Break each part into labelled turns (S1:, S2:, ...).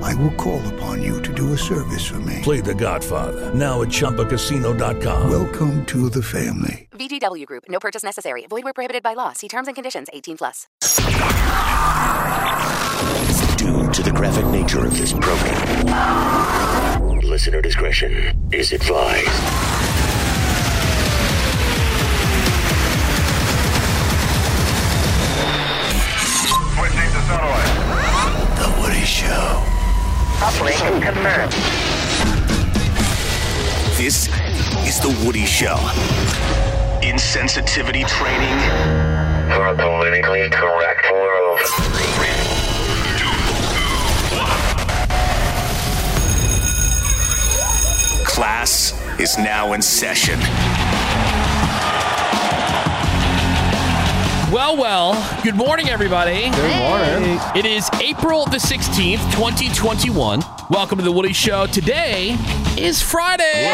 S1: I will call upon you to do a service for me.
S2: Play The Godfather now at ChumbaCasino.com.
S1: Welcome to the family.
S3: VGW Group. No purchase necessary. Void where prohibited by law. See terms and conditions. 18 plus.
S4: Due to the graphic nature of this program, listener discretion is advised.
S5: Switching to satellite.
S4: The Woody Show.
S6: Uplink confirmed.
S4: This is The Woody Show. Insensitivity training
S6: For a politically correct world.
S4: class is now in session.
S7: Well, well, good morning, everybody. Good morning. It is April the 16th, 2021. Welcome to the Woody Show. Today is Friday.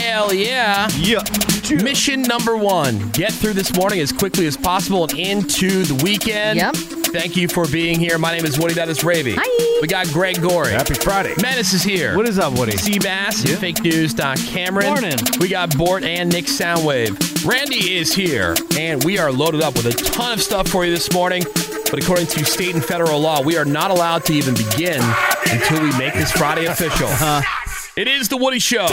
S7: Hell yeah.
S8: Yeah.
S7: Mission number one get through this morning as quickly as possible and into the weekend.
S9: Yep.
S7: Thank you for being here. My name is Woody. That is Ravy.
S9: Hi.
S7: We got Greg Gorey.
S8: Happy Friday.
S7: Menace is here.
S8: What is up, Woody?
S7: Seabass and Fake News Don Cameron.
S8: Morning.
S7: We got Bort and Nick Soundwave. Randy is here, and we are loaded up with a ton of stuff for you this morning. But according to state and federal law, we are not allowed to even begin until we make this Friday official. It is the Woody Show.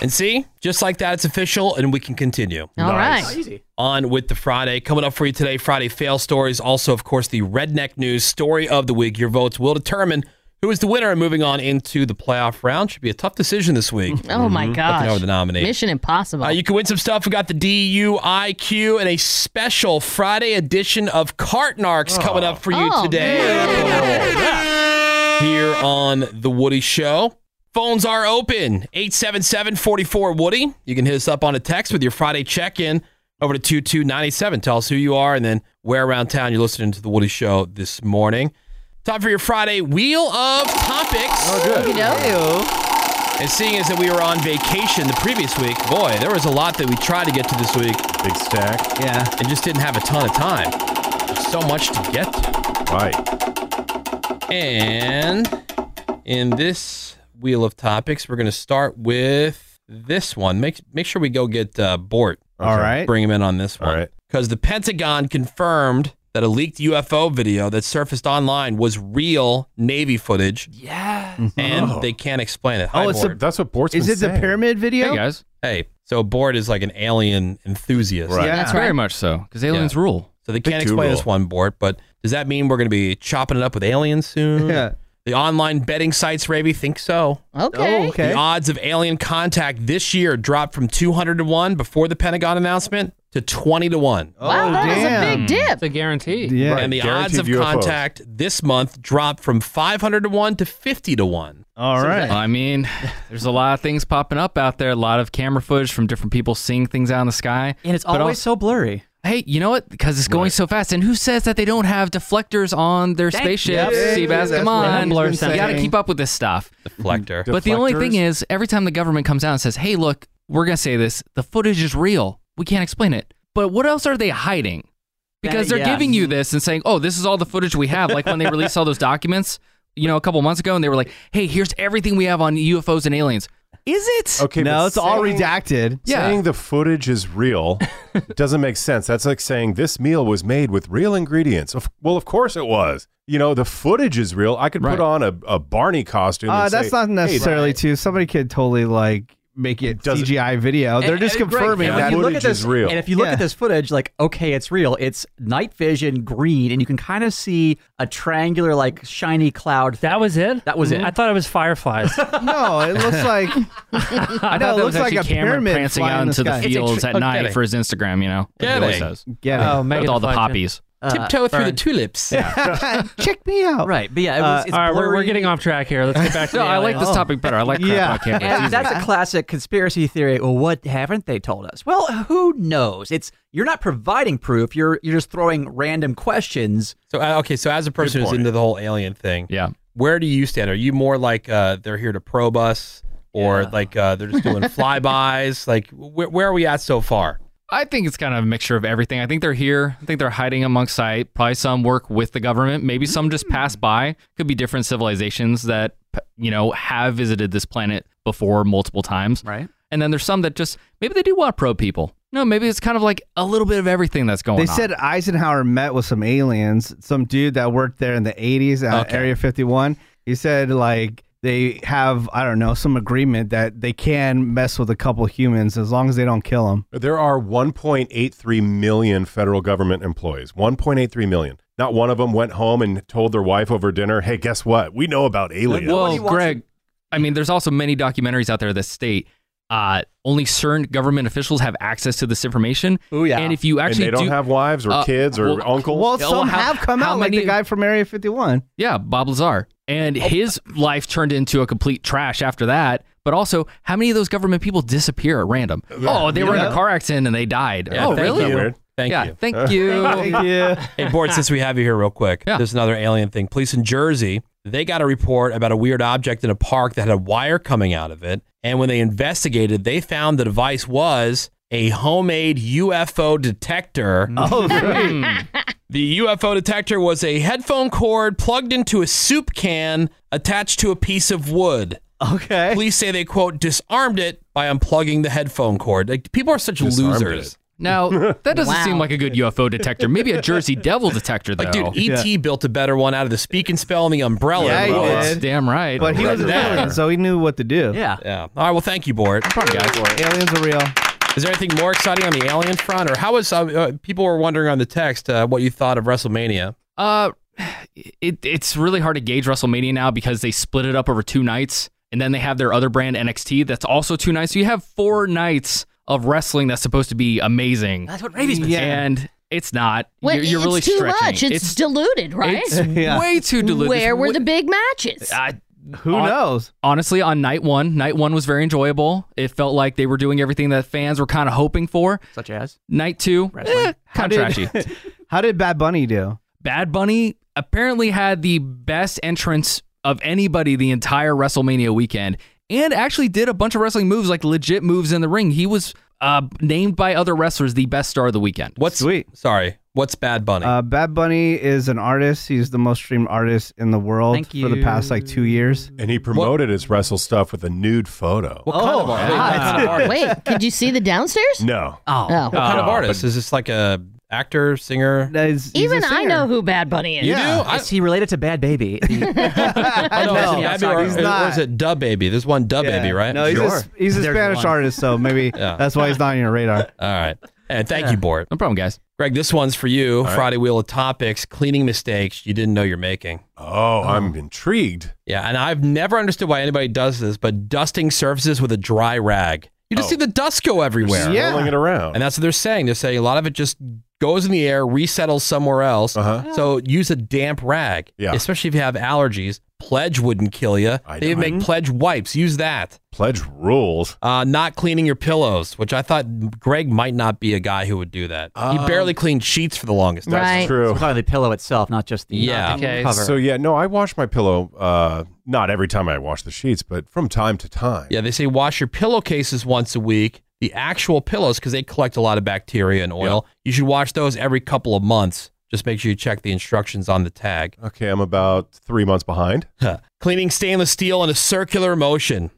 S7: And see, just like that, it's official, and we can continue
S9: All right.
S7: on with the Friday. Coming up for you today, Friday fail stories. Also, of course, the redneck news story of the week. Your votes will determine who is the winner and moving on into the playoff round. Should be a tough decision this week.
S9: Oh my gosh.
S7: over the nominee.
S9: Mission Impossible.
S7: Uh, you can win some stuff. We got the DUIQ and a special Friday edition of Cartnarks coming up for you
S9: Oh.
S7: today. Here on The Woody Show. Phones are open 877 44 Woody. You can hit us up on a text with your Friday check in over to 2297. Tell us who you are and then where around town you're listening to The Woody Show this morning. Time for your Friday Wheel of Topics.
S10: Oh,
S7: And seeing as that we were on vacation the previous week, boy, there was a lot that we tried to get to this week
S8: Big stack.
S7: yeah. and just didn't have a ton of time. There's so much to get to.
S8: Right.
S7: And in this wheel of topics, we're going to start with this one. Make make sure we go get uh, Bort.
S8: All right.
S7: Bring him in on this one.
S8: All right.
S7: Because the Pentagon confirmed that a leaked UFO video that surfaced online was real Navy footage. Yeah. And
S11: Oh.
S7: they can't explain it. Hi,
S10: Oh, it's
S7: Bort.
S8: That's what Bort's
S10: Is
S8: been
S10: it the
S8: saying.
S10: pyramid video?
S11: Hey guys,
S7: Hey, so Bort is like an alien enthusiast.
S8: Right.
S9: That's
S11: very
S9: right.
S11: much so, because aliens rule.
S7: So they can't
S8: two
S7: explain
S8: rule.
S7: this one, Bort, but does that mean we're going to be chopping it up with aliens soon?
S10: Yeah.
S7: The online betting sites, Raby, think so.
S9: Okay.
S10: Oh, okay.
S7: The odds of alien contact this year dropped from 200 to 1 before the Pentagon announcement to 20 to 1.
S9: Wow, that is
S10: Oh, damn.
S9: a big
S11: It's a
S9: dip.
S11: guarantee.
S10: Yeah.
S7: and the
S8: guaranteed
S7: odds of
S8: UFOs.
S7: contact this month dropped from 500 to 1 to 50 to 1.
S10: All right.
S11: I mean, there's a lot of things popping up out there, a lot of camera footage from different people seeing things out in the sky.
S12: And it's
S11: But
S12: always so blurry.
S11: Hey, you know what? Because it's going so fast. And who says that they don't have deflectors on their spaceships?
S10: Yep.
S11: Seabass,
S10: That's
S11: come
S10: what
S11: on.
S12: Tumblr
S11: You got to
S12: saying.
S11: keep up with this stuff.
S7: Deflector.
S11: But the only
S10: Deflectors.
S11: thing is, every time the government comes out and says, hey, look, we're going to say this, the footage is real. We can't explain it. But what else are they hiding? Because
S12: That-
S11: they're
S12: yeah.
S11: giving you this and saying, oh, this is all the footage we have. Like when they released all those documents, you know, a couple months ago, and they were like, hey, here's everything we have on UFOs and aliens. Is it?
S8: Okay.
S12: no,
S8: but
S12: it's all
S8: saying-
S12: redacted.
S11: Yeah.
S8: Saying the footage is real doesn't make sense. That's like saying this meal was made with real ingredients. Of- Well, of course it was. You know, the footage is real. I could
S11: Right.
S8: put on a, a Barney costume.
S12: Uh,
S8: and
S12: that's
S8: say,
S12: not necessarily
S8: Hey,
S12: too. Somebody could totally like make it,
S8: doesn't-
S12: CGI video. They're
S10: And-
S12: just
S10: and Greg,
S12: confirming
S8: yeah,
S10: if
S12: that.
S10: you look
S8: footage
S10: at this,
S8: is real.
S10: And if you look
S12: Yeah.
S10: at this footage, like, okay, it's real. It's night vision green, and you can kind of see a triangular, like, shiny cloud.
S13: That was it. Mm-hmm.
S10: That was it.
S13: I thought it was fireflies.
S12: No, it looks like
S11: I
S12: No,
S11: thought
S12: it
S11: that
S12: looks
S11: was actually
S12: like a
S11: Cameron
S12: pyramid
S11: prancing
S12: flying
S11: out
S12: in the
S11: into the,
S12: sky. It's
S11: fields
S12: extre-
S11: at night
S7: kidding.
S11: for his Instagram, you know? like he
S7: Kidding.
S9: Oh,
S11: always does.
S12: yeah.
S11: With all the poppies.
S9: Uh,
S7: Tiptoe through the tulips.
S12: Check me out.
S10: Right, but yeah, it was, it's
S9: All right, Uh, we're, we're
S10: blurry.
S9: getting off track here. Let's get back to
S10: No,
S9: the
S10: I like
S9: alien.
S10: this topic
S11: better. I like
S10: crap
S9: yeah.
S10: on camera. And that's a classic conspiracy theory. Well, what haven't they told us? Well, who knows? It's you're not providing proof. You're you're just throwing random questions.
S7: So uh, okay, so as a person who's
S10: point.
S7: into the whole alien thing,
S11: yeah,
S7: where do you stand? Are you more like uh, they're here to probe us, or like uh, they're just doing flybys? Like where, where are we at so far?
S11: I think it's kind of a mixture of everything. I think they're here. I think they're hiding amongst sight. Probably some work with the government. Maybe some just pass by. Could be different civilizations that you know have visited this planet before multiple times. Right. And then there's some that just maybe they do want to probe people. No, maybe it's kind of like a little bit of everything that's going
S12: They
S11: on.
S12: said Eisenhower met with some aliens, some dude that worked there in the 80s at Area 51. He said, like, they have, I don't know, some agreement that they can mess with a couple humans as long as they don't kill them.
S8: There are 1.83 million federal government employees. 1.83 million. Not one of them went home and told their wife over dinner, "Hey, guess what? We know about aliens."
S11: Well, Greg, I mean, there's also many documentaries out there that state uh, only certain government officials have access to this information. Oh yeah, and if you
S8: And
S11: actually
S8: they don't
S11: do, Uh,
S8: have wives or kids or uncles?
S12: Well,
S11: Yeah,
S12: some
S11: how-
S12: have come
S11: how
S12: out, like the
S11: many-
S12: guy from Area 51.
S11: Yeah, Bob Lazar. And
S13: Oh,
S11: his life turned into a complete trash after that. But also, how many of those government people disappear at random? Oh, they were in a
S7: Yeah.
S11: car accident and they died. oh,
S7: Yeah, thank
S11: really?
S7: you. Weird. Thank
S11: yeah,
S7: you.
S11: Thank you.
S7: Hey, Bort, since we have you here real quick, there's another alien thing. Police in Jersey, they got a report about a weird object in a park that had a wire coming out of it. And when they investigated, they found the device was a homemade UFO detector.
S12: Oh,
S7: right. The UFO detector was a headphone cord plugged into a soup can attached to a piece of wood.
S12: Okay.
S7: Police say they, quote, disarmed it by unplugging the headphone cord. Like, people are such
S11: Disarmed
S7: losers.
S11: it. Now, that doesn't
S7: Wow.
S11: seem like a good UFO detector. Maybe a Jersey Devil detector, though.
S7: Like, dude, ET built a better one out of the speak and spell and the umbrella.
S12: Yeah, he
S7: Well,
S12: did.
S11: Damn right.
S12: But he was an
S7: Right
S12: alien,
S7: there.
S12: so he knew what to do.
S7: Yeah. Yeah. All right. Well, thank you, Bort.
S12: Aliens are real.
S7: Is there anything more exciting on the alien front, or how was uh, uh, people were wondering on the text uh, what you thought of WrestleMania?
S11: Uh, it, it's really hard to gauge WrestleMania now because they split it up over two nights, and then they have their other brand NXT that's also two nights. So you have four nights of wrestling that's supposed to be amazing. That's
S13: what Ravi's been saying.
S11: and it's not.
S13: Well,
S11: you're, you're
S13: it's
S11: really
S13: too
S11: stretching.
S13: much. It's, diluted, right?
S11: it's Yeah. way too diluted.
S13: Where
S11: It's
S13: were
S11: way-
S13: the big matches?
S11: I,
S12: Who knows?
S11: Honestly, on night one, night one was very enjoyable. It felt like they were doing everything that fans were kind of hoping for.
S10: Such as
S11: night two, eh,
S12: How
S11: kind of trashy.
S12: did, how did Bad Bunny do?
S11: Bad Bunny apparently had the best entrance of anybody the entire WrestleMania weekend and actually did a bunch of wrestling moves, like legit moves in the ring. He was uh, named by other wrestlers the best star of the weekend.
S7: What's
S12: Sweet.
S7: Sorry, what's Bad Bunny?
S12: Uh, Bad Bunny is an artist. He's the most streamed artist in the world
S7: Thank
S12: for the past like two years.
S8: And he promoted his wrestle stuff with a nude photo.
S7: What kind of art? What kind of artist?
S13: Wait, could you see the downstairs?
S8: No.
S13: Oh.
S7: What kind of artist? Is this like a actor, singer?
S13: Even I know who Bad Bunny is.
S7: You do? I-
S10: Is he related to Bad Baby?
S7: I know.
S10: know.
S7: Bad Baby, or,
S10: He's
S7: or
S10: not.
S7: is it Dub Baby? There's one Dub Baby, right?
S12: No, he's a, he's a
S7: There's
S12: Spanish
S7: one.
S12: artist, so maybe
S7: Yeah.
S12: that's why he's not on your radar.
S7: All right. And thank you, Bort.
S11: No problem, guys.
S7: Greg, this one's for you.
S8: right.
S7: Friday Wheel of Topics, cleaning mistakes you didn't know you're making.
S8: Oh, I'm intrigued.
S7: Yeah, and I've never understood why anybody does this, but dusting surfaces with a dry rag. You
S8: Oh.
S7: just see the dust go everywhere.
S8: Just swirling it around.
S7: And that's what they're saying. They're saying a lot of it just goes in the air, resettles somewhere else. Uh-huh. So use a damp rag, yeah. especially if you have allergies. Pledge wouldn't kill you. They even make pledge wipes. Use that.
S8: Pledge rules.
S7: Uh, not cleaning your pillows, which I thought Greg might not be a guy who would do that. he
S10: Um,
S7: barely cleaned sheets for the longest time.
S10: So we're talking the pillow itself, not just the
S7: Yeah.
S10: okay. cover.
S8: So yeah, no, I wash my pillow. Uh, not every time I wash the sheets, but from time to time.
S7: Yeah, they say wash your pillowcases once a week. The actual pillows, because they collect a lot of bacteria and oil, you should wash those every couple of months. Just make sure you check the instructions on the tag.
S8: Okay, I'm about three months behind.
S7: Cleaning stainless steel in a circular motion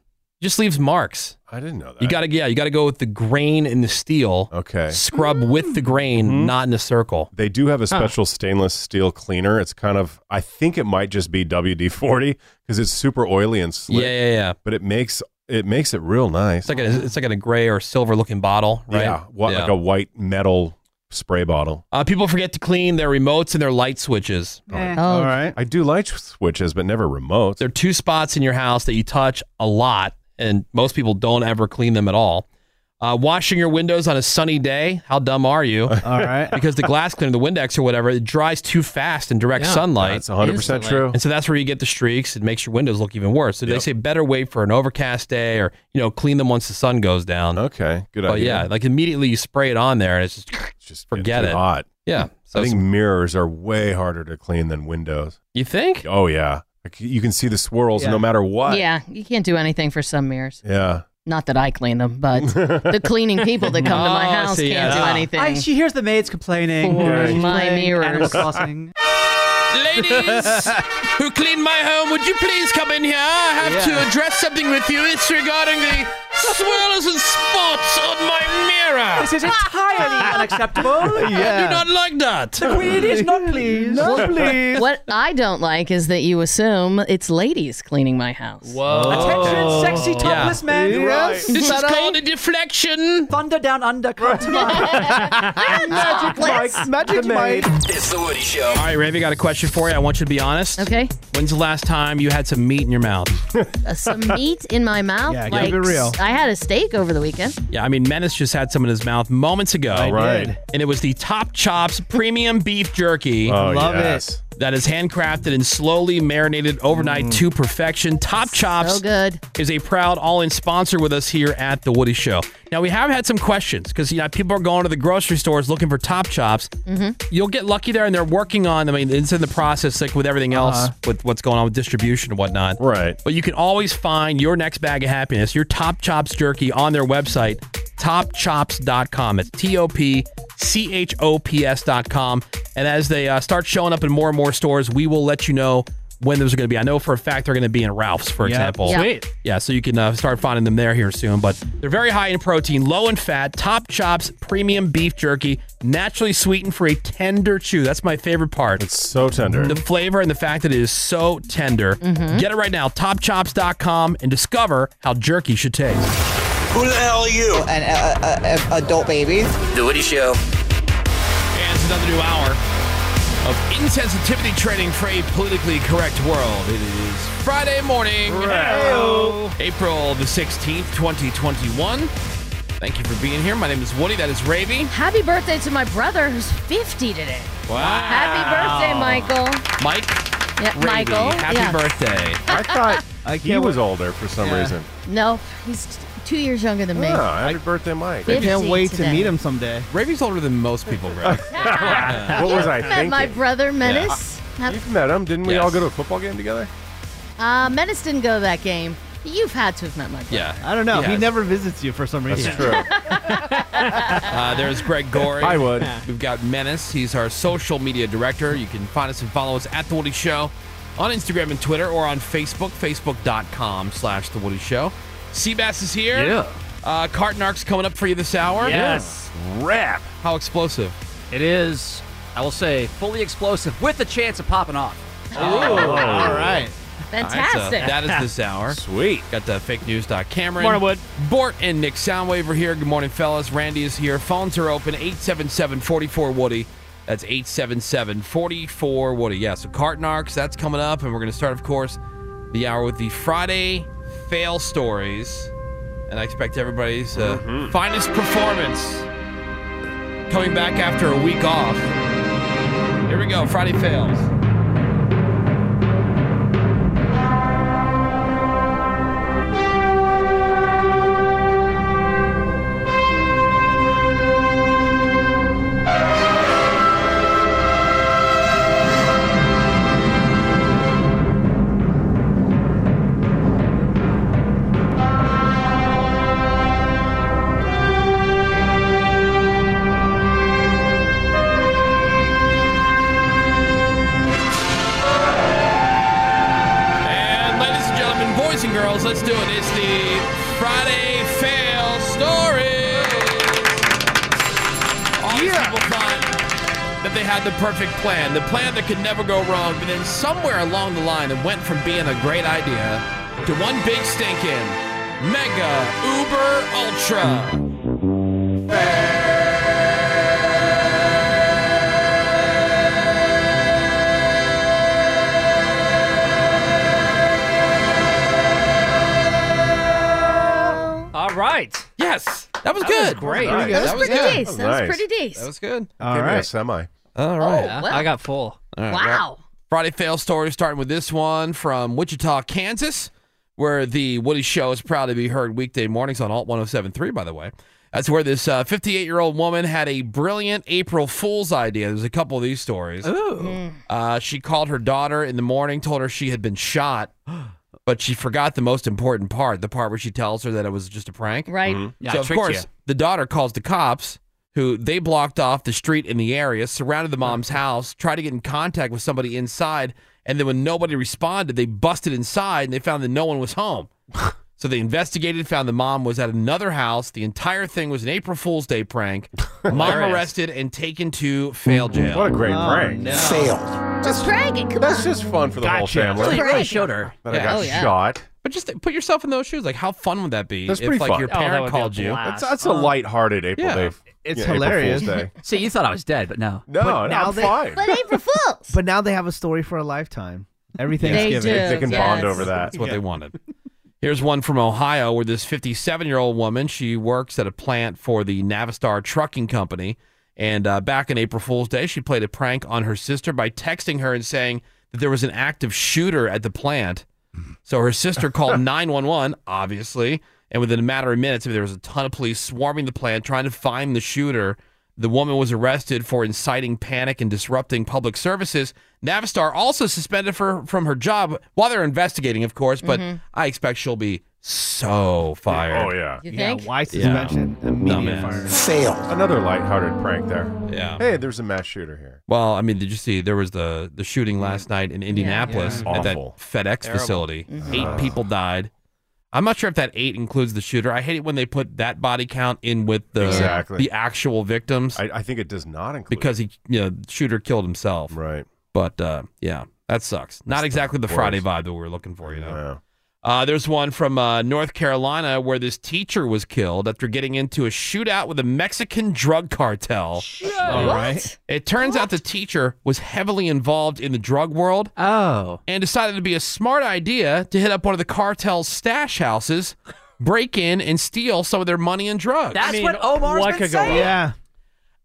S7: just leaves marks.
S8: I didn't know that.
S7: You gotta, yeah, you gotta go with the grain in the steel.
S8: Okay. Mm-hmm.
S7: Scrub with the grain, not in a circle.
S8: They do have a
S7: Huh.
S8: special stainless steel cleaner. It's kind of, I think it might just be WD forty because it's super oily and slick.
S7: Yeah, yeah, yeah.
S8: But it makes it makes it real nice.
S7: It's like a, it's like in a gray or silver looking bottle, right?
S8: Yeah, wha- like a white metal spray bottle.
S7: Uh, people forget to clean their remotes and their light switches.
S13: Oh. All
S12: right.
S8: I do light switches, but never remotes.
S7: There are two spots in your house that you touch a lot, and most people don't ever clean them at all. Uh, washing your windows on a sunny day. How dumb are you? All
S12: right.
S7: because the glass cleaner, the Windex or whatever, it dries too fast in direct
S8: Yeah.
S7: sunlight.
S8: That's 100% Instantly. true.
S7: And so that's where you get the streaks. It makes your windows look even worse. So they
S8: Yep.
S7: say better wait for an overcast day or, you know, clean them once the sun goes down.
S8: Okay. Good
S7: but
S8: idea.
S7: yeah, like immediately you spray it on there and it's just, just forget
S8: Too
S7: it.
S8: Hot.
S7: Yeah. So
S8: I think mirrors are way harder to clean than windows.
S7: You think?
S8: Oh yeah. Like, you can see the swirls
S13: Yeah.
S8: no matter what.
S13: Yeah, you can't do anything for some mirrors.
S8: Yeah.
S13: Not that I clean them, but the cleaning people that come to my
S10: Oh,
S13: house
S10: see,
S13: can't
S10: yeah.
S13: do anything.
S10: I- she hears the maids complaining.
S13: Ah. For
S10: She's
S13: my
S10: playing Animal
S13: mirrors.
S10: crossing.
S7: Ladies who clean my home, would you please come in here? I have to address something with you. It's regarding the swirls and spots on my mirror.
S10: This is entirely unacceptable.
S7: I do not like that.
S10: The queen is not pleased.
S13: What- What I don't like is that you assume it's ladies cleaning my house.
S7: Oh.
S10: Attention, sexy
S13: Yeah.
S10: topless man.
S13: Yes. This is called
S7: a deflection.
S10: Thunder down under. Come to my- Magic Mike. Magic Mike.
S4: It's the Woody Show.
S7: All right, Ravi, got a question for you. I want you to be honest.
S13: Okay.
S7: When's the last time you had some meat in your mouth?
S13: Uh, Some meat in my mouth.
S7: Yeah, keep
S13: like,
S7: it real.
S13: I had a steak over the weekend.
S7: yeah, I mean, Menace just had some in his mouth moments ago.
S13: I Right. did.
S7: And it was the Top Chops Premium Beef Jerky.
S8: Oh, Love yes.
S7: it. That is handcrafted and slowly marinated
S13: Mm.
S7: overnight to perfection. Top Chops
S13: So good.
S7: is a proud all-in sponsor with us here at The Woody Show. Now, we have had some questions because, you know, people are going to the grocery stores looking for Top Chops.
S13: Mm-hmm.
S7: you'll get lucky there and they're working on i mean it's in the process like with everything else
S13: Uh-huh.
S7: with what's going on with distribution and whatnot right but you can always find your next bag of happiness your top chops jerky on their website topchops.com it's t-o-p-c-h-o-p-s.com and as they uh, start showing up in more and more stores we will let you know when those are going to be i know for a fact they're going to be in ralph's for
S11: Yeah.
S7: example
S11: Yeah. Sweet.
S7: yeah, so you can uh, start finding them there here soon. But they're very high in protein, low in fat, top chops, premium beef jerky, naturally sweetened for a tender chew. That's my favorite part. It's
S8: so tender.
S7: The flavor and the fact that it is so tender.
S13: Mhm.
S7: Get it right now, topchops.com, and discover how jerky should taste.
S9: Who the hell are you? An uh, uh, adult baby.
S7: The Woody Show. And it's another new hour of insensitivity training for a politically correct world. It is Friday morning, April the 16th, 2021. Thank you for being here. My name is Woody. That is Ravy.
S13: Happy birthday to my brother who's 50 today.
S7: Wow.
S13: Happy birthday, Michael.
S7: Mike.
S13: Yeah,
S7: Ravy,
S13: Michael.
S7: Happy
S13: yeah.
S7: birthday.
S8: I thought he was older for some
S12: Yeah.
S8: reason.
S13: Nope, he's t- two years younger than me.
S8: Ah, happy birthday, Mike.
S13: I can't wait to Today. meet him
S7: someday. Ravy's older than most people, right?
S8: What was I
S13: Met my
S8: thinking?
S13: brother Menace. Have-
S8: You've met him. Didn't we all
S7: Yes.
S8: go to a football game together?
S13: Uh, Menace didn't go to that game. You've had to have met my brother.
S7: Yeah.
S12: I don't know.
S7: He
S12: He
S7: has.
S12: never visits you for some reason.
S7: Uh, there's Greg Gorey.
S12: I would.
S7: We've got Menace. He's our social media director. You can find us and follow us at The Woody Show on Instagram and Twitter or on Facebook, facebook.com slash The Woody Show. Seabass is here.
S11: Yeah.
S7: Uh, Carton Arc's coming up for you this hour.
S14: Yes.
S7: Rap. How explosive.
S14: It is, I will say, fully explosive with a chance of popping off.
S7: Ooh. all right. Oh. All right,
S14: Fantastic.
S7: so that is this hour. Sweet. Got the fake news. Doc Cameron.
S14: Morning, Wood.
S7: Bort and Nick Soundwave are here. Good morning, fellas. Randy is here. Phones are open 877 44 Woody. That's 877 44 Woody. Yeah, so Carton Arcs, that's coming up. And we're going to start, of course, the hour with the Friday fail stories. And I expect everybody's uh, finest performance coming back after a week off. Here we go. Friday fails. And ladies and gentlemen, boys and girls, let's do it. It's the Friday fail story. All these people thought that they had the perfect plan, the plan that could never go wrong, but then somewhere along the line it went from being a great idea to one big stinking mega uber ultra.
S14: All right.
S7: Yes. That was
S11: That was
S7: good.
S11: great.
S7: That was
S11: That was
S7: good.
S11: pretty
S7: good.
S13: decent. That was Nice. pretty decent.
S7: That was good.
S8: All Give me a right. semi.
S7: All right.
S11: Yeah, Oh, I got full.
S7: All right,
S13: Wow.
S7: Friday fail story starting with this one from Wichita, Kansas, where the Woody Show is proud to be heard weekday mornings on Alt 1073, by the way. That's where this 58 year old woman had a brilliant April Fool's idea. There's a couple of these stories.
S11: Mm.
S10: Ooh.
S7: Uh, she called her daughter in the morning, told her she had been shot, but she forgot the most important part the part where she tells her that it was just a prank.
S13: Right.
S8: Mm-hmm.
S13: Mhm. Yeah,
S7: so,
S13: I
S7: of
S13: tricked
S7: course,
S13: ya.
S7: the daughter calls the cops, who they blocked off the street in the area, surrounded the mom's house, tried to get in contact with somebody inside, and then when nobody responded, they busted inside and they found that no one was home. So they investigated, found the mom was at another house. The entire thing was an April Fool's Day prank. Mom
S8: Hilarious.
S7: arrested and taken to fail jail.
S8: What a great Oh, prank. no. Failed.
S13: Just drag it. Come
S8: That's
S13: on.
S8: just fun for the whole
S7: Gotcha.
S8: family.
S7: So you really
S8: showed her. That I got
S7: Oh, yeah.
S8: shot.
S7: But just th- put yourself in those shoes. Like, how fun would that be
S8: That's
S7: if
S8: pretty
S7: like
S8: fun.
S7: your
S8: Oh, that
S7: parent
S8: would be a
S7: called you? Um,
S8: blast. That's- that's a lighthearted April Day- It's yeah, April hilarious. Fool's Day.
S10: See, you thought I was dead, but no.
S8: No,
S10: But
S8: no, I'm fine.
S13: But April Fools.
S12: But now they have a story for a lifetime. Every Thanksgiving.
S7: That's what they wanted. Here's one from Ohio where this 57 year old woman, she works at a plant for the Navistar Trucking Company. And uh, back in April Fool's Day, she played a prank on her sister by texting her and saying that there was an active shooter at the plant. So her sister called 911, obviously. And within a matter of minutes, I mean, there was a ton of police swarming the plant trying to find the shooter. The woman was arrested for inciting panic and disrupting public services. Navistar also suspended her from her job while they're investigating, of course, but
S12: Mhm.
S7: I expect she'll be so fired.
S8: Oh, yeah.
S12: You Yeah, think? why suspension? Immediate fire.
S7: Fail.
S8: Another lighthearted prank there.
S7: Yeah.
S8: Hey, there's a mass shooter here.
S7: Well, I mean, did you see there was the the shooting last night in Indianapolis
S8: Yeah.
S7: at that
S8: Awful.
S7: FedEx
S8: Terrible.
S7: facility?
S8: Mhm.
S7: Eight
S8: Ugh.
S7: people died. I'm not sure if that eight includes the shooter. I hate it when they put that body count in with the
S8: Exactly.
S7: the actual victims
S8: I, I think it does not include.
S7: because he, you know, the shooter killed himself.
S8: Right.
S7: But uh, yeah, that sucks. Not exactly the
S8: worst.
S7: Friday vibe that we were looking for, you know. Uh, there's one from uh, North Carolina where this teacher was killed after getting into a shootout with a Mexican drug cartel. All
S12: What?
S7: right. It turns out the teacher was heavily involved in the drug world.
S10: Oh.
S7: And decided it'd be a smart idea to hit up one of the cartel's stash houses, break in, and steal some of their money and drugs.
S10: That's I mean, what Omar's what been could go saying. wrong?
S12: Yeah.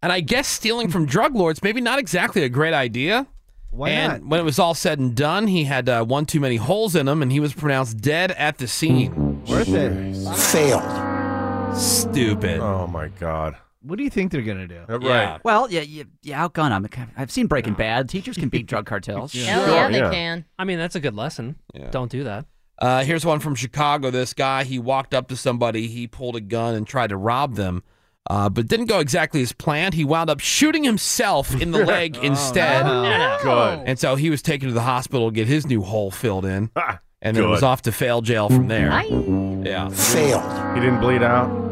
S7: And I guess stealing from drug lords maybe not exactly a great idea.
S12: Why
S7: and when it was all said and done, he had uh, one too many holes in him, and he was pronounced dead at the scene.
S12: Worth it.
S7: Failed. Stupid.
S8: Oh my god.
S12: What do you think they're gonna do?
S8: Right.
S10: Well, yeah, you, you outgun them. I've seen Breaking Bad. Teachers can beat drug cartels.
S7: Hell yeah, Sure, they yeah.
S11: Oh, can. I mean, that's a good lesson. Don't do that.
S7: Uh, here's one from Chicago. This guy, he walked up to somebody, he pulled a gun and tried to rob them, uh, but didn't go exactly as planned. He wound up shooting himself in the leg instead.
S11: no. Oh, no. Good.
S7: And so he was taken to the hospital to get his new hole filled in, and then
S8: Good.
S7: was off to fail jail from there.
S13: Aye.
S7: Yeah,
S8: Failed. He didn't bleed out.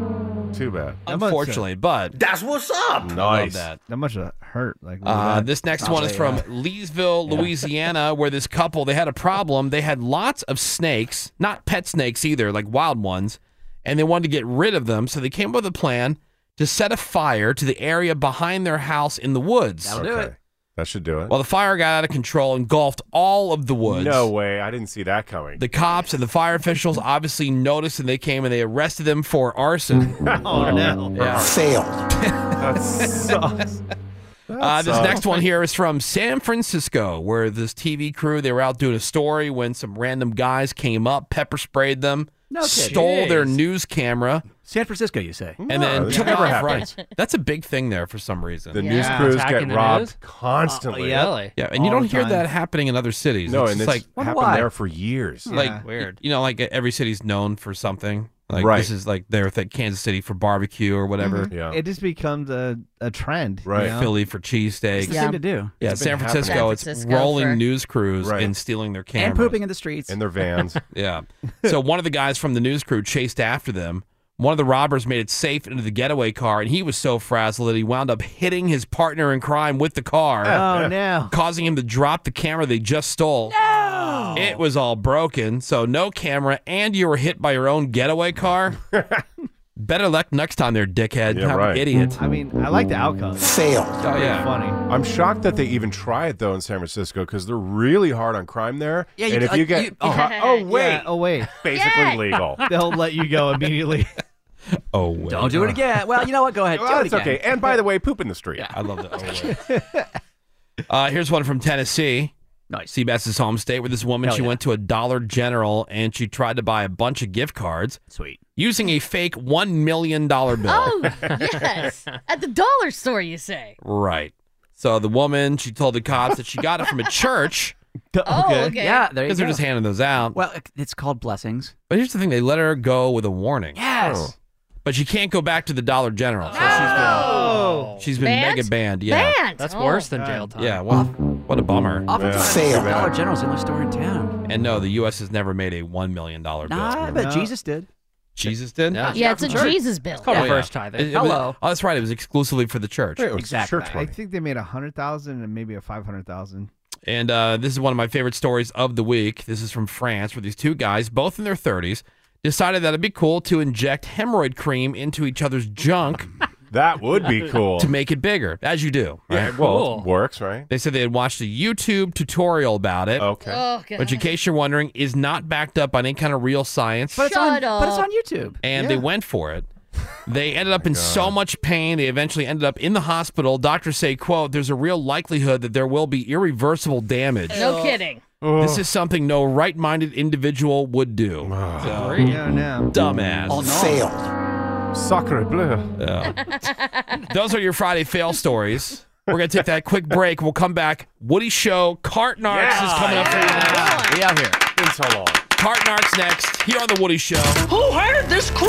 S8: Too bad.
S7: Unfortunately, but that's what's up.
S8: Nice.
S7: that.
S12: much uh, hurt. Like look at
S7: Uh,
S12: that.
S7: this next one is from Leesville, Louisiana, where this couple they had a problem. They had lots of snakes, not pet snakes either, like wild ones, and they wanted to get rid of them. So they came up with a plan to set a fire to the area behind their house in the woods.
S8: That'll do Okay. it. That should do it.
S7: Well, the fire got out of control, engulfed all of the woods.
S8: No way. I didn't see that coming.
S7: The cops and the fire officials obviously noticed, and they came and they arrested them for arson.
S12: oh no.
S7: Yeah.
S12: Failed.
S8: that sucks.
S7: Uh, this
S8: So-
S7: next one here is from San Francisco, where this TV crew they were out doing a story when some random guys came up, pepper sprayed them,
S10: No kidding.
S7: stole their
S10: Jeez.
S7: news camera,
S10: San Francisco, you say?
S7: and then
S10: this
S7: took
S10: never
S7: off.
S10: happens.
S7: Right, that's a big thing there for some reason.
S8: The news crews get robbed constantly.
S7: Oh, Yeah, and you
S8: All
S7: don't
S8: the
S7: hear
S8: time.
S7: that happening in other cities.
S8: No,
S7: it's
S8: and
S7: just
S8: it's
S7: like
S8: happened there for years.
S7: Like weird, you know, like every city's known for something. Like
S8: Right.
S7: this is like their thing, Kansas City for barbecue or whatever.
S10: Mm-hmm.
S12: Mhm. It just becomes a, a trend. you know?
S7: Philly for cheesesteaks.
S12: It's the thing to do.
S7: Yeah,
S12: It's been
S7: San
S12: happening.
S7: Francisco,
S12: San
S7: it's
S12: Francisco
S7: rolling
S12: for-
S7: news crews
S8: Right.
S7: and stealing their cameras.
S10: And pooping in the streets.
S8: in their vans.
S7: yeah. So one of the guys from the news crew chased after them. One of the robbers made it safe into the getaway car, and he was so frazzled that he wound up hitting his partner in crime with the car.
S12: Oh, no.
S7: Causing him to drop the camera they just stole. No! It was all broken, so no camera, and you were hit by your own getaway car. Better luck next time, there, dickhead.
S8: Yeah,
S7: I'm
S8: right.
S7: an idiot.
S12: I mean, I like the outcome. Failed.
S7: Oh, yeah.
S12: Funny.
S8: I'm shocked that they even try it though in San Francisco because they're really hard on crime there.
S12: Yeah, you-
S8: and if
S12: uh,
S8: you get
S12: you-
S8: caught- oh wait,
S12: Yeah, oh wait.
S8: basically legal.
S12: They'll let you go immediately.
S7: Oh, wait.
S10: Don't do it again. Well, you know what? Go ahead.
S8: Well,
S10: do it
S8: it's
S10: again.
S8: okay. And by the way, poop in the street.
S7: I love that. Uh, here's one from Tennessee.
S10: Nice.
S7: Seabass's home state with this woman.
S10: Hell
S7: she
S10: yeah.
S7: went to a Dollar General and she tried to buy a bunch of gift cards.
S10: Sweet.
S7: Using a fake $1 million bill.
S13: Oh, yes. At the dollar store, you say.
S7: Right. So the woman, she told the cops that she got it from a church.
S13: Oh, okay. okay. Yeah,
S10: there you
S7: Because they're
S10: go.
S7: just handing those out.
S10: Well, it's called blessings.
S7: But here's the thing: they let her go with a warning. Oh.
S10: Yes.
S7: But she can't go back to the Dollar General. So
S10: Ah.
S7: she's been, she's been
S10: Banned?
S7: mega banned. Yeah.
S10: Banned? That's Oh, worse than
S11: jail time.
S7: Yeah. Well, what a bummer.
S10: Oftentimes,
S7: Yeah.
S10: Dollar General's the only store in town.
S7: And no, the U.S. has never made a one million dollar bill.
S10: Nah, but Jesus did.
S7: Jesus did.
S10: Yeah,
S13: Yeah, it's a Jesus bill.
S7: Oh, yeah.
S11: reverse tithing.
S7: It- it was-
S11: Hello.
S7: oh, that's right. It was exclusively for the church.
S12: I think they made a hundred thousand and maybe a five hundred thousand.
S7: And uh, this is one of my favorite stories of the week. This is from France, where these two guys, both in their 30s, decided that it'd be cool to inject hemorrhoid cream into each other's junk.
S8: that would be cool.
S7: To make it bigger, as you do.
S8: Yeah,
S7: right?
S8: well, it works, right?
S7: They said they had watched a YouTube tutorial about it. Okay.
S13: Oh, God.
S7: Which, in case you're wondering, is not backed up on any kind of real science.
S10: But it's
S13: Shut
S10: on. But it's
S13: up.
S10: on YouTube.
S7: and
S10: Yeah.
S7: they went for it. They ended up in so much pain, they eventually ended up in the hospital. Doctors say, quote, there's a real likelihood that there will be irreversible damage.
S13: No kidding.
S7: This is something no right-minded individual would do. So,
S12: Yeah, no.
S7: Dumbass.
S12: Oh, no.
S8: Failed. Sacre bleu.
S7: Those are your Friday fail stories. We're going to take that quick break. We'll come back. Woody Show, Cart Narks is coming up for you next.
S10: We out here.
S8: Been so long.
S7: Cart Narks next here on The Woody Show.
S15: Who hired this crew?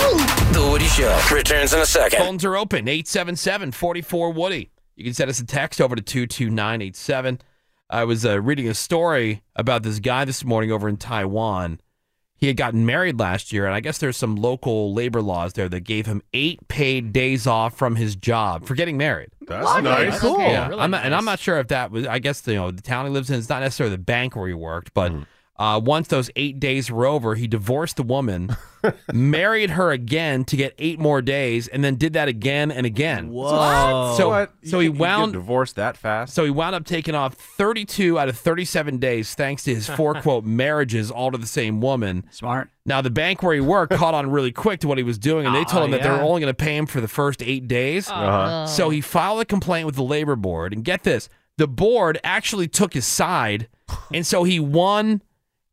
S15: The Woody Show returns in a second.
S7: Phones are open 877 44 Woody. You can send us a text over to 22987. I was uh, reading a story about this guy this morning over in Taiwan. He had gotten married last year, and I guess there's some local labor laws there that gave him eight paid days off from his job for getting married.
S8: That's Lovely. nice. That's
S13: okay.
S7: Yeah.
S13: Really
S7: I'm not- and I'm not sure if that was, I guess, you know, the town he lives in is not necessarily the bank where he worked, but
S8: Mm.
S7: uh, once those eight days were over, he divorced the woman, married her again to get eight more days, and then did that again and again.
S8: Whoa. What?
S7: So,
S8: What?
S7: so
S8: You
S7: he
S8: get- you
S7: wound
S8: get divorced that fast.
S7: So he wound up taking off 32 out of 37 days thanks to his four quote marriages, all to the same woman.
S10: Smart.
S7: Now the bank where he worked caught on really quick to what he was doing,
S8: Ah,
S7: and they told
S10: Oh,
S7: him that they were
S10: yeah.
S7: only going to pay him for the first eight
S12: Oh,
S7: days.
S10: Uh-huh.
S7: So he filed a complaint with the labor board, and get this: the board actually took his side, and so he won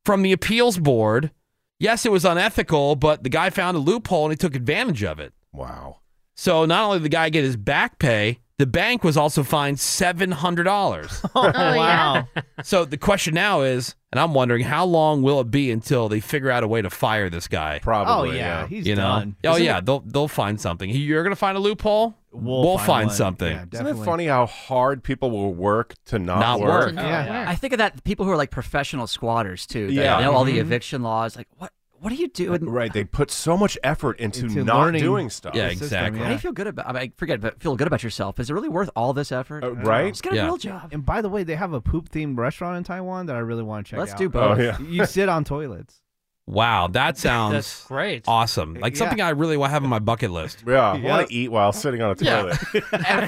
S7: from the appeals board. Yes, it was unethical, but the guy found a loophole and he took advantage of it.
S8: Wow.
S7: So not only did the guy get his back pay, the bank was also fined seven hundred dollars.
S12: Oh,
S13: wow.
S7: so the question now is, and I'm wondering, how long will it be until they figure out a way to fire this guy?
S8: Probably, Oh, yeah. yeah.
S12: He's
S7: you know?
S12: done.
S7: Oh
S12: Isn't
S7: yeah,
S12: it-
S7: they'll they'll find something. You're gonna find a loophole. We'll, find,
S8: one.
S7: something.
S8: Isn't it funny how hard people will work to not,
S7: Not work.
S8: work?
S10: I think of that people who are like professional squatters too. that
S8: Yeah.
S10: know all the
S8: Mhm.
S10: eviction laws. Like what? What are you doing?
S8: Uh, Right. They put so much effort into,
S10: Into
S8: not
S10: learning
S8: doing stuff.
S7: Yeah, the system, exactly.
S10: How do you feel good about? I, mean, I forget, but feel good about yourself. Is it really worth all this effort?
S8: Uh, right?
S10: Just get a real job.
S12: And by the way, they have a poop themed restaurant in Taiwan that I really want to check
S10: Let's
S12: out.
S10: do both.
S8: Oh, yeah.
S12: You sit on toilets.
S7: Wow, that sounds
S12: That's great.
S7: Awesome. Like
S12: Yeah.
S7: something I really want to have on my bucket list.
S8: Yeah, I
S7: Yeah.
S8: want to eat while sitting on a
S7: Yeah.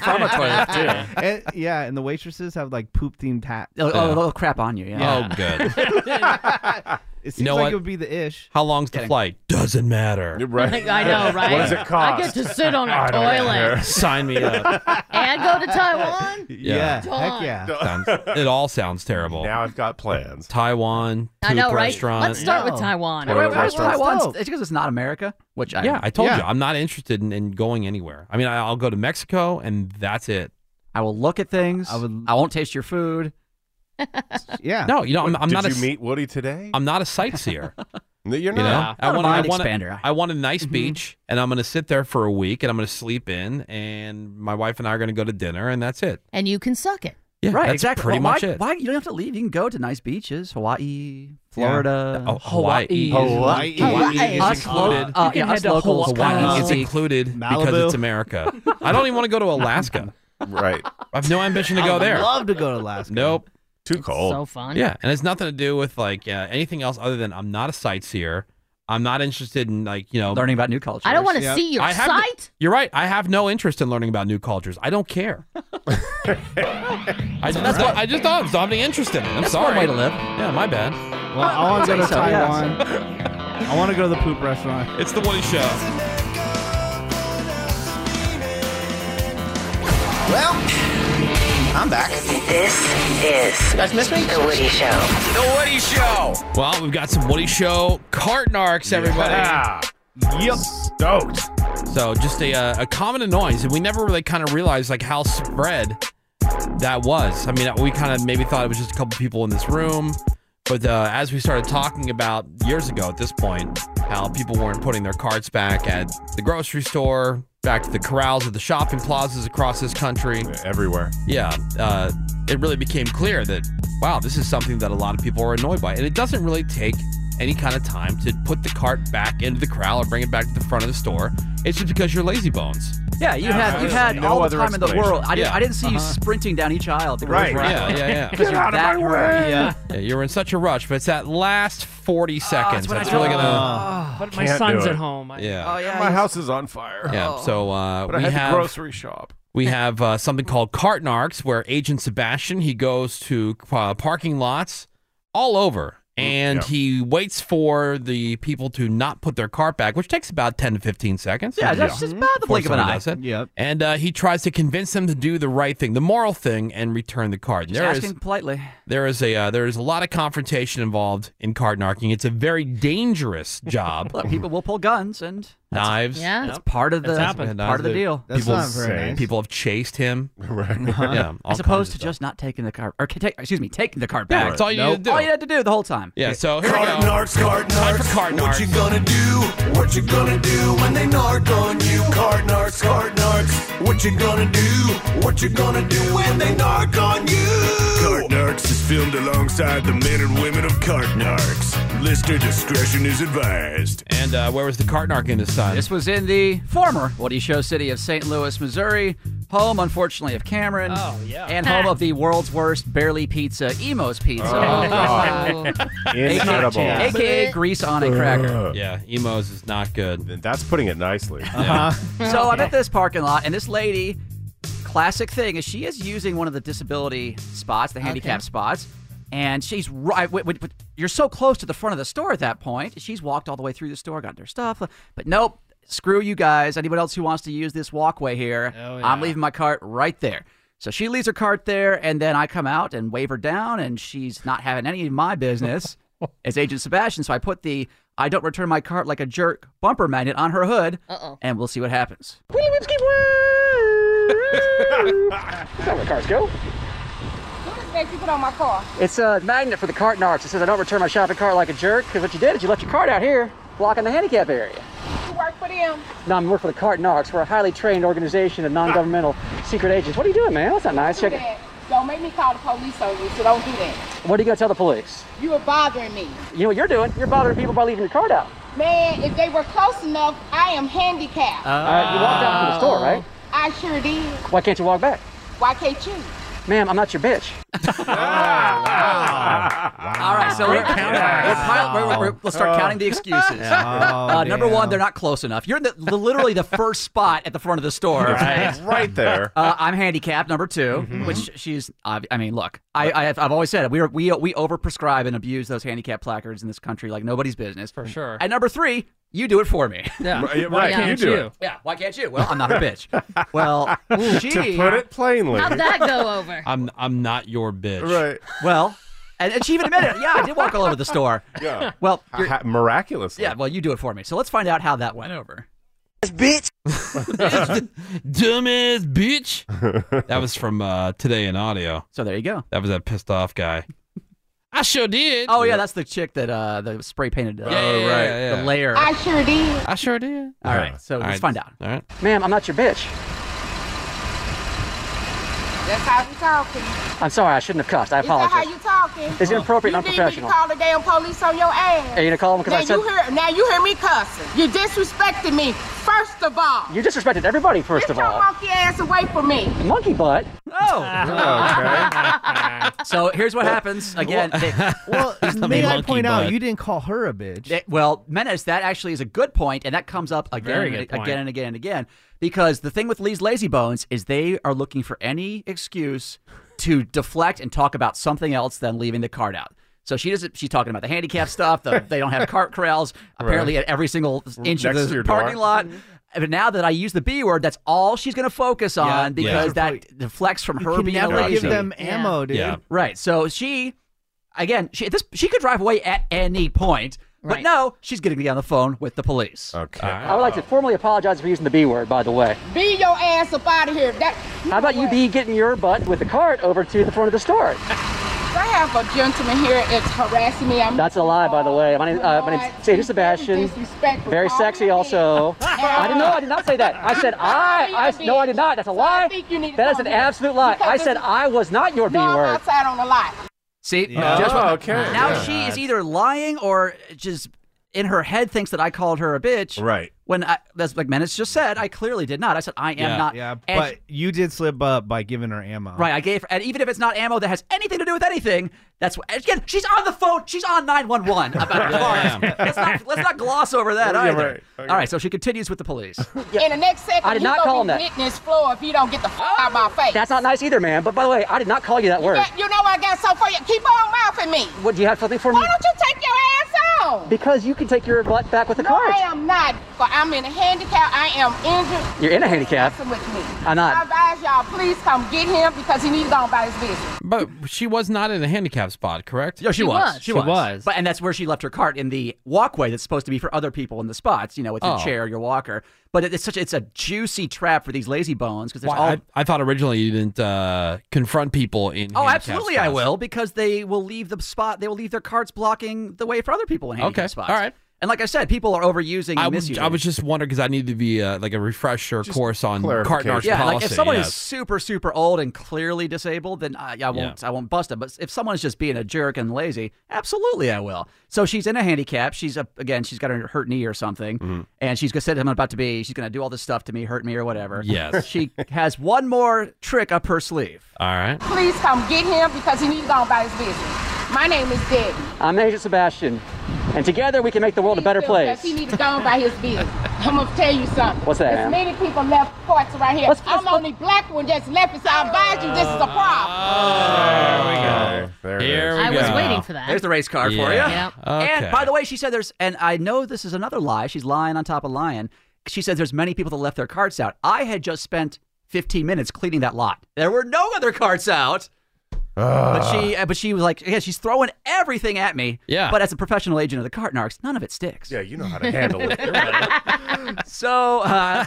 S8: toilet.
S12: And- yeah, and the waitresses have like poop themed hats.
S10: Oh, oh, they'll crap on you. Yeah.
S7: Oh, good.
S12: It seems
S7: You know
S12: like
S7: what?
S12: it would be the ish.
S7: How long's the flight? Doesn't matter.
S13: Like, I know, right?
S7: What does it
S13: I
S7: cost?
S13: get to sit on a toilet
S7: Sign me up.
S13: and go to Taiwan.
S7: Yeah.
S13: Done.
S7: Sounds- it all sounds terrible.
S8: Now I've got plans.
S7: Taiwan,
S13: I
S7: poop
S13: know, right?
S7: restaurant.
S13: Let's start with Taiwan.
S7: Toilet restaurant.
S10: Taiwan's- it's because it's not America, which I
S7: Yeah, I told you I'm not interested in, in going anywhere. I mean, I, I'll go to Mexico and that's it.
S10: I will look at things. I, would, I won't taste your food.
S12: Yeah.
S7: No, you know, I'm, I'm
S8: Did
S7: not
S8: you
S7: a s-
S8: meet Woody today?
S7: I'm not a sightseer.
S8: No, You're
S7: You know,
S8: not.
S7: I
S10: Not a
S7: want I
S10: mind
S7: want
S10: expander. Mm-hmm.
S7: I want a nice beach, and I'm going to sit there for a week, and I'm going to sleep in, and my wife and I are going to go to dinner, and that's it.
S13: And you can suck it.
S7: Yeah,
S10: right,
S7: that's
S10: exactly.
S7: pretty
S10: Well,
S7: much
S10: why,
S7: it.
S10: Why you don't have to leave? You can go to nice beaches, Hawaii, Florida,
S7: Oh, Hawaii.
S10: Hawaii.
S7: Hawaii
S10: Us
S7: is
S10: lo-
S7: included.
S10: uh, yeah, us locals
S7: Hawaii
S10: kinda
S7: is
S10: speak-
S7: included because
S12: Malibu.
S7: it's America. I don't even want to go to Alaska.
S8: Right.
S7: I have no ambition to
S12: I
S7: go
S12: would
S7: there.
S12: love to go to Alaska.
S7: Nope.
S8: Too cold.
S13: So fun.
S7: Yeah, and it's nothing to do with like uh, anything else other than I'm not a sightseer. I'm not interested in like you know
S10: learning about new cultures.
S13: I don't want to see your
S7: I have no-
S13: sight.
S7: you're right. I have no interest in learning about new cultures. I don't care. I just don't, I just don't, don't have any interest in it. I'm sorry.
S10: way to live.
S7: Yeah, my bad.
S12: Well, I want to go to
S10: Say so, yes.
S12: Taiwan. I want to go to the poop restaurant.
S7: It's the Woody Show.
S15: Well, I'm back. This is. You guys miss me? The Woody Show. The Woody Show.
S7: Well, we've got some Woody Show cart narcs, everybody.
S8: Yeah. Yep. Stoked.
S7: So just a, uh, a common annoyance, and we never really kind of realized like how spread that was. I mean, we kind of maybe thought it was just a couple people in this room, but uh, as we started talking about years ago, at this point, how people weren't putting their carts back at the grocery store, back to the corrals of the shopping plazas across this country,
S8: everywhere.
S7: Yeah, uh, it really became clear that wow, this is something that a lot of people are annoyed by, and it doesn't really take any kind of time to put the cart back into the corral or bring it back to the front of the store. It's just because you're lazy bones.
S10: Yeah, you had you had
S7: No
S10: all the
S7: other
S10: time in the
S7: explanation.
S10: world. I didn't,
S7: Yeah.
S10: I didn't see you
S7: Uh-huh.
S10: sprinting down each aisle. at the
S7: Right.
S10: grocery
S7: Yeah,
S10: store.
S7: yeah, yeah.
S10: 'Cause you're that hurried. Yeah.
S7: Yeah, you were in such a rush, but it's that last 40 seconds
S10: what I
S7: that's really
S10: thought.
S7: going
S10: Oh,
S7: to.
S10: but my Can't son's do it. at
S16: home. I-
S7: yeah.
S16: Oh, yeah,
S8: My
S16: he's-
S8: house is on fire.
S7: Yeah, so uh,
S8: But I
S7: we
S8: had to
S7: have
S8: grocery shop.
S7: We have uh, something called cart narcs, where Agent Sebastian he goes to uh, parking lots all over, and he waits for the people to not put their cart back, which takes about ten to fifteen seconds.
S10: Yeah, that's just about the
S7: Before
S10: blink of an
S7: someone
S10: eye.
S7: does it. And uh, he tries to convince them to do the right thing, the moral thing, and return the cart.
S10: Just
S7: There is-
S10: asking politely.
S7: there is a uh, there is a lot of confrontation involved in card narking. It's a very dangerous job.
S10: Look, people will pull guns and
S7: Knives.
S10: Yeah. That's part of the- That's happened. part of the deal. Uh-huh. That's
S7: people,
S10: not very nice.
S7: people have chased him.
S8: Right.
S7: Yeah. Um, all
S10: as
S7: kinds
S10: opposed to
S7: of stuff.
S10: just not taking the card or ca- take, excuse me, taking the card
S7: Yeah,
S10: back.
S7: it's all you
S10: Nope.
S7: had to do.
S10: All you had to do the whole time.
S7: Yeah. So here
S10: Card
S7: we go.
S10: narcs, card
S7: Time for
S10: narcs.
S7: card narcs.
S15: What
S10: What
S15: you gonna do? What you gonna do when they narc on you? Card narcs, card narcs. What you gonna do? What you gonna do when they narc on you?
S2: Cart Narcs is filmed alongside the men and women of Cart Narcs. Listener discretion is advised.
S7: And uh, where was the cart narc in this time?
S10: This was in the former Woody Show city of St. Louis, Missouri, home, unfortunately, of Cameron. Oh, yeah. And home of the world's worst barely pizza, Emo's Pizza.
S7: Oh,
S8: God. Incredible.
S10: AKA, AKA grease on a cracker.
S7: Yeah, emos is not good.
S8: That's putting it nicely.
S10: Uh-huh. So I'm at this parking lot, and this lady, classic thing is she is using one of the disability spots, the handicap spots, and she's right. Wait, wait, but you're so close to the front of the store at that point. She's walked all the way through the store, got their stuff, but nope. Screw you guys. Anyone else who wants to use this walkway here, I'm leaving my cart right there. So she leaves her cart there, and then I come out and wave her down, and she's not having any of my business as Agent Sebastian. So I put the I don't return my cart like a jerk bumper magnet on her hood,
S13: Uh-oh.
S10: and we'll see what happens.
S13: Willy Whipsky
S10: That's where cars go.
S17: you put on my car.
S10: It's a magnet for the cart narcs. It says I don't return my shopping cart like a jerk. Because what you did is you left your cart out here, blocking the handicap area.
S17: You work for them.
S10: No, I'm working for the cart narcs. We're a highly trained organization of non-governmental secret agents. What are you doing, man? That's not nice.
S17: do
S10: Check it.
S17: that. Don't make me call the police on you, so don't do that.
S10: What are you gonna tell the police?
S17: You are bothering me.
S10: You know what you're doing? You're bothering people by leaving your cart out.
S17: Man, if they were close enough, I am handicapped.
S10: All right, you walked out from the store, right?
S17: I sure did.
S10: Why can't you walk back?
S17: Why can't you?
S10: Ma'am, I'm not your bitch. All right, so we're, we're, pile- we're- we're- we're- let's
S11: Oh.
S10: start counting the excuses. uh, number one, they're not close enough. You're in the, the- literally the first spot at the front of the store.
S8: Right. Right there.
S10: Uh, I'm handicapped. Number 2
S11: Mm-hmm.
S10: which she's. I, I mean, look, I, I have, I've always said it. We are, we we overprescribe and abuse those handicap placards in this country like nobody's business. For
S11: sure.
S10: And number three, you do it for me.
S11: Yeah. Right, Why right, you can't do it. you?
S10: Yeah. Why can't you? Well, I'm not a bitch. Well, she
S8: plainly.
S13: How'd that go over?
S7: I'm I'm not your bitch.
S8: Right.
S10: Well, and, and she even admitted, it. yeah, I did walk all over the store.
S8: Yeah.
S10: Well,
S8: Ha- miraculously.
S10: Yeah. Well, you do it for me. So let's find out how that went over.
S7: bitch. Dumbass bitch. that was from uh, today in audio.
S10: So there you go.
S7: That was that pissed off guy. I sure did.
S10: Oh yeah, that's the chick that uh, the spray painted. Uh,
S7: Yeah, yeah, yeah, yeah, yeah.
S10: The layer.
S17: I sure did.
S7: I sure did.
S10: All right. So
S7: All
S10: let's
S7: right.
S10: find out.
S7: All right.
S10: Ma'am, I'm not your bitch.
S17: That's how you talking.
S10: I'm sorry. I shouldn't have cussed. I apologize.
S17: Is that how you talking?
S10: It's inappropriate
S17: You
S10: and
S17: need me to
S10: unprofessional.
S17: call the damn police on your ass.
S10: Are you gonna call them 'cause
S17: now
S10: I said-
S17: you hear now you hear me cussing. You disrespected me. First of all,
S10: You disrespected everybody, first
S17: get
S10: of
S17: your
S10: all.
S17: monkey ass away from me.
S10: Monkey butt.
S17: Oh.
S10: So here's what happens again. well,
S12: May I point out, you didn't call her a bitch.
S10: It- well, menace. That actually is a good point, and that comes up again,
S12: Very
S10: and
S12: good point.
S10: again, and again, and again. Because the thing with Lee's lazy bones is they are looking for any excuse to deflect and talk about something else than leaving the card out. So she doesn't. She's talking about the handicap stuff. The, they don't have cart corrals apparently
S14: Right.
S10: at every single inch
S14: Next
S10: of
S14: to
S10: the
S14: your
S10: parking
S14: door.
S10: lot.
S12: Mm-hmm.
S10: But now that I use the B word, that's all she's going to focus on
S14: Yeah.
S10: because
S14: Yeah.
S10: that deflects from her
S12: can
S10: being
S12: never
S10: a lady.
S12: give them Yeah. ammo, dude. Yeah.
S10: Right. So she, again, she this she could drive away at any point, but no, she's going to be on the phone with the police.
S8: Okay.
S14: I would like to formally apologize for using the B word, by the way.
S17: Be your ass up out of here. That
S14: How about you be getting your butt with the cart over to the front of the store?
S17: I have a gentleman here that's harassing me. I'm
S14: That's a lie, by the way. My, name, uh, my name's Sadie Sebastian.
S17: disrespectful.
S14: Very sexy, also. I didn't know. I did not say that. I said I. I no, I did not. That's a lie. That is an absolute lie. I said I was not your B
S17: no, I'm
S14: word.
S17: outside on a lot.
S10: See,
S14: Yeah.
S10: just-
S14: Oh, okay.
S10: Now
S14: Yeah.
S10: she is either lying or just in her head thinks that I called her a bitch.
S8: Right.
S10: When I, that's like Menace just said, I clearly did not. I said I am not.
S12: Yeah,
S10: and-
S12: but you did slip up by giving her ammo.
S10: Right, I gave, and even if it's not ammo that has anything to do with anything, that's what. Again, she's on the phone. She's on nine one one about the cars. Let's not let's not gloss over that
S14: Yeah,
S10: either.
S14: right. Okay.
S10: All right, so she continues with the police.
S17: In the next second,
S14: I did
S17: you
S14: not
S17: gonna
S14: call
S17: be
S10: him that.
S17: hitting this floor if you don't get the f out of my face.
S14: That's not nice either, man. But by the way, I did not call you that word.
S17: That- you know I got so for you. Keep on mouthing me.
S14: What do you have something for me?
S17: Why don't you take your ass out?
S14: Because you can take your butt back with the
S17: no,
S14: cart.
S17: I am not. For I'm in a handicap. I am injured.
S14: You're in a handicap.
S17: Messing with me.
S14: I'm not.
S17: I advise y'all, please come get him because he needs to go on about his business.
S7: But she was not in a handicap spot, correct?
S10: Yeah, she, was. She, was.
S7: was.
S10: But and that's where she left her cart in the walkway that's supposed to be for other people in the spots, you know, with your
S7: Oh.
S10: chair, your walker. But it- it's such it's a juicy trap for these lazy bones because there's
S7: Why-
S10: all
S7: I, I thought originally you didn't uh, confront people in.
S10: Oh,
S7: handicap
S10: absolutely, I
S7: spots.
S10: will because they will leave the spot. They will leave their carts blocking the way for other people in handicap
S7: Okay,
S10: spots.
S7: all right.
S10: And like I said, people are overusing and
S7: I was,
S10: misusing.
S7: I was just wondering because I need to be uh, like a refresher course on cart nurse
S10: yeah,
S7: policy.
S10: like if someone is
S7: yes.
S10: super super old and clearly disabled, then uh, I, I won't I won't bust them. But if someone's just being a jerk and lazy, absolutely I will. So she's in a handicap. She's a, again, she's got her hurt knee or something,
S7: Mm-hmm.
S10: and she's gonna said I'm about to be. She's gonna do all this stuff to me, hurt me or whatever.
S7: Yes.
S10: she has one more trick up her sleeve.
S7: All right.
S17: Please come get him because he needs to go on about his business. My name is Debbie.
S14: I'm Agent Sebastian, and together we can make the world a better place.
S17: Because he needs to go on about his business. I'm gonna tell you something.
S14: What's that, ma'am?
S17: There's many people left parts around here.
S14: Let's-
S17: I'm the only black one that's left, and so I advise you this is a problem.
S8: Okay, Oh, there it
S7: Here
S8: is.
S7: we I was go. waiting
S17: for that.
S10: There's the race car for you.
S8: Yeah.
S10: And by the way, she said there's, and I know this is another lie. She's lying on top of lying. She says there's many people that left their carts out. I had just spent 15 minutes cleaning that lot. There were no other carts out. But she, uh, but she was like, yeah, she's throwing everything at me.
S8: Yeah.
S10: But as a professional agent of the cart narcs, none of it sticks. Yeah,
S8: you know how to handle it.
S10: so uh,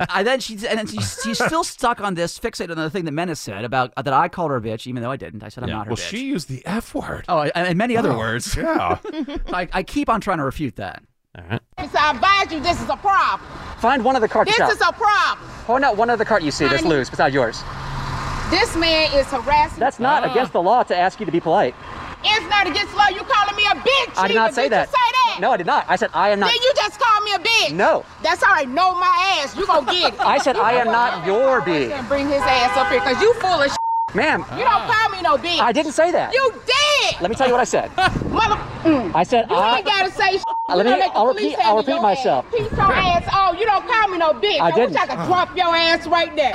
S10: I then she and then she's, she's still stuck on this fixated on the thing that Menace said about that I called her a bitch, even though I didn't. I said I'm
S8: Yeah.
S10: not her.
S8: Well,
S10: bitch.
S8: she used the F word.
S10: Oh, and- and many other
S8: Oh,
S10: words.
S8: yeah.
S10: So I, I keep on trying to refute that.
S7: All right.
S17: And so I advise you this is a problem.
S14: Find one of the carts
S17: This
S14: out.
S17: is a problem.
S14: Point out one other cart you see that's
S17: Honey.
S14: loose beside yours.
S17: This man is harassing.
S14: That's not against the law to ask you to be polite.
S17: It's not against law. You calling me a bitch?
S14: I did
S17: either.
S14: not say that.
S17: You say that.
S14: No, I did not. I said I am not.
S17: Then you just called me a bitch.
S14: No.
S17: That's all right. Know my ass. You gonna get it.
S14: I said
S17: You
S14: I am
S17: gonna
S14: not your B.
S17: And bring his ass up here, cause you full of. Shit.
S14: Ma'am.
S17: You don't call me no bitch.
S14: Ah. I didn't say that.
S17: You did.
S14: Let me tell you what I said.
S17: Mother. Mm.
S14: I said
S17: You
S14: I.
S17: ain't gotta say. Shit.
S14: Uh, Ah. let
S17: You
S14: me-
S17: done let the
S14: I'll
S17: police
S14: repeat-
S17: handle
S14: I'll repeat
S17: your
S14: myself.
S17: Ass. Piece your ass. Oh, you don't call me no bitch.
S14: I didn't. Ah.
S17: wish I could drop your ass right there.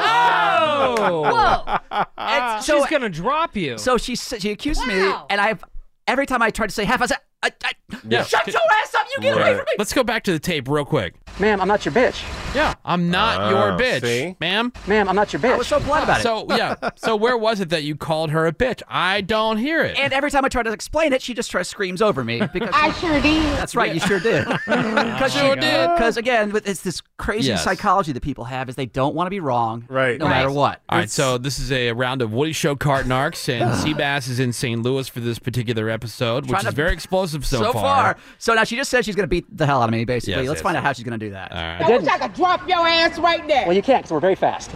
S10: Whoa.
S16: She's gonna drop you.
S10: So she s- she accuses me, and I've every time I tried to say half, I said, I, I,
S7: Yeah.
S10: "Shut your ass up! You get away from me!"
S7: Let's go back to the tape real quick.
S14: Ma'am, I'm not your bitch.
S7: Yeah. I'm not
S14: Oh,
S7: your bitch,
S14: see?
S7: ma'am.
S14: Ma'am, I'm not your bitch.
S10: I was so polite about it.
S7: So yeah. So where was it that you called her a bitch? I don't hear it.
S10: And every time I try to explain it, she just tries screams over me because
S17: I sure did.
S10: that's right, you sure did. Because
S7: Sure did.
S10: Because again, with- it's this crazy
S7: Yes.
S10: psychology that people have is they don't want to be wrong, right? No matter what.
S7: All right, so this is a round of Woody Show cart narcs, and Seabass is in St. Louis for this particular episode, which
S10: Trying
S7: is
S10: to-
S7: very explosive so,
S10: so So now she just said she's going to beat the hell out of me, basically.
S7: Yes,
S10: Let's
S7: yes,
S10: find out how she's going to do that. All right.
S17: I wish I could drop your ass right there.
S14: Well, you can't because we're very fast.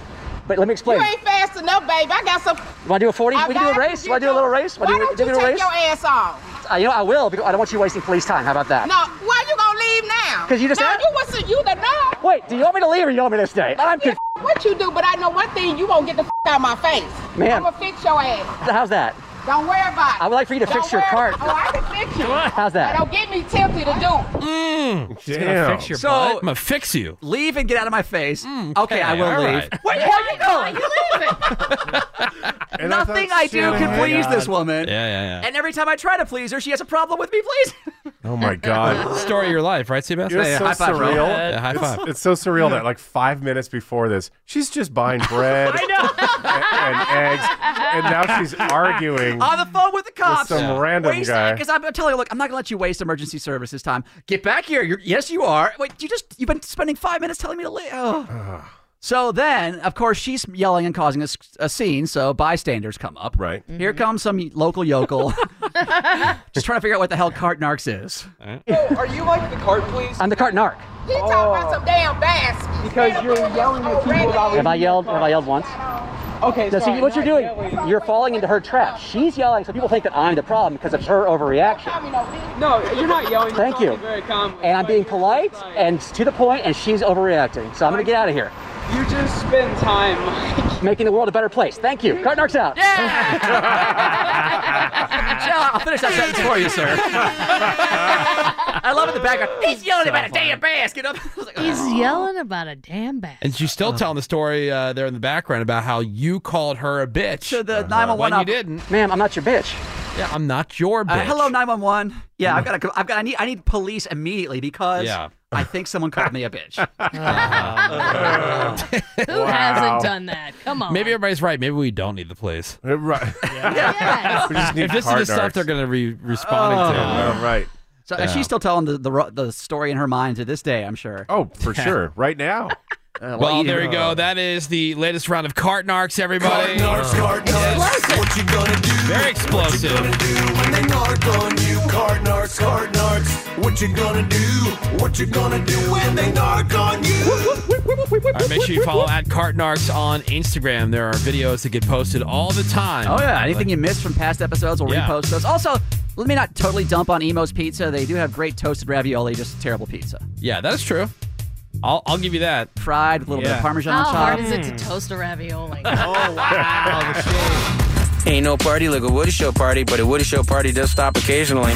S14: But let me
S17: You
S14: explain.
S17: ain't fast enough, baby. I got some.
S14: Want to do a 40?
S17: I
S14: We can do a
S17: got
S14: race.
S17: you,
S14: Want to do a little
S17: know.
S14: race?
S17: Why
S14: Want to do,
S17: don't
S14: do
S17: you
S14: a
S17: take
S14: little race?
S17: your ass off?
S14: Uh, you know, I will because I don't want you wasting police time. How about that?
S17: No, why you gonna leave now?
S14: Ah. 'Cause you just
S17: no,
S14: said-
S17: you wasn't you the no.
S14: Wait, do you want me to leave or you want me to stay? I'm
S17: Yeah,
S14: confused.
S17: what you do, but I know one thing. You won't get the f- out of my face.
S14: Ma'am.
S17: I'ma fix your ass.
S14: How's that?
S17: Don't worry about it.
S14: I would like for you to
S17: Don't
S14: fix your
S17: worry-
S14: cart.
S17: Oh, I can fix you.
S14: How's that?
S17: Now, Don't get me tempted to do it.
S7: Mm.
S14: She's gonna fix your
S10: so,
S14: butt.
S7: I'm gonna fix you.
S10: Leave and get out of my face. okay, I
S7: okay,
S10: will
S7: all
S10: leave.
S7: right.
S10: Wait, where you going?
S8: And I
S10: Nothing
S8: thought,
S10: I do
S8: "Shannon,
S10: can
S8: hang
S10: please
S8: on."
S10: this
S7: "Oh
S10: woman.
S7: Yeah, yeah, yeah.
S10: And every time I try to please her, she has a problem with me, please.
S8: Oh my god.
S7: Story of your life, right, Seabass?
S8: You're so surreal.
S7: Yeah, high
S8: It's-
S7: five.
S8: It's, so surreal that like five minutes before this, she's just buying bread and, and eggs, and now she's arguing.
S10: on the phone with the cops.
S8: some Yeah. random guy.
S10: Because I'm telling you, look, I'm not gonna let you waste emergency services time. Get back here. You're, yes, you are. Wait, you just you've been spending five minutes telling me to leave. Oh. so then, of course, she's yelling and causing a, s- a scene. So bystanders come up.
S8: Right.
S14: Mm-hmm.
S10: Here comes some local yokel, just trying to figure out what the hell cart narcs is.
S14: Are you like the cart, please? I'm the cart narc.
S17: He talking about some damn basket. Because you're yelling at people about
S14: Have I yelled? Have I yelled once? Okay. Now, see
S17: sorry,
S14: what you're
S17: no,
S14: doing. You're falling into her trap. She's yelling, so people think that I'm the problem because of her overreaction.
S16: No, you're not yelling.
S14: Thank you.
S16: Very calm.
S14: And I'm being polite and to the point, and she's overreacting. So I'm gonna get out of here.
S16: You just spend time.
S14: Making the world a better place. Thank you. Cart narcs out.
S10: I'll finish that sentence for you, sir. I love it in the background. He's yelling about a damn basket. I was like,
S13: He's
S10: "Oh."
S13: yelling about a damn bat.
S7: And she's still telling the story uh, there in the background about how you called her a bitch.
S10: To the
S7: When
S10: 911
S7: you didn't.
S14: Ma'am, I'm not your bitch.
S7: Yeah, I'm not your bitch.
S10: Uh, hello, nine one one. Yeah, I've got to. I've got. I need. I need police immediately because
S7: Yeah. Uh,
S10: I think someone called me a bitch.
S13: Who hasn't done that? Come on.
S7: Maybe everybody's right. Maybe we don't need the police.
S8: Right. We just need
S7: if this is
S8: hard
S7: the stuff
S8: narcs.
S7: they're going to be responding to.
S8: Oh, right.
S10: So
S7: Yeah.
S10: and she's still telling the, the ro- the story in her mind to this day. I'm sure. Uh,
S8: Oh, for sure. Right now.
S7: Well, there you go. That is the latest round of cart narcs, everybody.
S15: Narcs, card narcs, what you gonna do?
S7: Very explosive.
S15: What you gonna do when they narc on you? Card narcs, card narcs, what you gonna do? What you gonna do when they narc on you?
S7: All right, make sure you follow at Cart Narcs on Instagram. There are videos that get posted all the time.
S10: Oh yeah. Anything you missed from past episodes, we'll
S7: Yeah.
S10: repost those. Also, let me not totally dump on Emo's Pizza. They do have great toasted ravioli, just terrible pizza,
S7: Yeah, that's true. I'll, I'll give you that.
S10: fried with a little bit
S7: Yeah.
S10: of parmesan
S13: How
S10: on top.
S13: hard is
S12: Hmm.
S13: it to toast a ravioli?
S12: Oh,
S18: Ain't no party like a Woody Show party, but a Woody Show party does stop occasionally.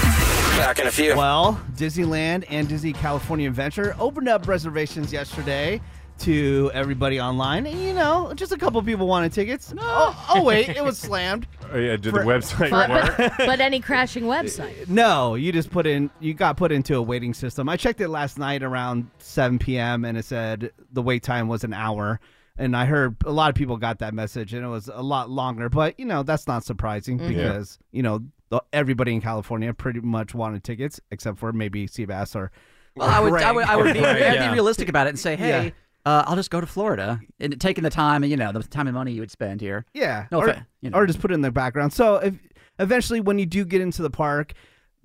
S18: Back in a few.
S12: Well, Disneyland and Disney California Adventure opened up reservations yesterday to everybody online. And, you know, just a couple people wanted tickets. Oh, oh wait, it was slammed.
S8: Oh, yeah, did
S12: For-
S8: the website
S12: for-
S8: work?
S13: but any crashing website.
S12: No, you just put in. You got put into a waiting system. I checked it last night around 7 p.m. and it said the wait time was an hour. And I heard a lot of people got that message, and it was a lot longer. But you know that's not surprising
S19: Mhm. Yeah.
S12: because you know the, everybody in California pretty much wanted tickets, except for maybe Seabass or.
S10: Well, I would, I would, I would be,
S12: Greg.
S10: I'd be realistic about it and say, hey,
S12: Yeah.
S10: uh, I'll just go to Florida and taking the time, you know, the time and money you would spend here.
S12: Yeah.
S10: No
S12: or,
S10: offense, you know.
S12: or just put it in the background. So if eventually when you do get into the park,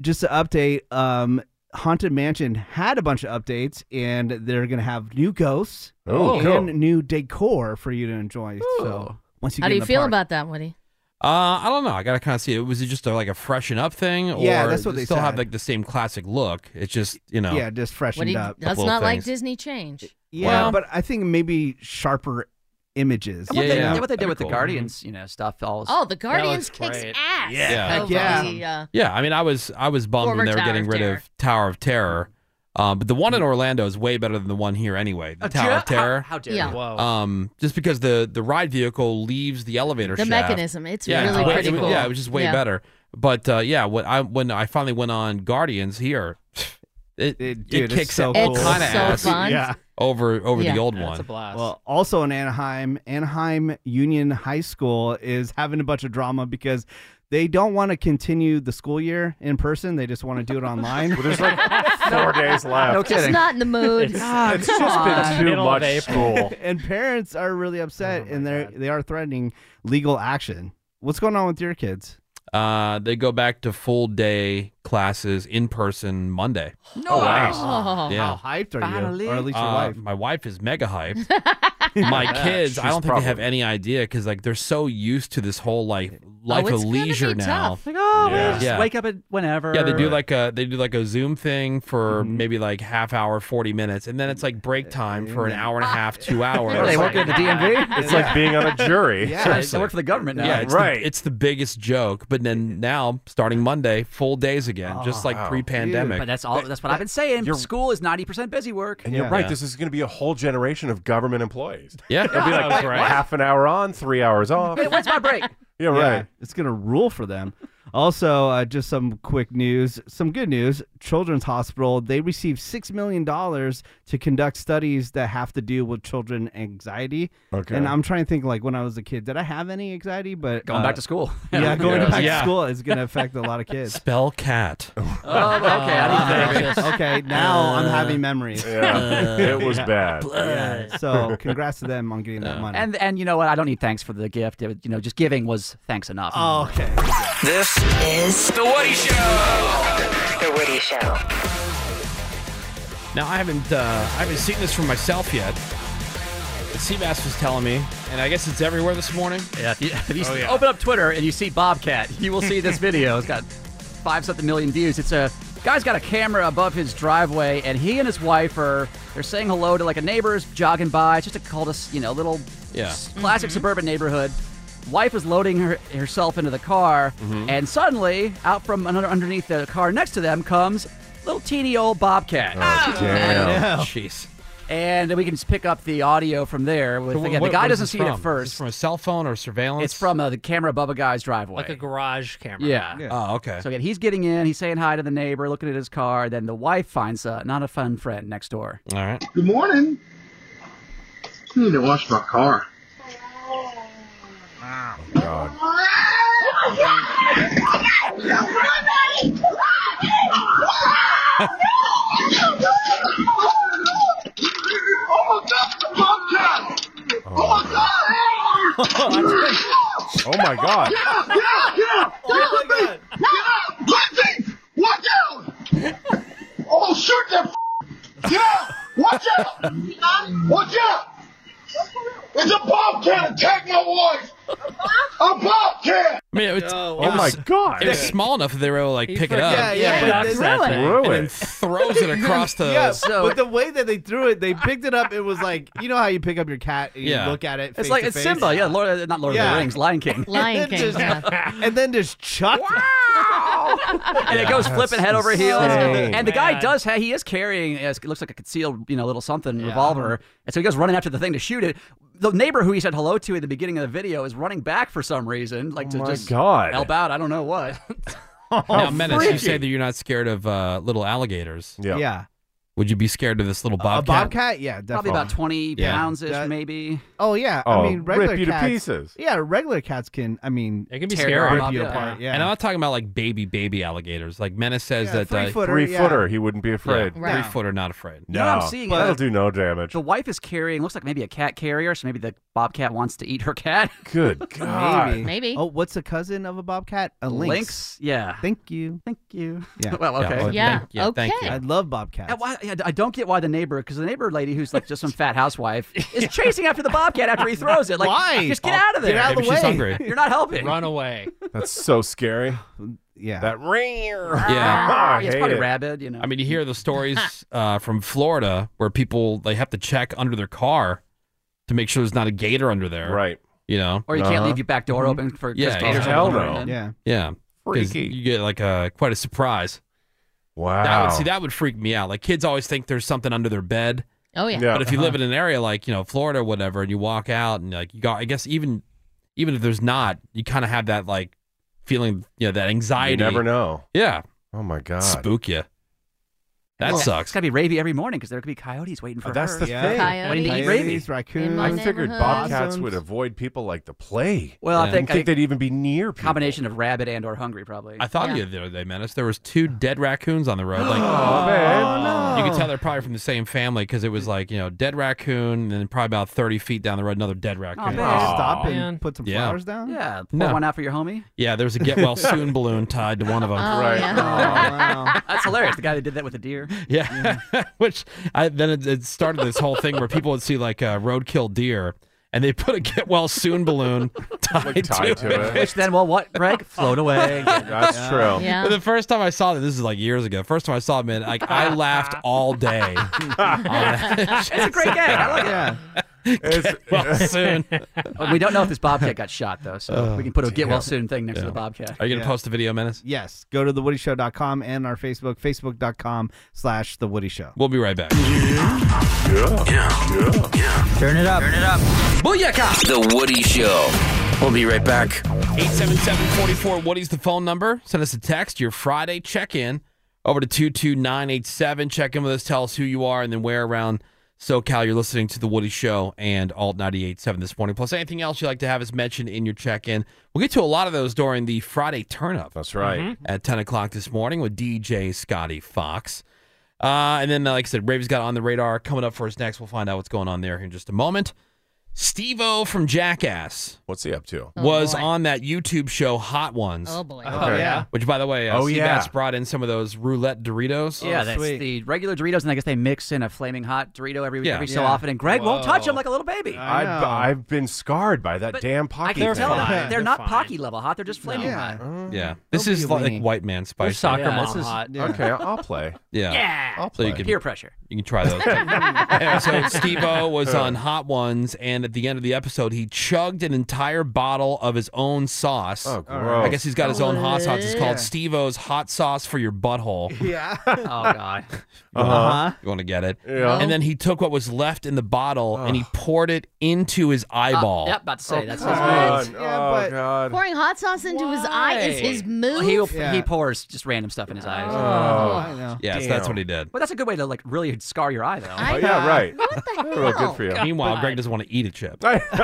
S12: just to update, um, Haunted Mansion had a bunch of updates and they're gonna have new ghosts
S7: Oh,
S12: and
S7: cool.
S12: new decor for you to enjoy. So once you
S13: How do
S12: get in
S13: you
S12: the
S13: feel
S12: park.
S13: about that, Woody?
S7: Uh, I don't know. I gotta kind of see it. Was it just a, like a freshen up thing, or
S12: Yeah, that's what
S7: does it
S12: they
S7: still have
S12: said.
S7: like the same classic look? It's just you know,
S12: Yeah, just
S13: What do
S12: freshened
S13: you,
S12: up.
S13: that's not like Disney change.
S12: Yeah,
S10: Well-
S12: but I think maybe sharper images.
S10: And what they, what they did with the Guardians, you know, stuff. All
S13: Oh, the Guardians
S10: looks
S13: kicks
S10: great.
S13: ass.
S7: Yeah. Yeah.
S13: over
S7: Yeah.
S13: the, uh,
S7: Yeah, I mean, I was I was bummed
S13: Former
S7: when they were
S13: Tower
S7: getting
S13: of
S7: rid
S13: Terror.
S7: of Tower of Terror, um, but the one
S12: Mm.
S7: in Orlando is way better than the one here anyway.
S13: Oh,
S7: The Tower of Terror.
S10: How, dare
S13: Yeah.
S10: you?
S13: Whoa.
S7: Um, just because the the ride vehicle leaves the elevator.
S13: The
S7: shaft.
S13: mechanism, it's
S7: yeah,
S13: really
S7: way-
S13: pretty cool.
S7: Yeah, it was just way
S13: Yeah.
S7: better. But uh, yeah, when I when I finally went on Guardians here, it it,
S12: dude, it's
S7: kicks
S12: so
S7: all
S12: cool. It's
S7: kind of
S12: so
S7: ass
S12: fun. Yeah.
S7: over over
S12: Yeah.
S7: the old
S12: Yeah,
S7: one.
S12: it's a Well, also in Anaheim, Anaheim Union High School is having a bunch of drama because they don't want to continue the school year in person. They just want to do it online. well,
S8: there's like four days left.
S12: No
S13: Just
S12: kidding.
S13: not in the mood.
S12: God,
S8: it's
S12: come
S8: just been
S12: on.
S8: too Middle of much April. Oh school.
S12: and parents are really upset, and they are they are threatening legal action. What's going on with your kids?
S7: Uh, they go back to full day classes in person Monday.
S10: No.
S12: Oh,
S7: Yeah.
S12: How hyped are you?
S10: Finally.
S12: Or at least your
S7: Uh,
S12: wife?
S7: My wife is mega hyped. My kids, I
S12: She's
S7: don't think they have
S12: probably- Oh,
S7: any idea because like they're so used to this whole like
S13: Oh,
S7: life
S10: it's
S7: of
S10: gonna be
S7: leisure now.
S10: tough. Like, oh, well,
S7: yeah.
S10: just wake up at whenever.
S7: Yeah, they do like a they do like a Zoom thing for maybe like half hour, forty minutes, and then it's like break time for an hour and a
S10: Ah.
S7: half, two hours.
S10: They work at the DMV? It's like being on a jury. Yeah,
S7: Seriously.
S10: they work for the government now.
S7: Yeah, it's right. The, it's the biggest joke. But then now, starting Monday, full days again, just like
S10: Oh,
S7: pre-pandemic.
S10: But that's all. That's what I've been saying. School is ninety percent busy work.
S8: And you're right. This is going to be a whole generation of government employees.
S7: Yeah,
S8: it'll be like
S10: Right.
S8: half an hour on, three hours off.
S10: Hey, when's my break?
S8: Yeah, right.
S12: It's gonna rule for them. Also, uh, just some quick news, some good news. Children's Hospital they received six million dollars to conduct studies that have to do with children anxiety.
S10: Okay.
S12: And I'm trying to think like when I was a kid, did I have any anxiety? But uh,
S10: Going back to school.
S12: yeah, going
S10: Yeah.
S12: back
S10: Yeah.
S12: to school is gonna affect a lot of kids.
S7: Spell cat. Uh,
S10: Oh, okay. I need therapy.
S12: Uh, okay, now I'm having memories.
S10: Uh,
S12: Uh,
S10: Yeah. It was
S12: Yeah.
S10: bad.
S12: Yeah. So congrats to them on getting that money.
S10: And and you know what? I don't need thanks for the gift. It was- you know, just giving was thanks enough.
S7: Uh,
S12: Oh, okay.
S10: This is
S4: The Woody Show.
S6: The Woody Show.
S7: Now I haven't uh, I haven't seen this for myself yet. The Seabass was telling me, and I guess it's everywhere this morning.
S10: Yeah, if you
S7: Oh, yeah.
S10: open up Twitter and you see Bobcat, you will see this video. It's got five something million views. It's a guy's got a camera above his driveway, and he and his wife are they're saying hello to like a neighbor's jogging by. It's just a called us, you know, little
S7: Yeah.
S10: s-
S7: Mm-hmm.
S10: classic suburban neighborhood. Wife is loading her, herself into the car,
S7: Mm-hmm.
S10: and suddenly, out from under, underneath the car next to them comes little teeny old Bobcat.
S7: Oh, Damn. Jeez.
S10: And we can just pick up the audio from there. With,
S7: So wh-
S10: again,
S7: what-
S10: the guy
S7: what is
S10: doesn't
S7: this
S10: see it
S7: from?
S10: at
S7: Is
S10: first.
S7: this from a cell phone or surveillance?
S10: It's from uh, the camera above a guy's driveway.
S19: Like a garage camera.
S10: yeah.
S7: Oh, okay.
S10: So again, he's getting in. He's saying hi to the neighbor, looking at his car. Then the wife finds uh, not a fun friend next door.
S7: All right.
S20: Good morning. You need to wash my car.
S8: Oh my God.
S15: Watch out! Oh, shoot that! F- Get out! Watch out! Watch out! It's a bobcat attack my wife! A bobcat!
S7: I mean, it's,
S15: Oh,
S7: it
S15: wow.
S7: was-
S15: Oh, my God.
S7: It was small enough that they were able to like
S12: He
S7: pick it
S12: forgot-
S7: up.
S12: yeah, yeah, Yeah, but that's then- that thing.
S7: And
S12: Threw
S7: then
S12: it.
S7: throws it across the.
S12: yeah, but the way that they threw it, they picked it up. It was like you know how you pick up your cat, and
S10: Yeah.
S12: you look at it.
S10: It's
S12: face
S10: like
S12: to
S10: it's
S12: face?
S10: Simba. Yeah, Lord, uh, not Lord of
S12: Yeah.
S10: the Rings, Lion King.
S12: And then just- and then just chucked.
S10: and it goes
S12: Yeah,
S10: flipping
S12: that's
S10: head over heels.
S12: insane.
S10: And the guy
S12: Man.
S10: does have he is carrying uh, it looks like a concealed you know little something revolver, and so he goes running after the thing to shoot it. The neighbor who he said hello to at the beginning of the video is running back for some reason, like to
S12: Oh
S8: my
S10: just
S8: God.
S10: help out. I don't know what. Oh,
S7: now, Menace, you
S10: freaky.
S7: say that you're not scared of uh, little alligators.
S12: Yeah. Yeah.
S7: Would you be scared of this little bobcat?
S12: bobcat? Yeah,
S10: probably
S12: definitely.
S10: about twenty
S7: Yeah.
S10: pounds ish,
S12: That-
S10: maybe.
S12: Oh yeah,
S7: Oh,
S12: I mean
S7: rip
S12: regular
S7: you to
S12: cats,
S7: pieces.
S12: Yeah, regular cats can. I mean,
S7: It
S12: can
S10: be Tear your scary. arm
S12: Rip you
S10: off, yeah.
S12: apart. Yeah.
S7: And I'm not talking about like baby baby alligators. Like Menace says that
S12: three-footer,
S7: uh,
S12: Three yeah. footer, he
S8: wouldn't be afraid.
S7: Yeah,
S10: Right.
S7: Three footer, not afraid.
S10: You know what I'm No, seeing but- is-
S12: uh,
S8: That'll do no damage.
S10: The wife is carrying looks like maybe a cat carrier, so maybe the bobcat wants to eat her cat.
S8: Good
S12: Maybe. Oh, what's a cousin of a bobcat? A lynx.
S10: Lynx, yeah.
S12: Thank you.
S10: Thank you.
S12: Yeah.
S10: Well, okay.
S12: I love bobcats.
S10: And why- yeah, I don't get why the neighbor, because the neighbor lady who's like just some fat housewife is chasing after the bobcat after he throws it. Like,
S12: Why?
S10: Just get out of there.
S12: Get out of the Maybe she's way. hungry.
S10: You're not helping.
S11: Run away.
S8: That's so scary.
S12: Yeah.
S8: That ring.
S7: Yeah.
S10: it's probably rabid, you know.
S7: Ah, I mean, you hear the stories uh, from Florida where people they have to check under their car to make sure there's not a gator under there. Right. Uh-huh. You know,
S10: Or you can't leave your back door open for 'cause
S7: yeah,
S10: gators
S7: yeah.
S10: are Hell wandering no. in.
S12: Yeah.
S7: Yeah. 'Cause
S10: Freaky.
S7: You get like a quite a surprise.
S8: Wow.
S7: That would, see, that would freak me out. Like kids always think there's something under their bed.
S13: Oh, yeah. Yeah.
S7: But if you live
S13: Uh-huh.
S7: in an area like you know Florida, or whatever, and you walk out and like you got, I guess even even if there's not, you kind of have that like feeling, you know, that anxiety.
S8: You never know.
S7: Yeah.
S8: Oh my god.
S7: Spook you. That
S10: Well,
S7: sucks.
S10: It's got to be ravy every morning because there could be coyotes waiting for
S8: That's
S10: her.
S8: the thing.
S10: Waiting to eat
S12: Coyotes,
S10: ravy.
S12: raccoons.
S8: I figured bobcats
S12: Opossums.
S8: would avoid people like the plague.
S10: Well, I
S8: Didn't
S10: think I-
S8: they'd even be near people.
S10: Combination of rabid and or hungry, probably.
S7: I thought you the other day, Menace. There was two dead raccoons on the road. Like,
S10: Oh, man.
S7: You could tell they're probably from the same family because it was like you know dead raccoon, and then probably about thirty feet down the road another dead raccoon.
S10: man. Stop
S12: Oh, and put some
S7: Yeah.
S12: flowers down.
S10: Yeah. Pour
S7: No.
S10: one out for your homie. Oh,
S7: Yeah, there was a get well soon balloon tied to one of them.
S12: Oh,
S10: That's hilarious. The guy that did that with the deer.
S7: Yeah, which I, then it, it started this whole thing where people would see like uh, roadkill deer, and they put a get well soon balloon tied,
S8: tied
S7: to,
S8: to
S7: it.
S8: it.
S10: Which then, well, what, Greg? Float away.
S8: That's true.
S13: Yeah.
S7: And Oh. the first time I saw that, this is like years ago. First time I saw it, man, like I laughed all day.
S10: it's a great game. I like it.
S7: Get well soon.
S10: we don't know if this bobcat got shot though, so
S7: Oh,
S10: we can put a get
S7: yeah.
S10: well soon thing next to
S7: Yeah.
S10: the bobcat.
S7: Are you gonna
S12: Yeah.
S7: post the video, Menace?
S12: Yes. Go to thewoodyshow.com and our Facebook, facebook.com slash the Woody Show.
S7: We'll be right back.
S8: Yeah.
S12: Yeah. Yeah. Turn it up. Turn it up.
S7: Booyaka!
S18: The Woody Show. We'll be right back.
S7: 877-44 Woody's the phone number. Send us a text. Your Friday check-in over to 22987. Check in with us. Tell us who you are and then where around SoCal you're listening to The Woody Show and Alt 98.7 this morning. Plus anything else you'd like to have us mentioned in your check-in. We'll get to a lot of those during the Friday turn-up. Mm-hmm.
S8: That's right.
S7: At 10 o'clock this morning with DJ Scotty Fox. Uh, and then, like I said, Rave's got on the radar coming up for us next. We'll find out what's going on there in just a moment. Steve O from Jackass.
S8: What's he up to?
S7: was on that YouTube show Hot Ones. Oh boy.
S10: Oh, yeah. yeah.
S7: Which by the way, uh,
S8: Oh,
S7: Steve
S8: yeah.
S7: Batts brought in some of those roulette Doritos.
S10: yeah, that's the regular Doritos, and I guess they mix in a flaming hot Dorito every,
S7: Yeah.
S10: every so
S7: Yeah.
S10: often. And Greg won't touch
S8: Whoa.
S10: them like a little baby.
S8: I have I've been scarred by that damn pocket.
S10: I can tell
S8: thing.
S10: they're, they're not Pocky level hot; they're just flaming hot.
S8: Uh-huh.
S7: Yeah. This is like white man spice.
S10: You're soccer Yeah, mom this is- hot.
S8: Yeah. Okay, I'll play.
S7: Yeah.
S10: Yeah.
S8: I'll
S7: So you
S8: play.
S7: can-
S10: Peer pressure.
S7: You can try those. Yeah, so Steve O was on Hot Ones, and at the end of the episode, he chugged an entire bottle of his own sauce.
S8: Oh, gross.
S7: I guess he's got his own hot sauce. It's called Steve O's Hot Sauce for Your Butthole.
S12: Yeah.
S10: oh God.
S12: Uh-huh.
S7: You want to get it?
S10: Yeah.
S7: And then he took what was left in the bottle and he poured it into his eyeball.
S10: Uh, Yep, about to say that's his
S8: God.
S10: move.
S8: Yeah, Oh, but-
S12: uh,
S8: God.
S13: Pouring hot sauce into his eye is his move.
S10: Well, he'll- He pours just random stuff in his eyes.
S8: Oh, I know.
S7: Yes,
S8: Damn.
S7: that's what he did.
S10: Well, that's a good way to like really scar your eye, though.
S8: Oh, yeah,
S10: uh,
S8: right. Real good
S13: hell?
S8: for you.
S7: Meanwhile, Greg doesn't want to eat a chip.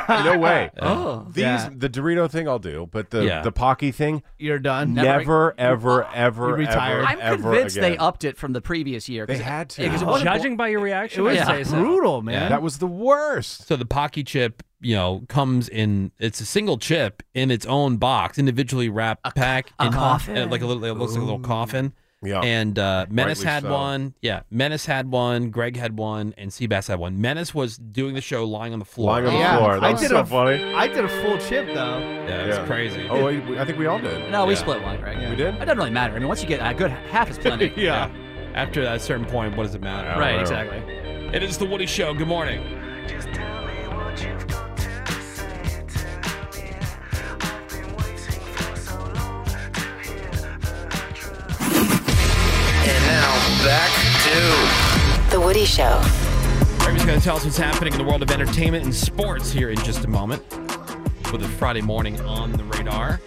S8: no way.
S10: Oh.
S8: These
S12: Yeah.
S8: the Dorito thing I'll do, but the
S7: Yeah.
S8: the Pocky thing,
S12: You're done.
S10: e-,
S8: never, ever,
S10: uh,
S8: ever,
S12: You're retired.
S8: ever,
S10: I'm
S8: ever
S10: convinced
S8: again.
S10: they upped it from the previous year.
S8: They had to.
S19: Judging by your reaction,
S10: It was
S19: I'd
S10: yeah.
S19: say so.
S12: brutal,
S7: man.
S8: That was the worst.
S7: So the Pocky chip, you know, comes in. It's a single chip in its own box, individually wrapped, pack,
S10: a
S7: in-
S10: coffin.
S7: and like a little. It looks like a little coffin.
S8: Yeah.
S7: And uh, Menace
S8: Rightly
S7: had
S8: so.
S7: one. Yeah, Menace had one. Greg had one, and Seabass had one. Menace was doing the show lying on the floor.
S8: Lying on the Yeah. floor. That
S12: I
S8: was
S12: did
S8: so
S12: a,
S8: funny.
S12: I did a full chip though.
S7: Yeah, it was crazy.
S8: Oh, wait, we- I think we all did.
S10: No, we
S7: Yeah.
S10: split one, right?
S8: We did?
S10: It doesn't really matter. I mean, once you get a good half is plenty.
S7: yeah. After a certain point, what does it matter?
S10: Right, Right. exactly.
S7: It is the Woody Show. Good morning.
S18: Back to
S3: The Woody Show.
S7: Graham's going to tell us what's happening in the world of entertainment and sports here in just a moment with a Friday morning on the radar.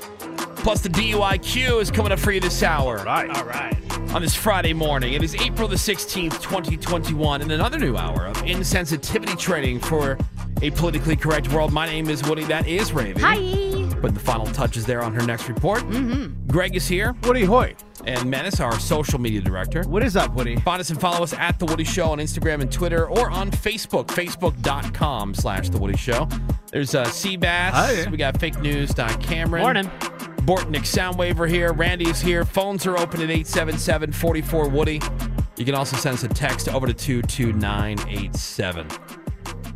S7: Plus, the DUIQ is coming up for you this hour. Right. All right. On this Friday morning, it is April the 16th, 2021, and another new hour of insensitivity training for a politically correct world. My name is Woody. That is Raven.
S13: Hi.
S7: But the final touch is there on her next report. Mm-hmm. Greg is here. Woody Hoy. And Menace, our social media director.
S12: What is up, Woody?
S7: Find us and follow us at The Woody Show on Instagram and Twitter or on Facebook, facebook.com slash The Woody Show. There's uh, Seabass.
S19: Hi.
S7: We got fake news, Don Cameron.
S19: Morning.
S7: Bortnick Soundwaver here. Randy's here. Phones are open at 877 44 Woody. You can also send us a text over to 22987.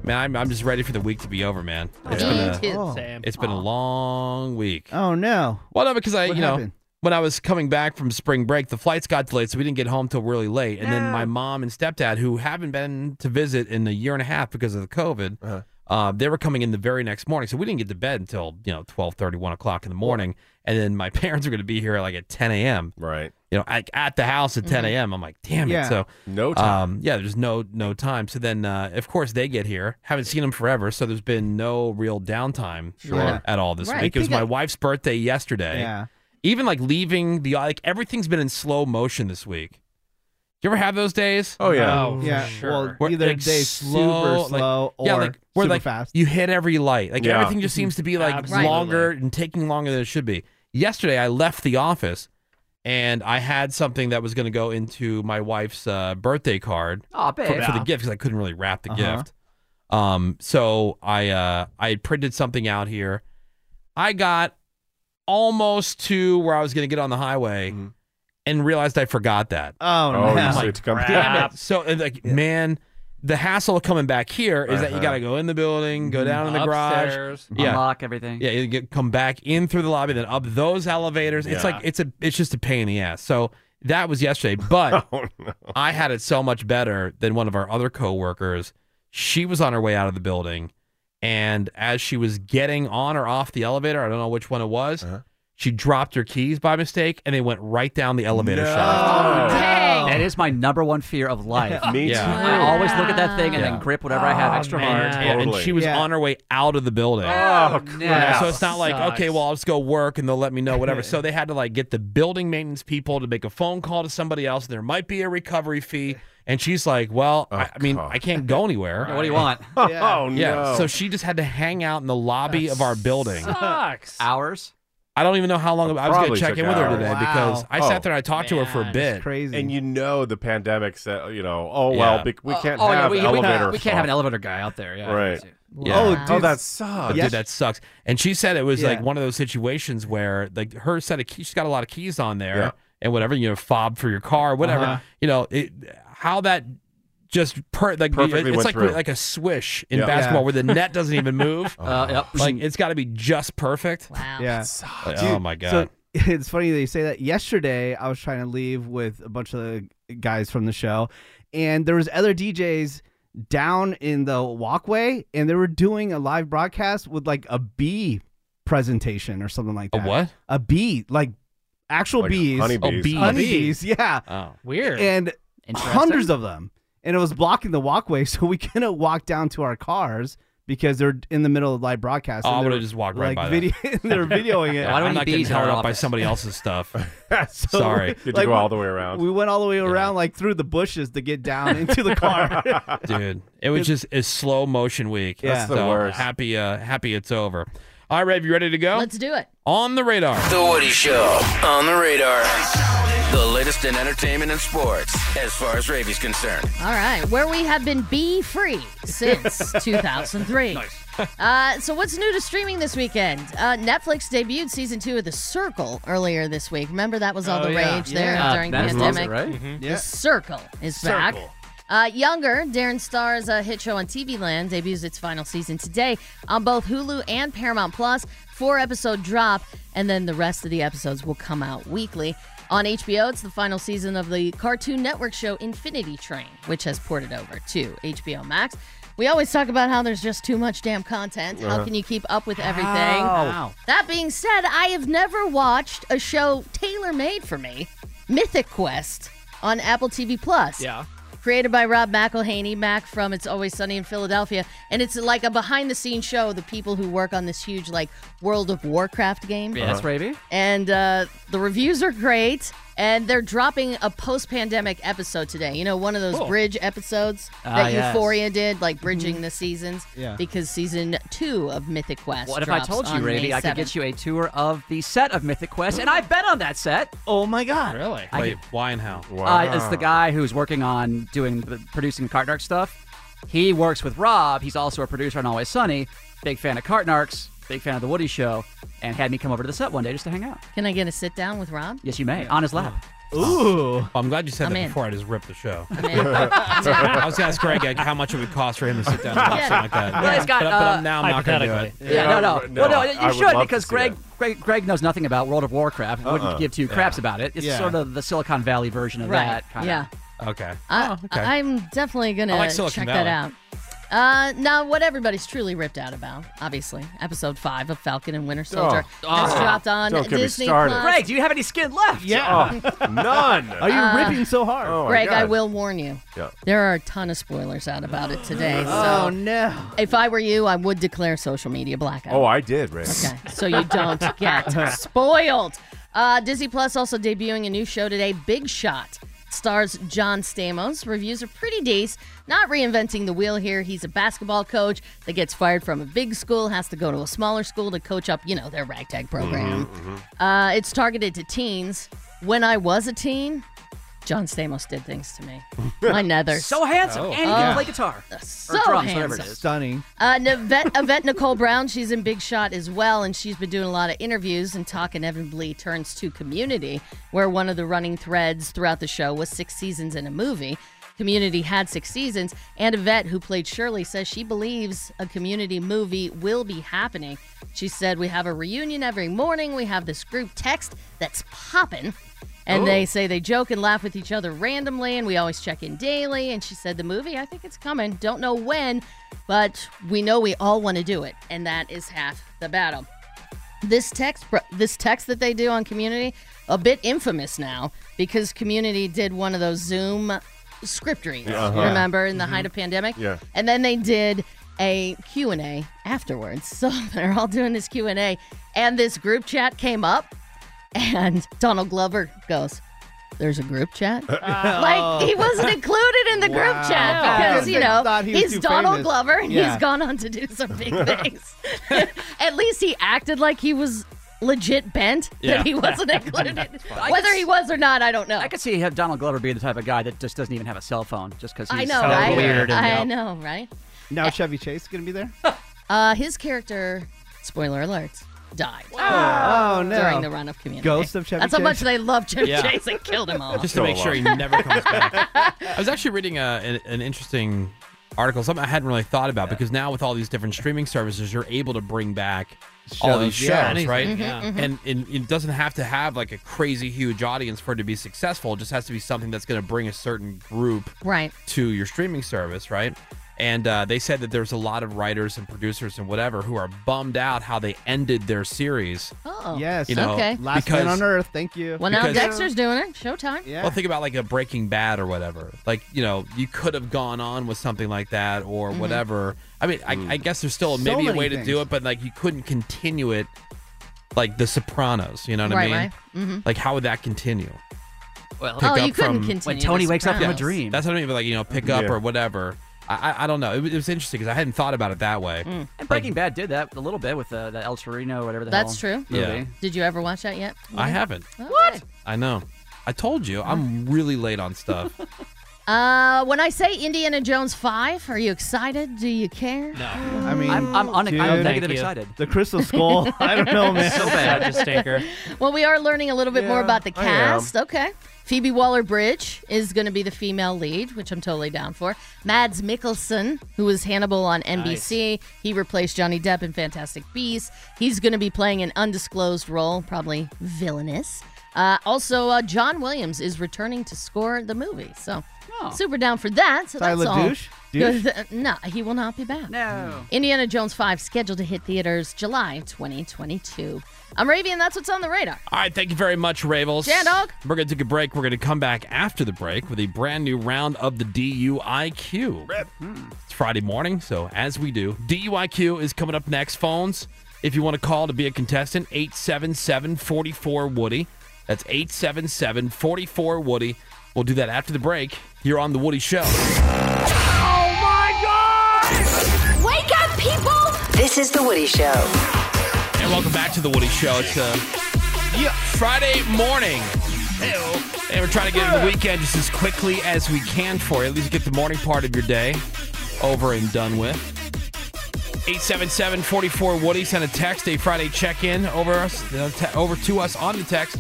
S7: Man, I'm, I'm just ready for the week to be over, man. It's
S12: Me
S7: been a-
S12: too. Oh. Same.
S7: It's been a long week.
S12: Oh no.
S7: Well, no, because I,
S12: What
S7: you know,
S12: happened?
S7: when I was coming back from spring break, the flights got delayed, so we didn't get home till really late. And then my mom and stepdad, who haven't been to visit in a year and a half because of the COVID,
S8: Uh-huh.
S7: uh they were coming in the very next morning, so we didn't get to bed until you know 12, 1 o'clock in the morning. And then my parents were going to be here like at ten a.m.
S8: Right.
S7: You know, like at the house at ten a.m. I'm like, damn it.
S8: Yeah.
S7: So
S8: No time.
S7: Um, yeah, there's no no time. So then, uh, of course, they get here. Haven't seen them forever, so there's been no real downtime
S8: Sure. Yeah.
S7: at all this
S8: Right.
S7: week.
S8: I
S7: It was
S8: think
S7: my
S8: I-
S7: wife's birthday yesterday.
S8: Yeah.
S7: Even like leaving the like everything's been in slow motion this week. You ever have those days?
S8: Oh, yeah. Oh, for
S12: Yeah, sure. well, either
S7: like,
S12: day super
S7: like-
S12: slow
S7: yeah,
S12: or
S7: like, where,
S12: super
S7: like,
S12: fast.
S7: You hit every light. Like
S12: Yeah.
S7: everything just seems to be like
S12: Absolutely.
S7: longer and taking longer than it should be. Yesterday, I left the office and I had something that was going to go into my wife's uh, birthday card
S10: Aw,
S7: for,
S10: babe.
S7: for the
S10: Yeah.
S7: gift because I couldn't really wrap the
S10: Uh-huh.
S7: gift. Um, so I uh, I had printed something out here. I got almost to where I was going to get on the highway and realized I forgot that.
S12: Oh,
S8: Mm-hmm. Oh,
S12: no.
S8: you saved to come-
S7: Damn it. So and like man, the hassle of coming back here is that you
S10: Uh-huh.
S7: got to go in the building, go down in the
S10: Upstairs,
S7: garage, yeah.
S10: unlock everything.
S7: Yeah, you get, come back in through the lobby, then up those elevators. It's
S10: Yeah.
S7: like it's a it's just a pain in the ass. So that was yesterday, but I had it so much better than one of our other coworkers. She was on her way out of the building, and as she was getting on or off the elevator, I don't know which one it was. She dropped her keys by mistake, and they went right down the elevator
S10: Oh,
S7: shaft.
S10: That is my number one fear of life.
S7: Me Yeah. too.
S10: I always look at that thing and
S7: Yeah.
S10: then grip whatever I
S8: Oh,
S10: have extra hard.
S7: Yeah, And she was on her way out of the building.
S10: Oh, crap.
S7: So it's not like,
S10: Sucks.
S7: okay, well, I'll just go work and they'll let me know, whatever. so they had to like get the building maintenance people to make a phone call to somebody else. There might be a recovery fee. And she's like, well, I, I mean, I can't go anywhere.
S10: Yeah, what do you want?
S7: yeah.
S10: Oh, no.
S7: So she just had to hang out in the lobby of our building.
S10: Sucks. Hours.
S7: I don't even know how long. I was going
S8: Probably
S7: to check
S8: took
S7: in with her
S8: hours.
S7: today because I sat there and I talked to her for a bit.
S8: And you know the pandemic said, you know, oh
S7: Yeah.
S8: well, bec- we
S7: Oh,
S8: can't
S7: oh, yeah,
S8: have
S7: we- we can't-
S8: elevator.
S7: we can't have an
S10: elevator guy out there. Yeah,
S8: right.
S7: Yeah.
S8: Oh, dude, that sucks.
S7: Dude, that sucks. And she said it was
S8: Yeah.
S7: like one of those situations where like her set of keys, she's got a lot of keys on there
S8: Yeah.
S7: and whatever, you know, fob for your car, whatever.
S8: Uh-huh.
S7: You know, it, how that just per like
S8: Perfectly
S7: it's
S8: went
S7: like
S8: through.
S7: like a swish in
S8: Yeah.
S7: basketball
S8: Yeah. Uh-huh.
S7: where the net doesn't even move.
S10: Uh, yep.
S7: Uh-huh. Like it's got to be just perfect. Wow.
S12: Yeah.
S7: Like, oh
S12: Dude,
S7: my god.
S12: So it's funny that you say that. Yesterday, I was trying to leave with a bunch of the guys from the show, and there was other DJs down in the walkway, and they were doing a live broadcast with like a bee presentation or something like
S7: A
S12: that.
S7: what?
S12: A bee, like actual
S7: Like
S12: bees.
S7: honeybees. Oh, bees.
S12: Honeybees, yeah.
S7: Oh.
S11: Weird.
S12: And hundreds of them. And it was blocking the walkway, so we couldn't walk down to our cars because they're in the middle of live broadcast.
S7: Oh,
S12: and
S7: I
S12: they
S7: would've
S12: were,
S7: just walked
S12: like,
S7: right by that.
S12: video, They're videoing it.
S7: Yeah, I'm not getting held up by somebody else's stuff.
S12: So,
S7: Sorry.
S12: Did you like, go all the way
S8: around?
S12: We went all the way around, like through the bushes to get down into the car.
S7: dude. It was just a slow motion week.
S12: That's Yeah. the
S7: so
S12: worst.
S7: Happy, uh, happy it's over. All right, Rev, you ready to go?
S13: Let's do it.
S7: On the radar.
S18: The Woody Show on the radar. The latest in entertainment and sports, as far as Ravey's concerned.
S13: All right, where we have been bee free since 2003. Uh, so, what's new to streaming this weekend? Uh, Netflix debuted season two of The Circle earlier this week. Remember that was all
S19: Oh,
S13: the
S19: yeah.
S13: rage there
S19: Yeah.
S13: during the
S19: That was
S13: pandemic.
S19: it, right? Mhm.
S13: The
S19: Yeah.
S13: Circle is back.
S19: Circle.
S13: Uh, Younger, Darren Star's uh, hit show on TV Land debuts its final season today on both Hulu and Paramount Plus. Four episode drop, and then the rest of the episodes will come out weekly. On HBO, it's the final season of the Cartoon Network show Infinity Train, which has ported over to HBO Max. We always talk about how there's just too much damn content. How
S19: Uh-huh.
S13: can you keep up with everything?
S19: Wow.
S13: That being said, I have never watched a show tailor made for me, Mythic Quest, on Apple TV Plus.
S19: Yeah.
S13: Created by Rob McElhaney, Mac from It's Always Sunny in Philadelphia. And it's like a behind the scenes show of the people who work on this huge, like, World of Warcraft game.
S10: Yes, Uh-huh. Raby.
S13: And uh, the reviews are great. And they're dropping a post pandemic episode today. You know, one of those bridge episodes
S10: Ah,
S13: that
S10: yes. Mm-hmm.
S13: Euphoria did, like bridging the seasons.
S10: Yeah.
S13: Because season two of Mythic Quest.
S10: What if I
S13: drops
S10: told you,
S13: on May
S10: Ravi, I could
S13: 7th.
S10: get you a tour of the set of Mythic Quest, and I bet on that set. Oh my god! Really? I
S7: Wait,
S10: could-
S7: why and how?
S10: uh, it's the guy who's working on doing the producing Cartnark stuff. He works with Rob. He's also a producer on Always Sunny. Big fan of Cartnarks. Big fan of the Woody Show, and had me come over to the set one day just to hang out.
S13: Can I get a sit down with Rob?
S10: Yes, you may on his lap.
S7: Ooh. I'm glad you said
S13: I'm
S7: that
S13: in.
S7: before I just ripped the show.
S13: in.
S7: I was going to ask Greg like, how much it would cost for him to sit down and watch
S10: Yeah.
S7: something like that.
S10: Well, it's got,
S7: but, but
S10: uh,
S7: I'm, now I'm not going to do it.
S10: Yeah, no, no. Well, no, you
S7: I would
S10: should
S7: love to
S10: because
S7: see
S10: Greg, Greg, Greg knows nothing about World of Warcraft.
S7: Uh-uh.
S10: Wouldn't give two
S7: Yeah.
S10: craps about it. It's
S7: Yeah.
S10: sort of the Silicon Valley version of
S13: Right.
S10: that. Kind
S13: Yeah.
S7: Okay.
S13: I,
S10: Oh, okay.
S13: I- I'm definitely gonna
S10: I like Silicon
S13: check that
S10: Valley.
S13: out. Uh, now, what everybody's truly ripped out about, obviously, episode five of Falcon and Winter Soldier
S10: Oh.
S13: has
S10: Oh.
S13: dropped on
S10: Don't get me
S13: Disney
S10: started.
S13: Plus.
S10: Greg, do you have any skin left? Oh,
S13: Yeah.
S8: none.
S13: Are you Uh, ripping
S12: so hard?
S13: Greg, I will warn you.
S8: Yeah.
S13: There are a ton of spoilers out about it today. so
S12: Oh, no!
S13: If I were you, I would declare social media blackout.
S8: Oh, I did, Rick.
S13: Okay, so you don't get spoiled. Uh, Disney Plus also debuting a new show today, Big Shot. Stars John Stamos. Reviews are pretty decent. Not reinventing the wheel here. He's a basketball coach that gets fired from a big school, has to go to a smaller school to coach up, you know, their ragtag program.
S18: Mm-hmm.
S13: Uh, it's targeted to teens. When I was a teen, John Stamos did things to me. My nethers.
S10: So handsome, and he can play guitar.
S13: So
S10: or drums, whatever it
S13: handsome.
S10: is.
S12: Stunning.
S13: Uh, Yvette, Yvette Nicole Brown, she's in Big Shot as well, and she's been doing a lot of interviews, and talk inevitably turns to community, where one of the running threads throughout the show was six seasons in a movie. Community had six seasons, and Yvette, who played Shirley, says she believes a community movie will be happening. She said, We have a reunion every morning. We have this group text that's popping. And
S18: Ooh.
S13: they say they joke and laugh with each other randomly, and we always check in daily. And she said, The movie, I think it's coming. Don't know when, but we know we all want to do it. And that is half the battle. This text, this text that they do on Community, a bit infamous now because Community did one of those Zoom script reads,
S18: Uh-huh.
S13: remember, in the
S18: Mhm.
S13: height of pandemic.
S18: Yeah.
S13: And then they did a Q&A afterwards. So they're all doing this Q&A and this group chat came up and Donald Glover goes, "There's a group chat." like he wasn't included in the
S18: Wow.
S13: group chat because
S18: Yeah. They
S13: you know
S18: thought he was
S13: he's
S18: too
S13: Donald
S18: famous.
S13: Glover and
S18: Yeah.
S13: he's gone on to do some big things. At least he acted like he was legit bent
S10: Yeah.
S13: that he wasn't included.
S10: fine.
S13: Whether he was or not, I don't know.
S10: I could see have Donald Glover being the type of guy that just doesn't even have a cell phone, just because he's
S13: I know,
S10: so
S13: right?
S10: weird. and,
S13: I
S10: you know.
S13: know, right?
S12: Now Chevy Chase gonna be there?
S13: Uh, his character, spoiler alert, died.
S12: Oh, no.
S13: During the run of Community.
S12: Ghost of Chevy
S13: That's how
S12: Chase?
S13: much they love Chevy
S7: Yeah.
S13: Chase and killed him all.
S7: Just to make sure he never comes back. I was actually reading a, an, an interesting article, something I hadn't really thought about because now with all these different streaming services, you're able to bring back all these
S21: Shows,
S7: shows,
S21: yeah.
S7: right?
S21: Mhm, Yeah. mhm.
S7: And, and it doesn't have to have like a crazy huge audience for it to be successful. It just has to be something that's going to bring a certain group
S13: Right.
S7: to your streaming service, right? And uh, they said that there's a lot of writers and producers and whatever who are bummed out how they ended their series.
S13: Oh.
S12: Yes.
S7: You know,
S13: okay.
S7: Last Man because- on
S12: Earth. Thank you.
S13: Well, now
S7: Because-
S13: Dexter's doing it. Showtime.
S7: Well, think about like a Breaking Bad or whatever. Like, you know, you could have gone on with something like that or
S13: Mhm.
S7: whatever. I mean, I, I
S13: Mm.
S7: guess there's still
S21: So
S7: maybe a
S21: many
S7: way to
S21: things.
S7: do it, but like you couldn't continue it like The Sopranos. You know what I
S13: Right,
S7: mean?
S13: right. Mhm.
S7: Like, how would that continue? Well,
S13: Oh, you couldn't continue When Tony The wakes up from a Sopranos.
S7: dream. That's what I mean. But like, you know, pick up
S10: Yeah.
S7: or whatever. I, I, I don't know. It, was- it was interesting because I hadn't thought about it that way.
S10: Mm. And Breaking Bad did that a little bit with uh, the El Torino, whatever the
S13: That's
S10: hell.
S13: true. Did you ever watch that yet?
S7: I haven't.
S13: What?
S7: I know. I told you, I'm
S13: Mm.
S7: really late on stuff.
S13: Uh, when I say Indiana Jones 5, are you excited? Do you care? No.
S12: I mean,
S10: I'm- I'm un- I'm
S12: dude,
S10: negative Thank you. excited.
S12: The Crystal Skull. I don't know, man.
S10: So bad. Such a stinker.
S13: Well, we are learning a little bit more
S12: Yeah,
S13: about the
S12: I am.
S13: cast. Okay. Phoebe Waller Bridge is going to be the female lead, which I'm totally down for. Mads Mikkelsen, who was Hannibal on NBC, he replaced Johnny Depp in Fantastic Beasts. He's going to be playing an undisclosed role, probably villainous. Uh, also, uh, John Williams is returning to score the movie. So,
S10: Oh.
S13: super down for that. So
S12: Tyler
S13: that's all.
S12: Douche? Douche?
S13: Good- No, he will not be back. Hmm.
S10: No.
S13: Indiana Jones 5 scheduled to hit theaters July 2022. I'm Ravian. That's what's on the radar.
S7: All right, thank you very much, Ravels.
S13: Jan Dog.
S7: We're going to take a break. We're going to come back after the break with a brand new round of the DUIQ. It's Friday morning, so as we do, DUIQ is coming up next. Phones, if you want to call to be a contestant, 877 44 Woody. That's 877 44 Woody. We'll do that after the break here on The Woody Show.
S18: Oh my God! Wake up, people!
S7: This is The Woody Show. And welcome back to The Woody Show. It's uh, yeah, Friday morning. And we're trying to get in the weekend just as quickly as we can for you. At least get the morning part of your day over and done with. 877-44 Woody sent a text, a Friday check-in over us, uh, te- over to us on the text.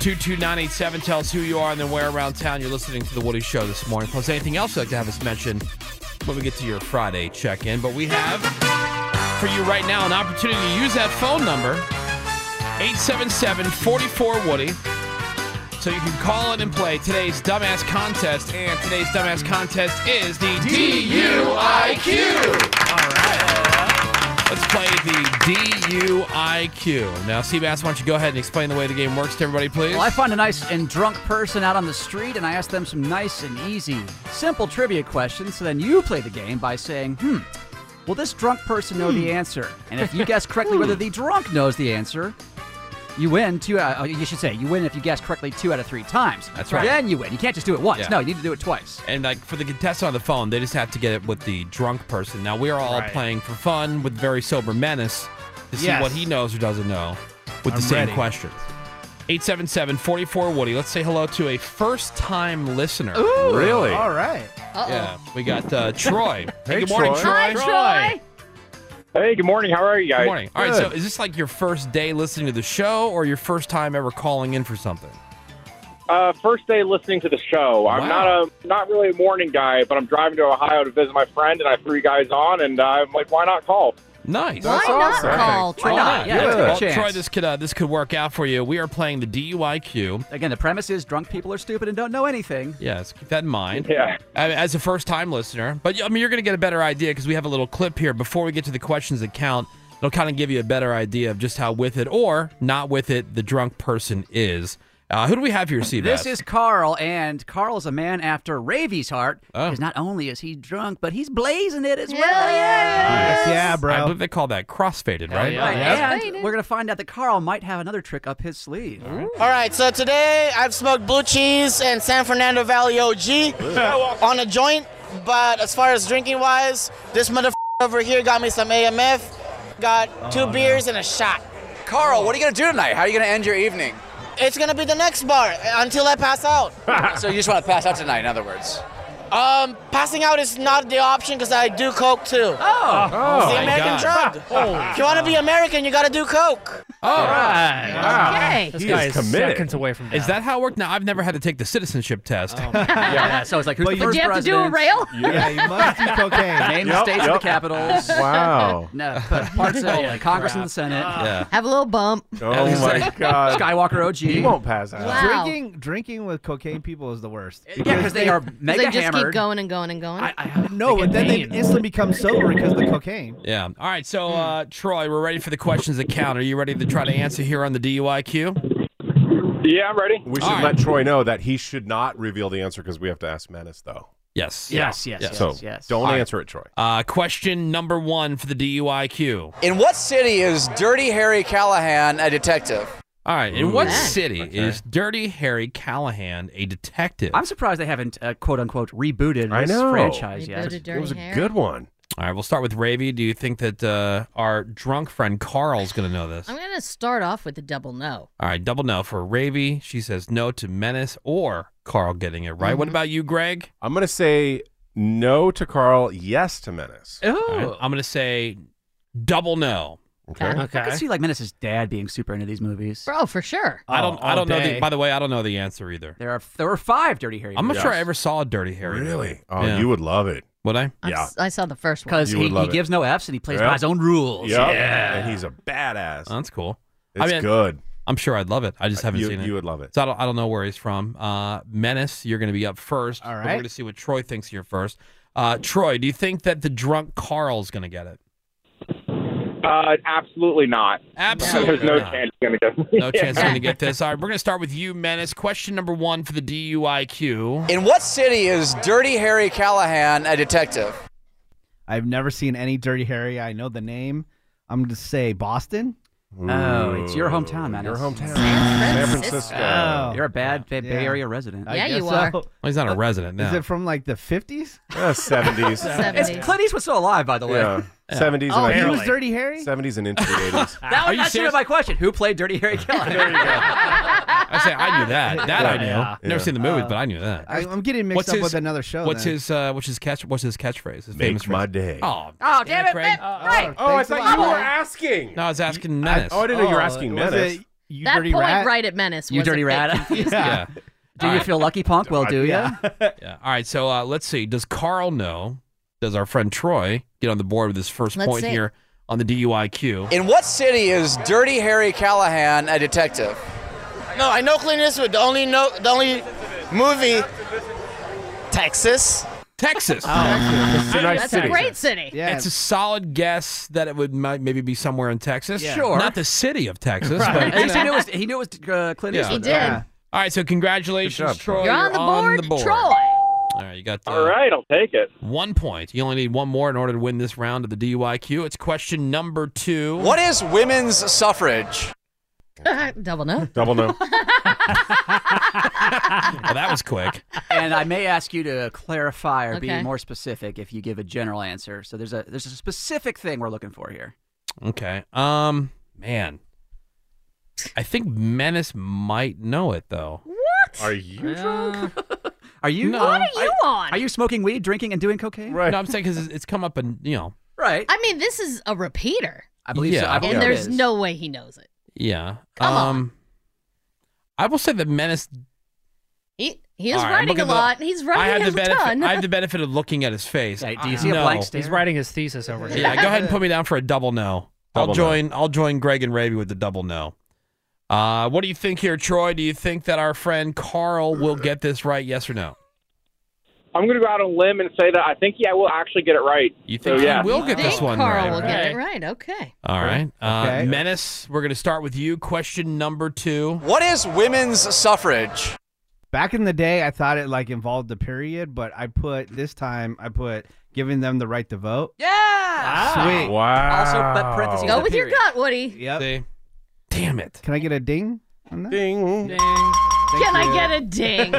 S7: 22987 tell us who you are and then where around town you're listening to the Woody Show this morning. Plus anything else you'd like to have us mention when we get to your Friday check-in. But we have for you right now an opportunity to use that phone number 877-44 Woody. So you can call in and play today's dumbass contest, and today's dumbass contest is the E. DUIQ. Let's play the DUIQ. Now, Seabass, why don't you go ahead and explain the way the game works to everybody, please?
S10: Well, I find a nice and drunk person out on the street, and I ask them some nice and easy, simple trivia questions. So then you play the game by saying, "Hmm, will this drunk person know
S7: Hmm.
S10: the answer?" And if you guess correctly whether the drunk knows the answer, you win two. Uh, you should say you win if you guess correctly two out of three times.
S7: That's right.
S10: Then you win. You can't just do it once.
S7: Yeah.
S10: No, you need to do it twice.
S7: And like for the contestant on the phone, they just have to get it with the drunk person. Now we are all
S10: Right.
S7: playing for fun with very sober menace to see
S21: Yes.
S7: what he knows or doesn't know with
S21: I'm
S7: the same
S21: ready.
S7: questions. 877-44 Woody. Let's say hello to a first-time listener.
S12: Ooh, All right.
S7: Yeah, we got uh, Troy.
S12: Hey,
S7: good morning,
S12: Troy.
S7: Troy.
S12: Hi, Troy.
S8: Hey, good morning. How are you guys?
S7: Good morning. All right, so is this like your first day listening to the show, or your first time ever calling in for something?
S22: Uh, first day listening to the show. I'm not a not really a morning guy, but I'm driving to Ohio to visit my friend, and I threw you guys on, and uh, I'm like, why not call?
S7: Nice.
S13: Why not call? Try
S7: Why
S13: not.
S7: not?
S10: Yeah.
S7: Well,
S10: Chance.
S7: Troy, this could uh, this could work out for you. We are playing the DUIQ.
S10: Again, the premise is drunk people are stupid and don't know anything.
S7: Yes, keep that in mind.
S10: Yeah.
S7: I mean, as a first time listener, but I mean, you're going to get a better idea because we have a little clip here before we get to the questions that count. It'll kind of give you a better idea of just how with it or not with it the drunk person is. Uh, who do we have here, Steve?
S10: This is Carl, and Carl is a man after Ravy's heart.
S7: Oh.
S10: Because not only is he drunk, but he's blazing it as well.
S7: yeah, bro. I believe they call that crossfaded, right?
S10: Right, And we're going to find out that Carl might have another trick up his sleeve.
S1: All right, so today I've smoked blue cheese and San Fernando Valley OG on a joint, but as far as drinking wise, this motherfucker over here got me some AMF, got two beers and a shot. Carl, what are you gonna do tonight? How are you gonna end your evening? It's gonna be the next bar until I pass out.
S5: so you just want to pass out tonight, in other words.
S1: Um, passing out is not the option because I do coke too. Oh,
S5: Oh,
S1: it's the
S5: my
S1: American
S5: God.
S1: drug. if you want to be American, you gotta do coke.
S7: All
S1: right.
S7: Okay.
S1: This
S23: He guy is is committed. seconds away from
S7: Is that how it worked? Now, I've never had to take the citizenship test.
S10: yeah. So it's like, who's
S7: But
S10: the
S7: you-
S10: first
S7: Would you have to do a
S10: president?
S7: rail? Yeah, you must do cocaine.
S10: Name the
S7: Yep,
S10: states and
S7: yep.
S10: the capitals.
S7: Wow.
S10: no, but parts of
S7: Holy
S10: Congress and
S7: crap. Oh
S10: the Senate.
S7: Yeah.
S13: Have a little bump.
S12: Oh,
S10: Skywalker OG.
S12: He won't pass out.
S13: Wow.
S12: Drinking, drinking with cocaine people is the worst.
S10: Yeah, because they are
S13: 'Cause they just keep going and going and going.
S12: no, and then they instantly become sober because of the cocaine.
S7: Yeah. All right. So, uh, Troy, we're ready for the questions that count. Are you ready to try to answer here on the DUIQ?
S22: Yeah, I'm ready.
S8: We should let Troy know that he should not reveal the answer because we have to ask Menace, though.
S7: Yes.
S22: Yes, yes, yes,
S8: so
S22: yes.
S8: don't
S22: All right.
S8: answer it, Troy.
S7: Uh, question number one for the DUIQ.
S5: In what city is Dirty Harry Callahan a detective?
S7: All right. In what city is Dirty Harry Callahan a detective?
S10: I'm surprised they haven't uh, quote unquote rebooted
S7: I
S10: this
S7: know.
S10: franchise yet.
S7: Rebooted Dirty Harry. good one. All right. We'll start with Ravy. Do you think that uh, our drunk friend Carl's going to know this?
S13: I'm gonna start off with a double no.
S7: All right. Double no for Ravy. She says no to Menace or Carl getting it right. What about Uh, you, Greg?
S8: I'm going to say no to Carl, yes to Menace.
S7: All right, I'm going to say double no.
S10: I can see like Menace's dad being super into these movies.
S13: Bro, Oh, for sure.
S7: I don't. I don't know. The,
S10: day.
S7: by the way, I don't know the answer either.
S10: There are there were five Dirty Harry.
S7: I'm not
S10: movies.
S7: sure I ever saw a Dirty Harry. Really?
S8: Oh, you would love it.
S7: Would I?
S8: Yeah.
S13: I saw the first one.
S10: Because he, he gives no F's and he plays by his own rules.
S8: Yep.
S10: Yeah.
S8: And he's a badass.
S7: Oh, That's cool.
S8: It's good. Uh,
S7: I'm sure I'd love it. I just haven't
S8: You-
S7: seen it.
S8: you would love it.
S7: So I don't, I don't know where he's from. Uh, Menace, you're going to be up first. All We're
S23: right.
S7: going to see what Troy thinks here first. Uh, Troy, do you think that the drunk Carl's going to get it?
S22: Uh, absolutely not.
S7: Absolutely
S22: There's no
S7: not.
S22: chance you're gonna get.
S7: No chance I'm going to get this. All right, we're going to start with you, Menace. Question number one for the DUIQ.
S5: In what city is Dirty Harry Callahan a detective?
S12: I've never seen any Dirty Harry. I know the name. I'm gonna say Boston.
S10: Oh, it's your hometown, man. Your hometown.
S12: San Francisco.
S10: Oh. You're a bad Bay, Bay
S12: Yeah.
S10: Area resident.
S12: I Yeah, guess you are. so. Well,
S7: he's
S5: Uh,
S7: not a resident
S12: Is it from like the 50s?
S8: Ah, Seventies.
S10: It's Clint Eastwood still alive, by the way.
S8: Yeah. Seventies.
S12: Oh,
S8: and
S12: he was Dirty Harry.
S8: Seventies and into the eighties.
S10: That
S8: Are you
S10: was that should have
S8: serious?
S10: been my question. Who played Dirty Harry Callahan?
S7: I say I knew that. That I knew.
S8: Yeah.
S7: Never
S8: Yeah.
S7: seen the
S10: Uh,
S7: movie, but I knew that.
S12: Oh. I, I'm getting mixed
S7: What's
S12: up
S7: his-
S12: with another show.
S7: What's
S12: then.
S7: his uh, what's his catch what's his catchphrase? His
S8: Make
S7: famous
S8: my
S7: phrase.
S8: day.
S7: Oh,
S5: Oh, damn it, man.
S13: Right.
S8: Oh, I
S12: Thanks
S8: thought
S12: a
S8: you
S12: lot.
S8: were asking.
S7: no, I was asking Menace.
S8: oh, I didn't know you were
S12: Oh,
S8: asking
S12: was
S8: Menace.
S12: it you
S13: that
S12: dirty
S13: point
S12: rat?
S13: right at Menace.
S10: You
S13: was a
S10: dirty
S13: bit
S10: rat.
S13: confusing.
S7: Yeah.
S10: Do you feel lucky, punk? Well, do you?
S7: Yeah. All right. So uh, let's see. Does Carl know? Does our friend Troy get on the board with his 1st
S5: Let's
S7: point
S5: see.
S7: here on the DUIQ?
S5: In what city is Dirty Harry Callahan a detective?
S1: No, I know Clint Eastwood. The only no, the only movie, Texas. Oh. Texas.
S7: Texas. I-
S13: That's a great city.
S7: It's a solid guess that it would might maybe be somewhere in Texas.
S10: Yeah. Sure.
S7: Not the city of Texas,
S10: At
S7: but you
S10: least he
S7: know.
S10: knew it was, he knew it was uh, Clint
S7: Yeah.
S10: Eastwood.
S7: All right. So congratulations, Troy.
S13: You're on the board, Troy.
S7: All right. You got. The,
S22: All right, I'll take it.
S7: One point. You only need one more in order to win this round of the DUIQ. It's question number two.
S5: What is women's suffrage?
S13: Double no.
S8: Double no.
S7: well, that was quick.
S10: and I may ask you to clarify or
S13: Okay.
S10: be more specific if you give a general answer. So there's a there's a specific thing we're looking for here.
S7: Okay. Um, man, I think Menace might know it though.
S10: What?
S7: Are you
S10: drunk? Are you?
S7: No. What are
S13: you on?
S10: Are you smoking weed, drinking, and doing cocaine?
S7: No, I'm saying because it's come up and you know.
S10: Right.
S13: I mean, this is a repeater.
S10: I believe so.
S7: Yeah.
S10: I believe
S13: and
S10: it
S13: there's
S10: is.
S13: no way he knows it.
S7: Yeah.
S13: Come
S7: um, I will say that Menace
S13: He he is
S7: All right, I'm
S13: writing a
S7: looking at the-
S13: lot. He's
S7: I
S13: writing
S7: have
S13: a
S7: the benefit.
S13: ton.
S7: I have the benefit of looking at his face.
S2: Yeah,
S7: I-
S2: do you see a
S7: no.
S2: blank stare? He's writing his thesis over here.
S7: Yeah, go ahead and put me down for a double no.
S8: Double no.
S7: I'll join. I'll join Greg and Raby with the double no. Uh, what do you think here, Troy? Do you think that our friend Carl will get this right? Yes or no?
S22: I'm going to go out on a limb and say that I think yeah, we'll actually get it right.
S7: You think
S22: so, yeah.
S7: he will get this one
S13: Carl
S7: right?
S13: will get it right. Okay.
S7: All right. Uh,
S5: Okay.
S7: Menace, we're going to start with you. Question number two.
S5: What is women's suffrage?
S12: Back in the day, I thought it like involved the period, but I put this time I put giving them the right to vote.
S13: Yeah.
S12: Ah. Sweet. Wow.
S10: Also, but parentheses.
S13: Go
S10: the
S13: with your
S10: period.
S13: gut, Woody.
S12: Yep.
S7: Damn it.
S12: Can I get a ding? On that? Ding.
S10: Ding.
S13: Can I get a ding?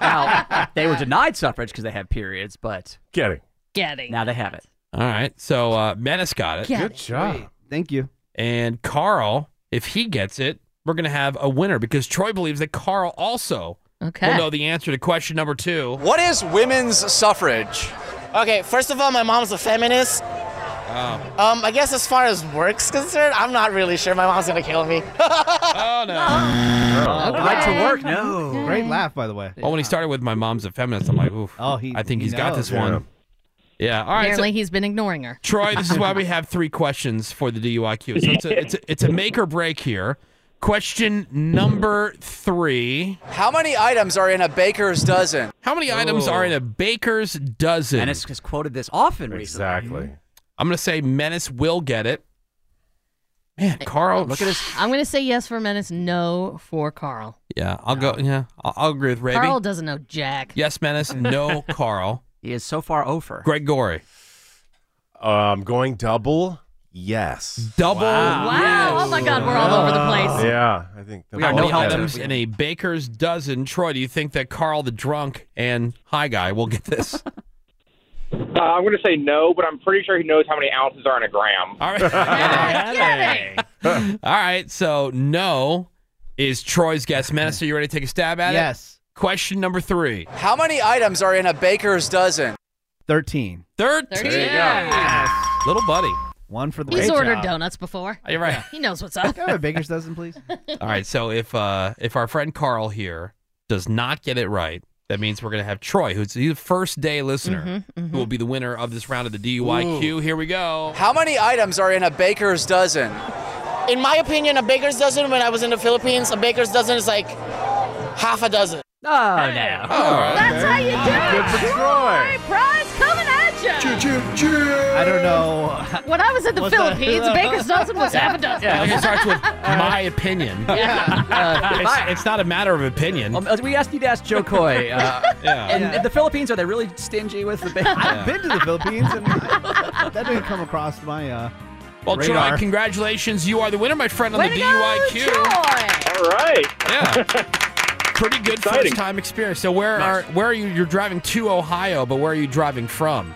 S10: Now, they were denied suffrage because they have periods, but
S8: getting
S13: Getting.
S10: now they have it.
S7: All right. So uh, Menace got it.
S13: Got Good it. job. Great.
S12: Thank you.
S7: And Carl, if he gets it, we're going to have a winner because Troy believes that Carl also
S13: okay.
S7: will know the answer to question number two.
S5: What is women's suffrage?
S1: Okay, first of all, my mom's a feminist.
S7: Oh,
S1: Um, I guess as far as work's concerned, I'm not really sure. My mom's gonna kill me.
S7: oh no.
S12: Oh, Right to work.
S10: No.
S12: Great laugh, by the way.
S7: Oh, when he started with my mom's a feminist, I'm like, oof. Oh, he, I think
S12: he
S7: he's got
S12: knows.
S7: this one. Yeah. All right. so-
S13: Apparently, he's been ignoring her.
S7: Troy, this is why we have three questions for the DUIQ. So it's a, it's a, it's a make or break here. Question number three.
S5: How many items are in a baker's dozen?
S7: How many items are in a baker's dozen?
S10: Oh. Menace has quoted this often recently.
S8: Exactly.
S7: I'm going to say Menace will get it. Man, Carl, look at his.
S13: I'm gonna say yes for Menace, no for Carl.
S7: Yeah, I'll go. Yeah, I'll, I'll agree with Raby.
S13: Carl doesn't know Jack.
S7: Yes, Menace. No, Carl.
S10: He is so far over.
S7: Greg Gory.
S8: Um, going double. Yes.
S7: Double.
S13: Wow. Oh my God, we're all over the place.
S8: Yeah, I think
S7: We got no
S8: that'll-
S7: items in a baker's dozen. Troy, do you think that Carl the drunk and high guy will get this?
S22: Uh, I'm going to say no, but I'm pretty sure he knows how many ounces are in a gram.
S7: All right. All right. So no is Troy's guess. Menace, are you ready to take a stab at it?
S12: Yes.
S7: Question number three.
S5: How many items are in a baker's dozen?
S12: 13.
S7: 13.
S13: There you go. Yes.
S7: Little buddy.
S12: One for the
S13: He's
S12: great
S13: ordered
S12: job.
S13: donuts before.
S7: You're right.
S13: He knows what's up.
S12: Can I have a baker's dozen, please?
S7: All right. So if uh if our friend Carl here does not get it right, that means we're gonna have Troy, who's the first day listener,
S13: Mm-hmm,
S7: who will be the winner of this round of the DUIQ. Here we go.
S5: How many items are in a baker's dozen?
S1: In my opinion, a baker's dozen. When I was in the Philippines, a baker's dozen is like half a dozen.
S10: Oh no.
S13: That's how you do it.
S8: Good for Troy.
S13: Prize coming at you.
S12: I don't know.
S13: When I was in the
S12: What's that?
S13: Philippines, a baker's dozen was half a dozen.
S7: Yeah, it starts with my opinion. Uh, it's, it's not a matter of opinion.
S10: Um, we asked you to ask Joe Coy. Uh,
S7: Yeah.
S10: and in the Philippines, are they really stingy with the bacon?
S12: I've been to the Philippines, and I, that didn't come across my uh,
S7: Well,
S12: radar.
S7: Troy, congratulations. You are the winner, my friend, on
S13: Way
S7: the
S13: to go,
S7: DUIQ.
S13: Troy.
S22: All right.
S7: Yeah. Pretty good
S22: Exciting.
S7: first time experience. So where are where are you you're driving to Ohio, but where are you driving from?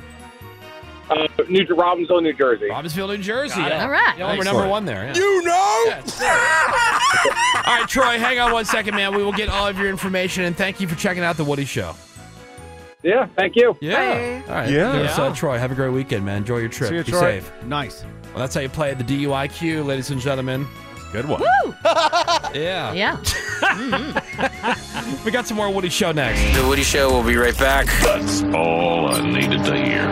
S22: Uh, New Robbinsville, New Jersey.
S7: Robbinsville, New Jersey.
S22: Got it.
S7: Yeah.
S13: All right.
S7: Yeah, we're
S22: Excellent.
S7: number one there. yeah.
S22: You know?
S7: All right, Troy, hang on one second, man. We will get all of your information and thank you for checking out the Woody Show.
S22: Yeah, thank you.
S7: Yeah. All right.
S8: Yeah.
S7: There's, uh, Troy, have a great weekend, man. Enjoy your trip.
S8: See you,
S7: Be
S8: Troy.
S7: safe.
S12: Nice.
S7: Well, that's how you play at the DUIQ, ladies and gentlemen.
S8: Good one.
S7: Yeah.
S13: Yeah.
S7: We got some more Woody Show next.
S18: The Woody Show will be right back. That's all I needed to hear.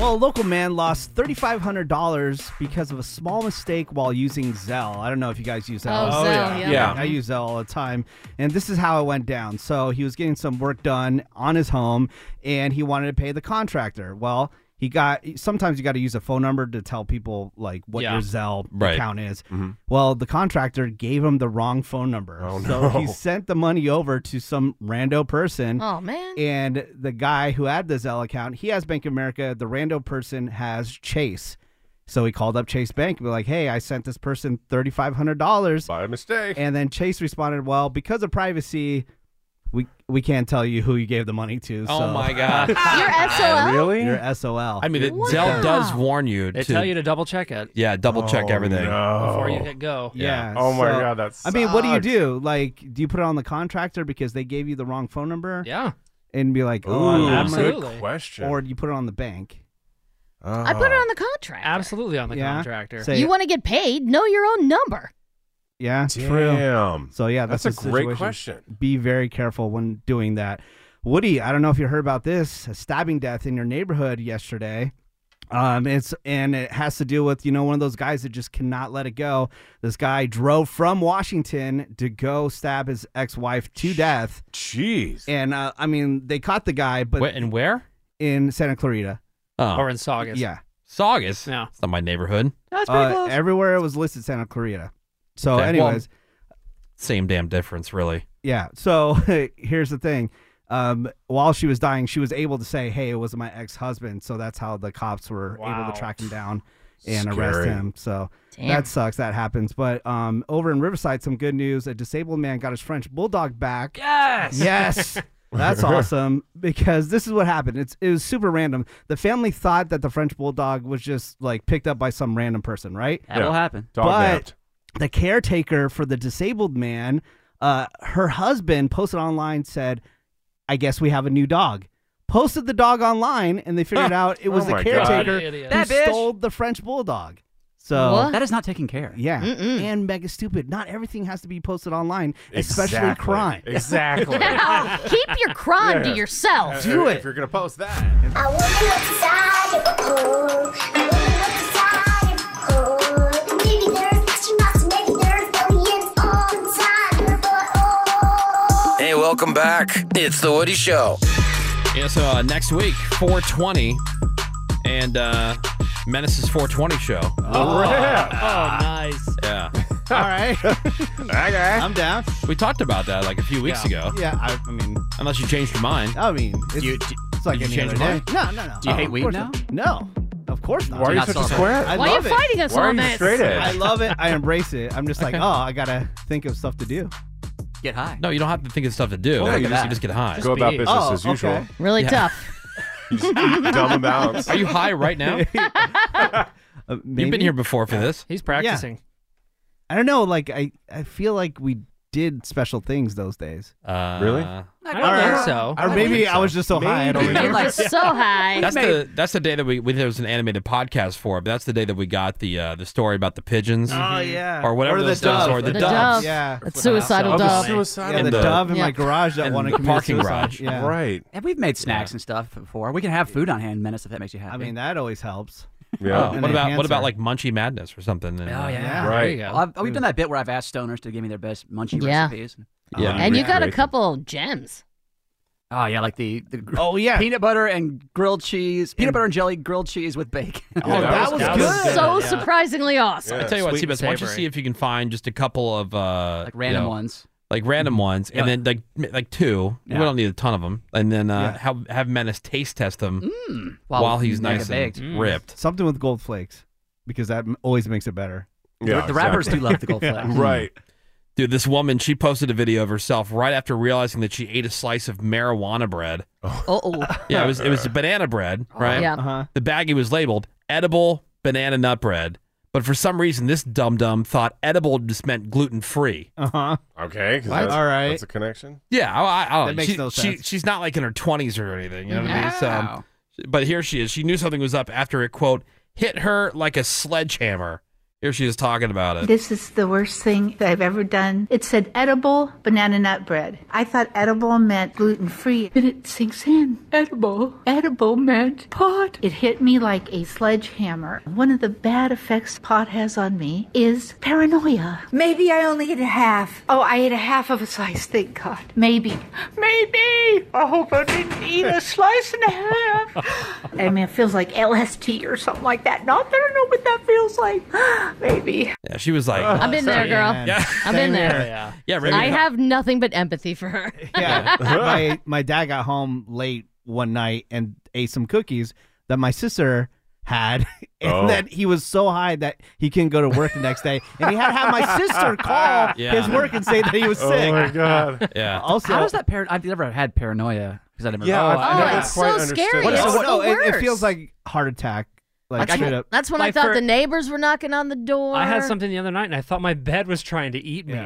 S12: Well, a local man lost $3,500 because of a small mistake while using Zelle. I don't know if you guys use Zelle.
S13: Oh, Oh, Zelle, yeah. yeah.
S7: Yeah.
S12: I use Zelle all the time. And this is how it went down. So he was getting some work done on his home and he wanted to pay the contractor. Well, he got sometimes you got to use a phone number to tell people like what
S7: Yeah.
S12: your Zelle
S7: Right.
S12: account is. Well, the contractor gave him the wrong phone number. Oh,
S8: no.
S12: So he sent the money over to some rando person.
S13: Oh man.
S12: And the guy who had the Zelle account, he has Bank of America. The rando person has Chase. So he called up Chase Bank and be like, hey, I sent this person $3,500.
S8: By mistake.
S12: And then Chase responded, well, because of privacy, we we can't tell you who you gave the money to.
S7: Oh
S12: so
S7: my god.
S13: Your SOL.
S8: Really?
S12: You're SOL.
S7: I mean, it,
S13: Wow.
S7: Zell does warn you
S2: They
S7: to
S2: tell you to double check it
S7: yeah, double check
S8: Oh,
S7: everything.
S8: no.
S2: before you hit go.
S12: yeah.
S8: Oh my
S12: so-
S8: God, that
S12: I mean, what do you
S8: sucks.
S12: do? Like, do you put it on the contractor because they gave you the wrong phone number?
S2: Yeah.
S12: And be like, oh,
S8: Ooh,
S12: I'm gonna-
S2: Absolutely.
S8: good question. Uh-huh.
S12: or do you put it on the bank?
S13: I put it on the contract.
S2: Absolutely on the
S12: Yeah.
S2: contractor.
S12: Say,
S13: You want to get paid? Know your own number.
S12: Yeah,
S8: Damn.
S12: true. So yeah, that's,
S8: That's a
S12: the
S8: great
S12: situation.
S8: question.
S12: Be very careful when doing that. Woody, I don't know if you heard about this a stabbing death in your neighborhood yesterday. Um, it's and it has to do with you know one of those guys that just cannot let it go. This guy drove from Washington to go stab his ex-wife to death.
S8: Jeez.
S12: And uh, I mean, they caught the guy, but
S7: and where?
S12: In Santa Clarita.
S7: Oh.
S2: Or in Saugus.
S12: Yeah.
S7: Saugus. Yeah. It's not my neighborhood.
S12: Uh, Everywhere it was listed Santa Clarita. So,
S7: Okay. Well,
S12: anyways,
S7: same damn difference, really.
S12: Yeah. So here's the thing. Um, while she was dying, she was able to say, "Hey, it was my ex-husband." So that's how the cops were able
S9: Wow.
S12: to track him down and arrest
S9: Scary.
S12: him. So
S9: Damn.
S12: that sucks. That happens. But um, over in Riverside, some good news: a disabled man got his French bulldog back.
S9: Yes!
S12: Yes. That's awesome because this is what happened. It's it was super random. The family thought that the French bulldog was just like picked up by some random person, right?
S10: That will Yeah. happen. Dog
S12: but
S10: napped.
S12: the caretaker for the disabled man, uh, her husband posted online said, "I guess we have a new dog." Posted the dog online, and they figured out it was
S10: Oh
S12: the
S10: my God.
S12: caretaker
S10: Idiot.
S12: who
S10: That bitch.
S12: stole the French bulldog. So
S10: What? That is not taken care of.
S12: Yeah, and mega stupid. Not everything has to be posted online, especially
S8: Exactly.
S12: crime.
S8: Exactly.
S13: Now, keep your crime to
S8: Yeah.
S13: yourself.
S8: Uh, If you're going to post that.
S19: I want you outside of a pool. I want you outside of a pool. Maybe there's astronauts, maybe there's aliens all inside. But
S18: Hey, welcome back. It's The Woody Show.
S7: Yeah, so uh, next week, 420, and uh, Menace's 420 show.
S2: Oh,
S7: yeah.
S2: oh, nice.
S7: Yeah.
S12: All right.
S7: okay.
S12: I'm down.
S7: We talked about that like a few weeks
S2: Yeah.
S7: ago.
S12: Yeah, I, I mean,
S7: Unless you changed your mind.
S12: I mean, it's,
S7: you,
S12: it's like
S7: did
S12: any
S7: you change
S12: other
S7: your
S12: day.
S7: mind?
S12: No, no, no.
S7: Do you hate
S12: Oh, of
S7: weed
S12: course
S7: now?
S12: not. No, of course not.
S7: Why are you Not such a celebrate. square?
S12: I
S7: Why are
S12: love
S7: you
S12: it.
S7: fighting us Why are on you this? straight edge?
S12: I love it. I embrace it. I'm just like,
S7: Okay.
S12: oh, I gotta think of stuff to do. Get high.
S7: No, you don't have to think of stuff to do.
S12: Oh, look at
S7: you, just,
S12: that.
S7: you just get high.
S12: Just Go about be- business Oh, as usual. okay. Really tough.
S7: dumb and balanced. Are you high right now? You've been
S12: Uh, maybe?
S7: here before for this.
S2: He's practicing.
S12: I don't know. Like, I I feel like we did special things those days.
S7: Uh,
S8: Really?
S2: I don't think so.
S12: Or maybe I was just so high. I don't
S7: Maybe.
S12: remember.
S13: You're so high.
S7: That's the that's the day that we, we there was an animated podcast for, but that's the day that we got the uh, the story about the pigeons.
S12: Oh, yeah.
S7: Mm-hmm. or whatever
S12: Or the
S7: those things
S12: dove.
S7: are. The,
S12: The
S7: doves.
S12: dove. Yeah. The suicidal Oh, the dove. suicidal Yeah, the dove in my Yeah. garage that
S7: and
S12: wanted
S7: the
S12: to commit
S7: parking
S12: suicide.
S7: garage.
S12: Yeah.
S8: Right.
S10: And we've made snacks and stuff before. We can have food on hand, Menace, if that makes you happy.
S12: I mean, that always helps.
S7: Oh,
S10: And
S7: what
S10: they
S7: about what
S10: answer.
S7: about like Munchie Madness or something? And,
S10: Oh
S7: uh,
S10: yeah, Well, I've- we've done that bit where I've asked stoners to give me their best munchie
S13: Yeah.
S10: recipes. Um,
S7: Yeah.
S13: and you got a couple gems.
S10: Oh yeah, like the, the oh yeah, peanut butter and grilled cheese, peanut butter and jelly grilled cheese with bacon.
S7: Oh, that that was was good. good.
S13: So
S7: Yeah.
S13: surprisingly awesome.
S7: I tell you what,
S10: Sweet and
S7: Seabass, why don't you
S10: savory.
S7: see if you can find just a couple of uh, like
S10: random ones.
S7: like random ones, and then like m- like two.
S10: Yeah.
S7: We don't need a ton of them, and then uh,
S12: Yeah.
S7: have have Menace taste test them while, he's
S12: mega
S7: nice and ripped.
S12: Something with gold flakes because that m- always makes it better.
S7: Dude, this woman, she posted a video of herself right after realizing that she ate a slice of marijuana bread.
S13: Oh,
S7: Yeah, it was it was banana bread, right?
S13: Yeah. Uh-huh.
S7: The baggie was labeled edible banana nut bread, but for some reason, this dum dum thought edible just meant gluten free.
S12: Uh huh.
S8: Okay. 'cause
S7: What?
S8: That's,
S7: All right.
S8: That's a connection.
S7: Yeah, I, I, I don't
S8: Uh-huh. That
S7: know.
S8: makes
S7: she,
S8: no
S7: she-
S8: sense.
S7: she's not like in her twenties or anything. You know what I mean? So, um, but here she is. She knew something was up after it quote hit her like a sledgehammer. Here she is talking about it.
S17: This is the worst thing that I've ever done. It said edible banana nut bread. I thought edible meant gluten free. Then it sinks in. Edible. Edible meant pot. It hit me like a sledgehammer. One of the bad effects pot has on me is paranoia. Maybe I only ate a half. Oh, I ate a half of a slice, thank God. Maybe. Maybe. I hope I didn't eat a slice and a half. I mean, it feels like LSD or something like that. Not that I know what that feels like. Maybe.
S7: Yeah, she was like,
S24: Oh,
S13: I've been there, girl.
S7: Yeah.
S13: I've been there.
S7: Yeah, right.
S13: I have nothing but empathy for her.
S12: Yeah. my my dad got home late one night and ate some cookies that my sister had, and
S9: Oh.
S12: then he was so high that he couldn't go to work the next day, and he had to have my sister call
S10: Yeah.
S12: his work and say that he was
S10: Oh
S12: sick.
S10: my God.
S7: Yeah.
S12: Also,
S10: how is that paranoid? I've never had paranoia because I never.
S12: Yeah, I've Oh, never
S13: it's quite so understood scary. that. It's
S12: no,
S13: the
S12: no, it, it
S13: worst.
S12: feels like heart attack. Like
S13: That's,
S12: straight
S13: when,
S12: up.
S13: that's when I
S2: Like
S13: thought
S2: for-
S13: the neighbors were knocking on the door.
S2: I had something the other night, and I thought my bed was trying to eat me.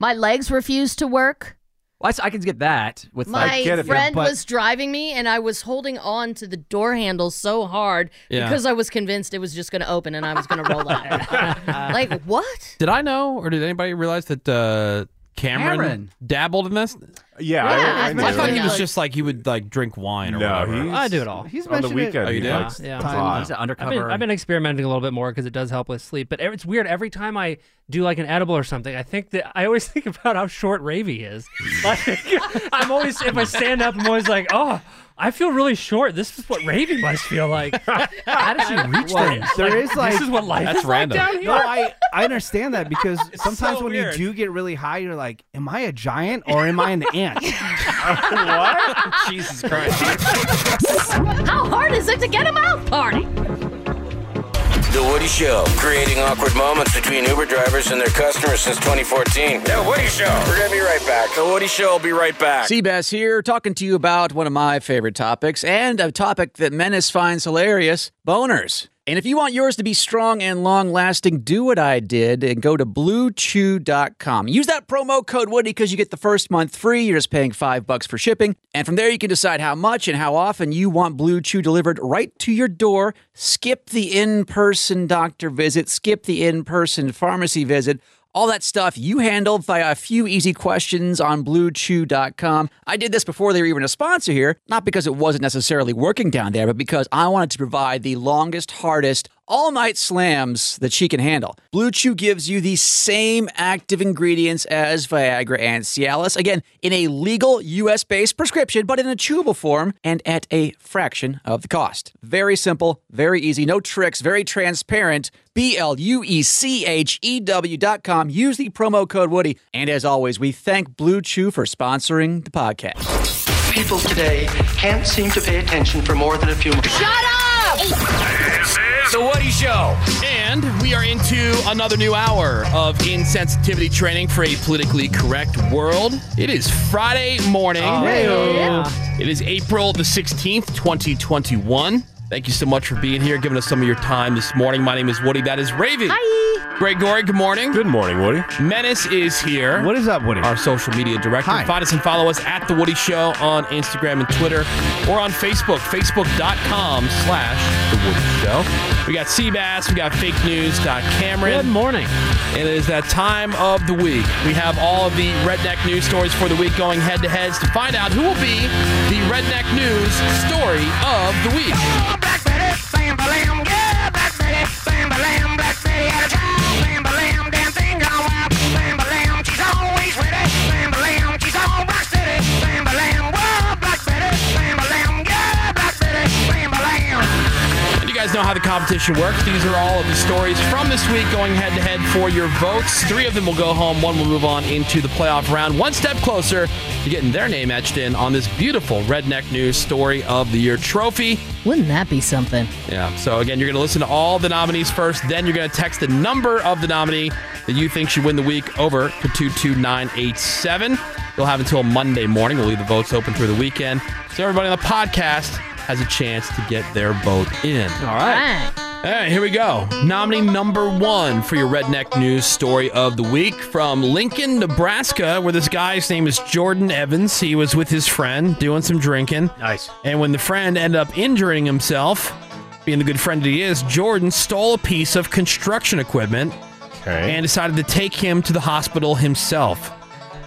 S13: My legs refused to work.
S3: Well, I s- I, can get that with like,
S13: My friend was driving me, and I was holding on to the door handle so hard
S3: Yeah.
S13: because I was convinced it was just going to open and I was going to roll out. like what?
S7: Did I know, or did anybody realize that uh, Cameron,
S13: Cameron.
S7: dabbled in this?
S24: Yeah,
S13: I- Yeah, I I knew.
S7: thought he
S13: definitely.
S7: was just like he would like drink wine or
S24: No,
S7: whatever.
S24: he's- I do it all. he's On the mentioned it- weekend,
S7: Oh, you
S24: he
S7: do?
S24: likes
S11: Yeah,
S24: Time
S11: I'm-
S24: off. He's an
S11: I've
S24: undercover.
S11: been, I've been experimenting a little bit more because it does help with sleep. But every- it's weird. Every time I do like an edible or something, I think that I always think about how short Ravy is. Like, I'm always if I stand up, I'm always like, oh, I feel really short. This is what Ravy must feel like. How does she reach
S12: Well,
S11: things?
S12: there is like
S11: this is what life is like down here.
S12: No, I, I understand that because sometimes
S11: so
S12: when
S11: weird.
S12: you do get really high, you're like, "Am I a giant or am I an ant?"
S7: what? Jesus Christ!
S13: How hard is it to get him out? Party.
S18: The Woody Show, creating awkward moments between Uber drivers and their customers since 2014. The Woody Show. We're going to be right back. The Woody Show will be right back.
S10: Seabass here, talking to you about one of my favorite topics and a topic that Menace finds hilarious boners. And if you want yours to be strong and long lasting, do what I did and go to bluechew.com. Use that promo code Woody because you get the first month free. You're just paying five bucks for shipping. And from there, you can decide how much and how often you want Blue Chew delivered right to your door. Skip the in person doctor visit, skip the in person pharmacy visit. All that stuff you handled via a few easy questions on bluechew.com. I did this before they were even a sponsor here, not because it wasn't necessarily working down there, but because I wanted to provide the longest, hardest, all night slams that she can handle. Blue Chew gives you the same active ingredients as Viagra and Cialis, again, in a legal US based prescription, but in a chewable form and at a fraction of the cost. Very simple, very easy, no tricks, very transparent. B L U E C H E W dot com. Use the promo code Woody. And as always, we thank Blue Chew for sponsoring the podcast.
S25: People today can't seem to pay attention for more than a few minutes.
S7: This is the Woody Show, and we are into another new hour of insensitivity training for a politically correct world. It is Friday morning. Oh, yeah. It is April the 16th, 2021. Thank you so much for being here, giving us some of your time this morning. My name is Woody. That is Raven. Hi. Gregory, good morning. Good
S24: morning, Woody.
S7: Menace is here. What
S12: is up, Woody?
S7: Our social media director.
S12: Hi.
S7: Find us and follow us at The Woody Show on Instagram and Twitter or on Facebook, facebook.com slash The Woody Show. We got Seabass, we got fake news, Doc Cameron. Good
S11: morning.
S7: It is that time of the week. We have all of the redneck news stories for the week going head to heads to find out who will be the redneck news story of the week. And you guys know how the competition works. These are all of the stories from this week going head to head for your votes. Three of them will go home, one will move on into the playoff round. One step closer to getting their name etched in on this beautiful redneck news story of the year trophy.
S13: Wouldn't that be something?
S7: Yeah. So again, you're going to listen to all the nominees first, then you're going to text the number of the nominee that you think should win the week over to 22987. You'll have until Monday morning. We'll leave the votes open through the weekend. So everybody on the podcast has a chance to get their vote in. All
S13: right.
S7: All right, here we go. Nominee number one for your redneck news story of the week from Lincoln, Nebraska, where this guy's name is Jordan Evans. He was with his friend doing some drinking. Nice. And when the friend ended up injuring himself, being the good friend that he is, Jordan stole a piece of construction equipment and decided to take him to the hospital himself.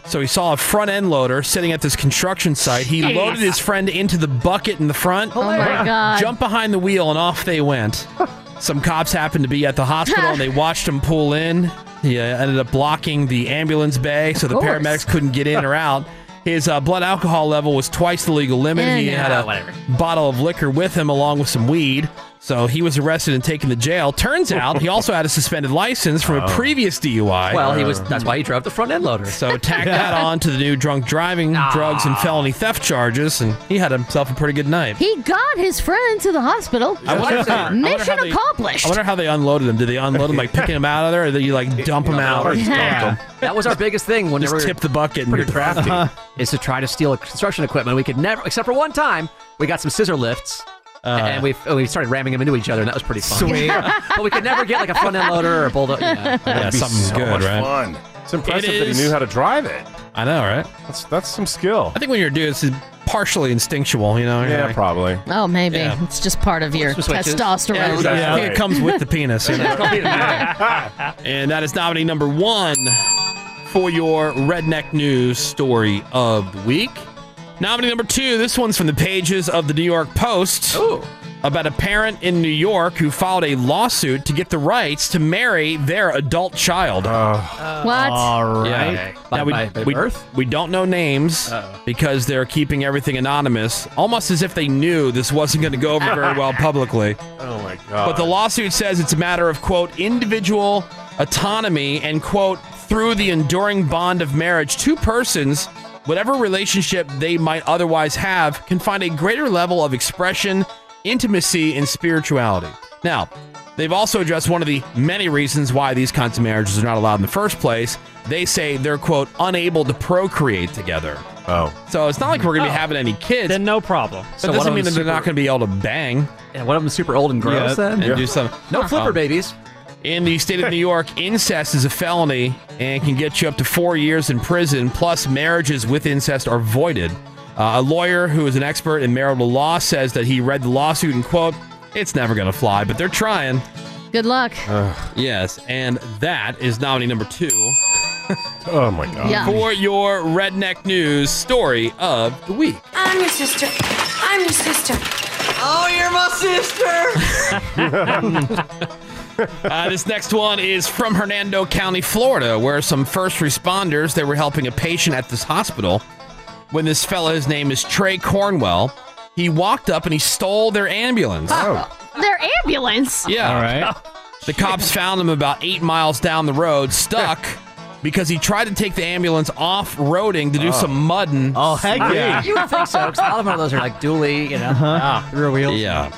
S7: So he saw a front end loader sitting at this construction site. He
S13: Jeez.
S7: loaded his friend into the bucket in the front.
S13: Oh my God.
S7: Jumped behind the wheel and off they went. Some cops happened to be at the hospital and they watched him pull in. He uh, ended up blocking the ambulance bay, so the
S13: course.
S7: paramedics couldn't get in or out. His uh, blood alcohol level was twice the legal limit.
S13: Eh,
S7: he
S13: no,
S7: had a
S13: whatever.
S7: bottle of liquor with him along with some weed. So he was arrested and taken to jail. Turns out he also had a suspended license from a
S3: Oh.
S7: previous DUI.
S3: Well, he was. That's why he drove the front end loader.
S7: So tack that on to the new drunk driving, drugs, and felony theft charges, and he had himself a pretty good night.
S13: He got his friend to the hospital.
S7: wonder how
S13: Mission
S7: they-
S13: accomplished.
S7: I wonder how they unloaded him. Did they unload him, like picking him out of there, or did you like dump him out?
S3: Yeah. That was our biggest thing when
S7: Just
S3: we were
S7: tip the bucket.
S3: pretty
S7: and
S3: crafty. Is to try to steal construction equipment. We could never, except for one time, we got some scissor lifts. and we we started ramming them into each other, and that was pretty fun.
S7: Uh. Sweet.
S3: but we could never get like a front end loader or a bulldozer.
S7: Yeah,
S3: Yeah,
S7: something's good, right?
S8: It's impressive
S7: It
S8: that he
S7: is.
S8: knew how to drive it.
S7: I know, right?
S8: That's that's some skill.
S7: I think when you're doing this, it's partially instinctual, you know? you're
S8: Yeah,
S7: like-
S8: probably.
S13: Oh, maybe
S7: Yeah.
S13: it's just part of your
S7: Just switches.
S13: testosterone.
S7: Yeah, exactly. I think it comes with the penis. you know? and that is nominee number one for your redneck news story of the week. Nominee number two. This one's from the pages of the New York Post about a parent in New York who filed a lawsuit to get the rights to marry their adult child. Uh.
S13: What?
S23: All
S7: Yeah. Now, we, we, we don't know names because they're keeping everything anonymous, almost as if they knew this wasn't going to go over very well publicly.
S8: Oh my god.
S7: But the lawsuit says it's a matter of, quote, individual autonomy and, quote, through the enduring bond of marriage, two persons, whatever relationship they might otherwise have, can find a greater level of expression, intimacy, and spirituality. Now, they've also addressed one of the many reasons why these kinds of marriages are not allowed in the first place. They say they're, quote, unable to procreate together.
S8: Oh.
S7: So it's not like we're going to
S23: Oh.
S7: be having any kids. Then
S2: no problem.
S7: So that doesn't mean that they're not going to be able to bang.
S23: Yeah, one of them's super old and gross
S7: Yeah,
S23: then.
S7: and do some
S23: No flipper
S7: babies. In the state of New York, incest is a felony and can get you up to four years in prison. Plus, marriages with incest are voided. Uh, a lawyer who is an expert in marital law says that he read the lawsuit and quote, "It's never going to fly, but they're trying."
S13: Good luck.
S7: Yes, and that is nominee number two.
S8: oh my
S13: God. Yeah.
S7: For your redneck news story of the week.
S19: I'm your sister. I'm your sister. Oh, you're my sister.
S7: Uh, this next one is from Hernando County, Florida, where some first responders they were helping a patient at this hospital. When this fella, his name is Trey Cornwell, he walked up and he stole their ambulance.
S13: Oh. Their ambulance. Oh,
S7: Yeah. The cops found him about eight miles down the road, stuck. Because he tried to take the ambulance off roading to do
S23: Oh.
S7: some mudding. Oh,
S23: heck yeah. You would think so, 'cause a lot of them are
S7: those are like dually, you know. Rear wheels. Yeah.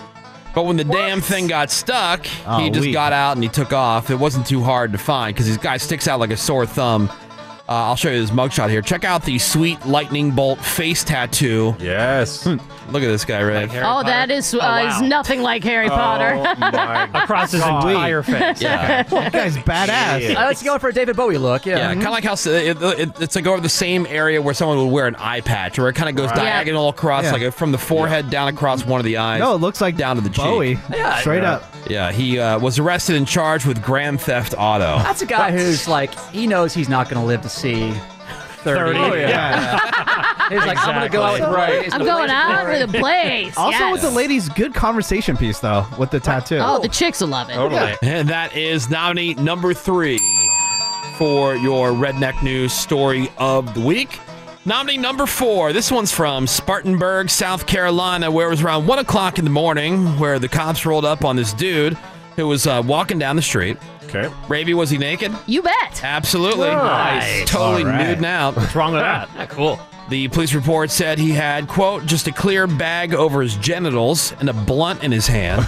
S7: But when the damn thing got stuck, he
S23: Oh,
S7: just
S23: we-
S7: got out and he took off. It wasn't too hard to find because this guy sticks out like a sore thumb. Uh, I'll show you this mugshot here. Check out the sweet lightning bolt face tattoo.
S8: Yes.
S7: Look at this guy, Ray.
S13: oh, that is uh,
S7: wow.
S13: is nothing like Harry Potter.
S2: Across his
S7: God.
S2: entire face.
S7: Yeah.
S2: That
S7: guy's
S2: badass.
S23: I like to go for a David Bowie look. Yeah,
S7: Yeah, kind of like how s- it, it- it's like over the same area where someone would wear an eye patch, where it kind of goes
S23: Right. Yeah.
S7: diagonal across,
S23: Yeah.
S7: like uh, from the forehead down across one of the eyes.
S23: No,
S7: it looks like down to the
S23: Bowie.
S7: cheek.
S23: Yeah. Straight
S7: yeah.
S23: up.
S7: Yeah, he uh, was arrested and charged with grand theft auto.
S23: That's a guy who's like, he knows he's not going to live to see 30.
S7: Oh, yeah.
S23: he's like, I'm going to go out with
S12: Exactly.
S23: Blaze
S13: I'm
S23: to
S13: going
S23: Blaze
S13: out
S23: Glory.
S13: with a blaze.
S12: Also
S13: yes.
S12: with the ladies, good conversation piece though with the tattoo.
S13: Oh, the chicks will love it.
S7: And that is nominee number three for your Redneck News story of the week. Nominee number four. This one's from Spartanburg, South Carolina, where it was around one o'clock in the morning where the cops rolled up on this dude who was uh, walking down the street.
S8: Okay.
S7: Ravy, was he naked?
S13: You bet.
S7: Absolutely.
S13: Nice.
S7: Totally
S13: All right.
S7: nude and out. What's
S2: wrong with that?
S7: cool. The police report said he had, quote, just a clear bag over his genitals and a blunt in his hand.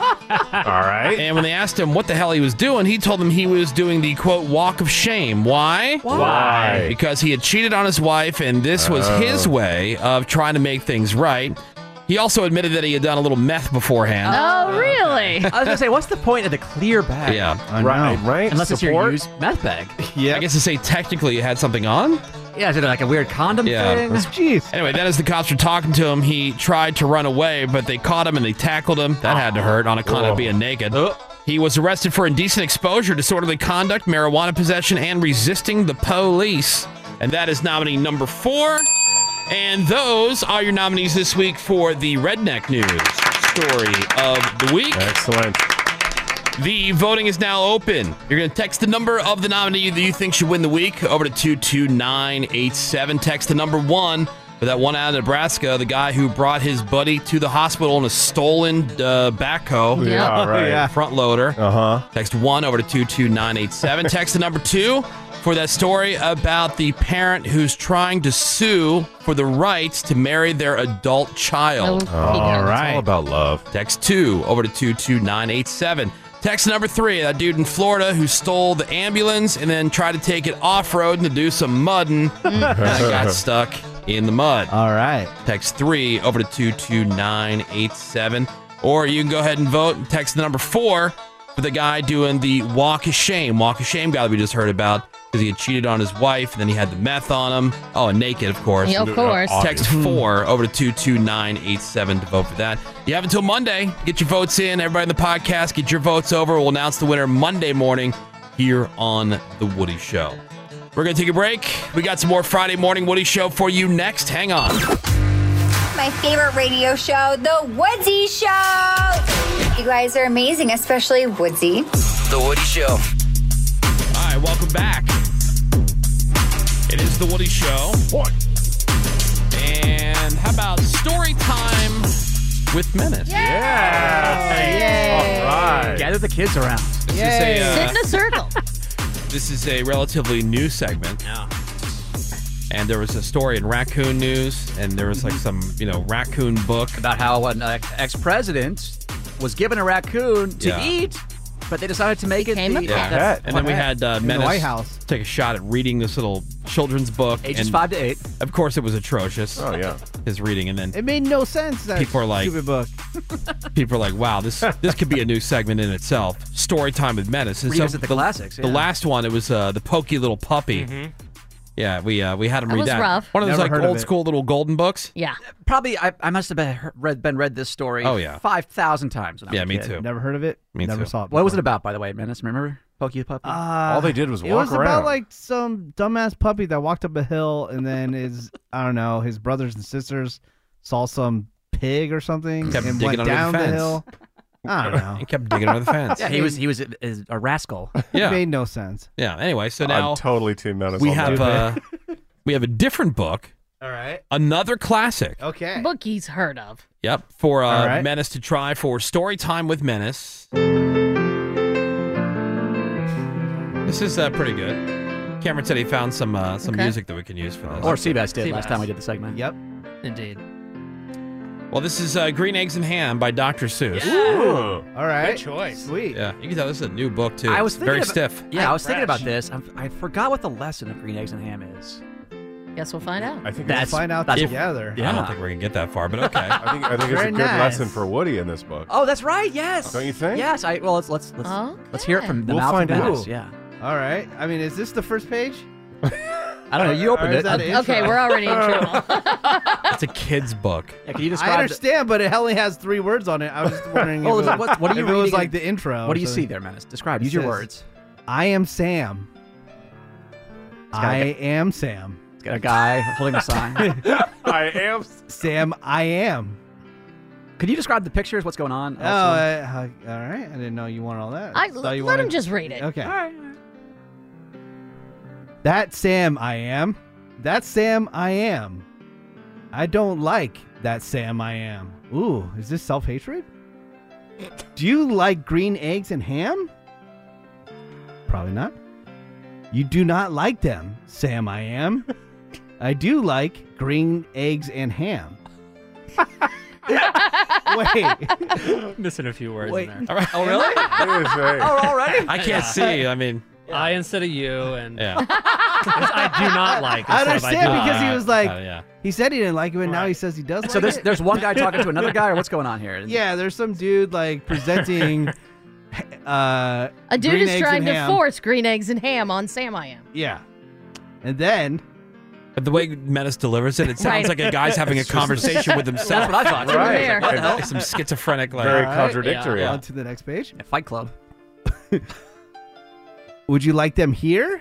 S7: All right. And when they asked him what the hell he was doing, he told them he was doing the quote walk of shame. Why?
S23: Why? Why?
S7: Because he had cheated on his wife, and this was
S23: Oh.
S7: his way of trying to make things right. He also admitted that he had done a little meth beforehand.
S13: Oh, really?
S23: I was going to say, what's the point of the clear bag?
S7: Yeah.
S23: Right,
S8: right.
S23: Unless it's your
S7: Support?
S23: used meth bag.
S7: Yeah. I guess to say technically it had something on.
S23: Yeah, is it like a weird condom
S7: Yeah.
S23: thing?
S7: Jeez. Anyway, then as the cops were talking to him, he tried to run away, but they caught him and they tackled him. That had to hurt on account
S23: Whoa.
S7: of being naked. He was arrested for indecent exposure, disorderly conduct, marijuana possession, and resisting the police. And that is nominee number four. And those are your nominees this week for the Redneck News story of the week.
S8: Excellent.
S7: The voting is now open. You're going to text the number of the nominee that you think should win the week over to 22987. Text the number one for that one out of Nebraska, the guy who brought his buddy to the hospital in a stolen uh, backhoe.
S8: Yeah, right. Yeah. Uh-huh.
S7: Front loader. Uh huh. Text one over to 22987. text the number two for that story about the parent who's trying to sue for the rights to marry their adult child.
S8: Oh, All it's right. all
S7: about love. Text two over to 22987. Text number three, that dude in Florida who stole the ambulance and then tried to take it off road and to do some mudding. and got stuck in the mud. Mm. All right. Text three over to 22987. Or you can go ahead and vote and text the number four for the guy doing the walk of shame. Walk of shame guy that we just heard about. because he had cheated on his wife, and then he had the meth on him. Oh, and naked, of course.
S13: Yeah, of course.
S7: Text four over to 22987 to vote for that. You have until Monday. to Get your votes in. Everybody in the podcast, get your votes over. We'll announce the winner Monday morning here on The Woody Show. We're going to take a break. We got some more Friday Morning Woody Show for you next. Hang on.
S14: My favorite radio show, The Woodsy Show. You guys are amazing, especially Woodsy.
S18: The Woody Show.
S7: All right, welcome back. It is the Woody Show. What? And how about story time with Menace?
S13: Yay!
S7: All right.
S10: Gather the kids around.
S7: This is a, uh,
S13: Sit in a circle.
S7: This is a relatively new segment. And there was a story in Raccoon News, and there was like some, you know, raccoon book
S10: about how an uh, ex-president was given a raccoon to
S7: Yeah.
S10: eat, but they decided to make
S13: Became
S10: it
S13: a
S10: the,
S13: pet.
S10: that's-
S7: And then we had uh,
S10: In the
S7: Menace
S10: White House.
S7: take a shot at reading this little children's book.
S10: Ages
S7: and
S10: five to eight.
S7: Of course, it was atrocious. Oh yeah, his reading, and then
S12: It made no sense. That
S7: People are like-
S12: stupid book.
S7: people are like, "Wow, this this could be a new segment in itself." Story time with Menace.
S10: Revisit the classics,
S7: The
S10: yeah.
S7: last one, it was uh, the pokey little puppy. Yeah, we uh, we had
S10: Mm-hmm.
S7: him
S10: That
S7: read
S10: was
S7: that.
S10: rough.
S7: One of those
S10: Never heard
S7: like
S10: of
S7: old
S10: it.
S7: school little golden books.
S13: Yeah.
S10: Probably, I, I must have been read, been read this story.
S7: Oh, yeah.
S10: five thousand times. when I was
S7: Yeah,
S10: a
S7: me
S10: kid.
S7: too.
S12: Never heard of it.
S7: Me
S12: Never
S7: too.
S12: saw it.
S10: What was it about, by the way, Menace? Remember Pokey the Puppy?
S12: All they did was
S10: walk
S12: Uh, it was
S10: around.
S12: about like some dumbass puppy that walked up a hill and then his I don't know his brothers and sisters saw some pig or something
S7: Kept
S12: and
S7: digging
S12: went
S7: under the
S12: down the,
S7: fence.
S12: hill. I don't know.
S7: He kept digging under the fence.
S10: yeah, he was he was a, is a rascal.
S7: Yeah.
S12: It made no sense.
S7: Yeah. Anyway, so now
S8: totally team Menace.
S7: we
S8: on
S7: have uh,
S8: that.
S7: we have a different book.
S12: All right.
S7: Another classic.
S12: Okay.
S13: Book he's heard of.
S7: Yep. For uh,
S13: All right.
S7: Menace to try for story time with Menace. This is uh, pretty good. Cameron said he found some uh, some
S10: Okay.
S7: music that we can use for this.
S10: Or Seabass did last time we did the segment.
S12: Yep.
S2: Indeed.
S7: Well, this is uh, Green Eggs and Ham by Dr. Seuss.
S12: All right.
S2: Good choice.
S12: Sweet.
S7: Yeah, you can tell this is a new book too.
S10: I was
S7: It's
S10: thinking
S7: very
S10: about-
S7: stiff.
S10: Yeah, I was thinking about this. I'm, I forgot what the lesson of green eggs and ham is.
S13: Guess we'll find out.
S8: I think
S10: That's-
S12: find out
S10: that's-
S12: together.
S7: I don't think we're gonna get that far, but okay.
S8: I think I think it's a
S12: Very
S8: good
S12: nice.
S8: lesson for Woody in this book.
S10: Oh, that's right. Yes.
S8: Don't you think?
S10: Yes. I well, let's let's let's, let's hear it from the
S8: We'll
S10: mouth
S8: find
S10: of
S8: out.
S10: Menace. Yeah.
S12: All right. I mean, is this the first page?
S10: I don't know. You
S12: Or
S10: opened
S12: is
S10: it.
S12: that an
S13: Okay,
S12: intro?
S13: we're already in trouble.
S7: It's a kid's book.
S10: Yeah, can you describe?
S12: I
S10: the-
S12: understand, but it only has three words on it. I was just wondering.
S10: Well,
S12: if
S10: is
S12: it
S10: it- what, what are you
S12: if
S10: reading?
S12: It was
S10: in-
S12: like the intro.
S10: What do you
S12: so-
S10: see there, Menace? Describe.
S12: It
S10: Use your
S12: says,
S10: words.
S12: I am Sam.
S10: gotta
S12: I am Sam.
S10: It's got a guy holding a sign.
S8: I am
S12: Sam. I am.
S10: Could you describe the pictures? What's going on?
S12: Oh,
S10: also?
S12: I, I- all right. I didn't know you wanted all that.
S13: I,
S12: Thought
S13: let
S12: you
S13: him
S12: wanted-
S13: just read it.
S12: Okay. That Sam I am. That Sam I am. I don't like that Sam I am. Ooh, is this self hatred? Do you like green eggs and ham? Probably not. You do not like them, Sam I am. I do like green eggs and ham. Wait.
S2: Missing a few words
S12: Wait.
S2: in
S7: there.
S2: Oh, really?
S10: Oh, already?
S7: I can't see. I mean,
S2: I instead of you, and
S7: Yeah.
S2: It's I do not like.
S12: I
S2: instead of
S12: understand
S2: do
S12: because he
S2: like.
S12: was like,
S7: Uh, yeah.
S12: he said he didn't like it, but now he says he does.
S10: And
S12: like
S10: so there's
S12: it.
S10: there's one guy talking to another guy, or what's going on here?
S12: Yeah, there's some dude like presenting. uh,
S13: A dude
S12: green
S13: is
S12: eggs
S13: trying
S12: and
S13: to
S12: ham.
S13: force green eggs and ham on Sam I am.
S12: Yeah, and then
S7: But the way Menace delivers it, it
S13: Right.
S7: sounds like a guy's having a
S12: It's just-
S7: conversation with himself.
S10: That's what I thought. too.
S12: Right.
S10: What the hell?
S7: Like Some schizophrenic, like
S8: Very
S12: All right,
S8: contradictory.
S12: On to the next page.
S10: Fight Club.
S12: Would you like them here?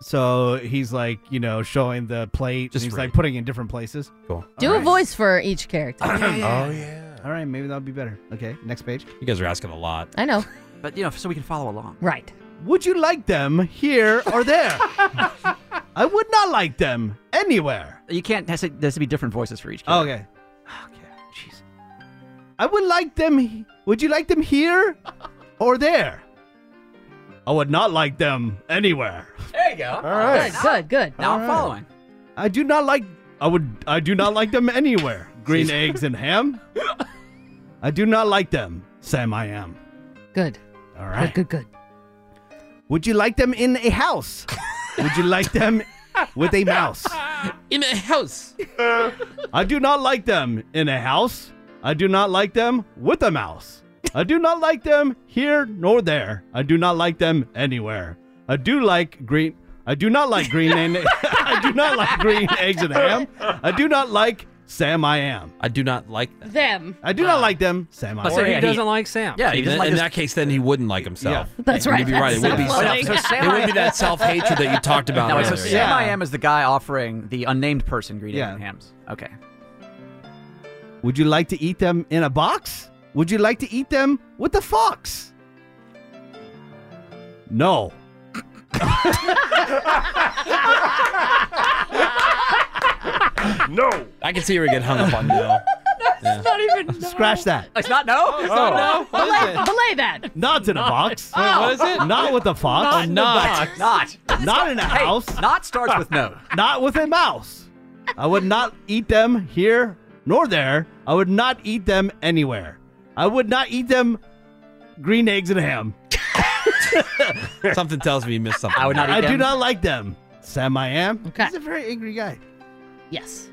S12: So he's like, you know, showing the plate.
S7: Just
S12: and he's
S7: read.
S12: like putting it in different places.
S7: Cool.
S13: Do a voice for each character.
S12: Oh yeah. All right, maybe that'll be better. Okay, next page.
S7: You guys are asking a lot.
S13: I know.
S10: But you know, so we can follow along.
S13: Right.
S12: Would you like them here or there? I would not like them anywhere.
S10: You can't. Has to, there has to be different voices for each. Character.
S12: Okay. Okay. Jeez. I would like them. he- Would you like them here or there? I would not like them anywhere.
S10: There you go. All
S12: right.
S13: Good, good.
S10: Now
S12: All
S10: I'm
S12: right.
S10: following.
S12: I do not like. I would. I do not like them anywhere. Green eggs and ham. I do not like them. Sam, I am.
S13: Good.
S12: All right.
S13: Good, good, good.
S12: Would you like them in a house? would you like them with a mouse?
S7: In a house.
S12: I do not like them in a house. I do not like them with a mouse. I do not like them here nor there. I do not like them anywhere. I do like green. I do not like green and I do not like green eggs and ham. I do not like Sam. I am.
S7: I do not like.
S18: Them.
S12: I do not like them. Sam. I
S11: Oh, so
S12: am.
S11: he doesn't like Sam.
S7: Yeah,
S12: he
S7: in,
S12: doesn't like
S7: in
S12: his-
S7: that case, then he wouldn't like himself.
S12: Yeah. That's
S7: You'd
S12: right.
S7: be right. It would be
S10: So
S7: self.
S10: funny.
S7: it would be that self hatred that you talked about.
S10: No,
S7: earlier.
S10: so Sam I am is the guy offering the unnamed person green eggs and hams. Okay.
S12: Would you like to eat them in a box? Would you like to eat them with the fox? No.
S7: no. I can see where you get hung up on no.
S18: It's not even. No.
S12: Scratch that.
S10: It's not no. It's
S12: not no? What is
S18: Belay,
S12: it?
S18: belay that.
S12: Not in a box. Oh.
S18: Wait, what is it?
S12: Not with a fox.
S10: Not in the Not. box.
S12: Not. Not in a
S10: Hey,
S12: house.
S10: not starts with no.
S12: Not with a mouse. I would not eat them here nor there. I would not eat them anywhere. I would not eat them green eggs and ham.
S7: Something tells me you missed something.
S12: I would not eat I do them. not like them. Sam, I am.
S18: Okay.
S12: He's a very angry guy.
S18: Yes.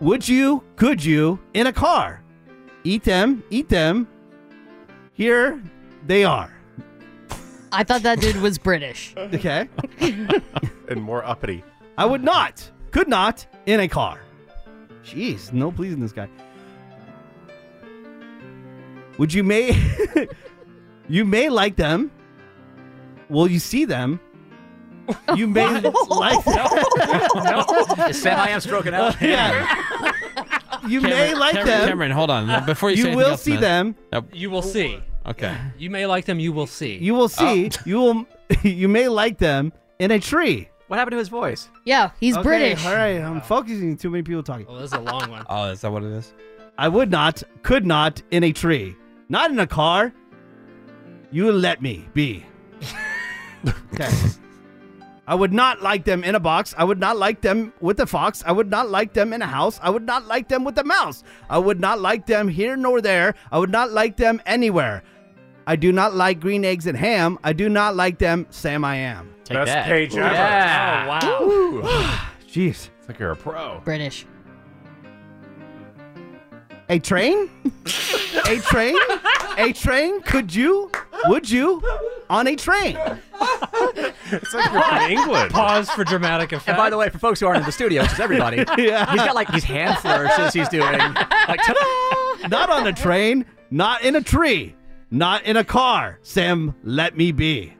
S12: Would you, could you, in a car, eat them, eat them? Here they are.
S18: I thought that dude was British.
S12: Okay.
S8: and more uppity.
S12: I would not, could not, in a car. Jeez, no pleasing this guy. Would you may, you may like them. Will you see them? You may like them.
S10: Is Sam I am stroking out?
S12: Yeah. You may
S7: Cameron-
S12: like
S7: Cameron-
S12: them.
S7: Cameron, hold on before you.
S12: You
S7: say anything
S12: will
S7: else,
S12: see
S7: man.
S12: them.
S7: Nope.
S11: You will see.
S7: Okay.
S11: You may like them. You will see.
S12: You will
S7: Oh.
S12: see. You will. You may like them in a tree.
S10: What happened to his voice?
S18: Yeah, he's
S12: Okay,
S18: British.
S12: All right, I'm focusing. Too many people talking.
S11: Oh, this is a long one.
S7: Oh, is that what it is?
S12: I would not, could not, in a tree, not in a car. You let me be. okay. I would not like them in a box. I would not like them with a fox. I would not like them in a house. I would not like them with a mouse. I would not like them here nor there. I would not like them anywhere. I do not like green eggs and ham. I do not like them. Sam, I am.
S8: Take Best that. page ever. Yeah.
S11: Oh,
S12: wow. Jeez.
S8: It's like you're a pro.
S18: British.
S12: A train? a train? A train? Could you? Would you? On a train? Oh,
S8: It's like you're in England.
S11: Pause for dramatic effect.
S10: And by the way, for folks who aren't in the studio, which is everybody,
S12: Yeah.
S10: he's got like these hand flourishes he's doing. Like, ta-da!
S12: Not on a train. Not in a tree. Not in a car. Sam, let me be.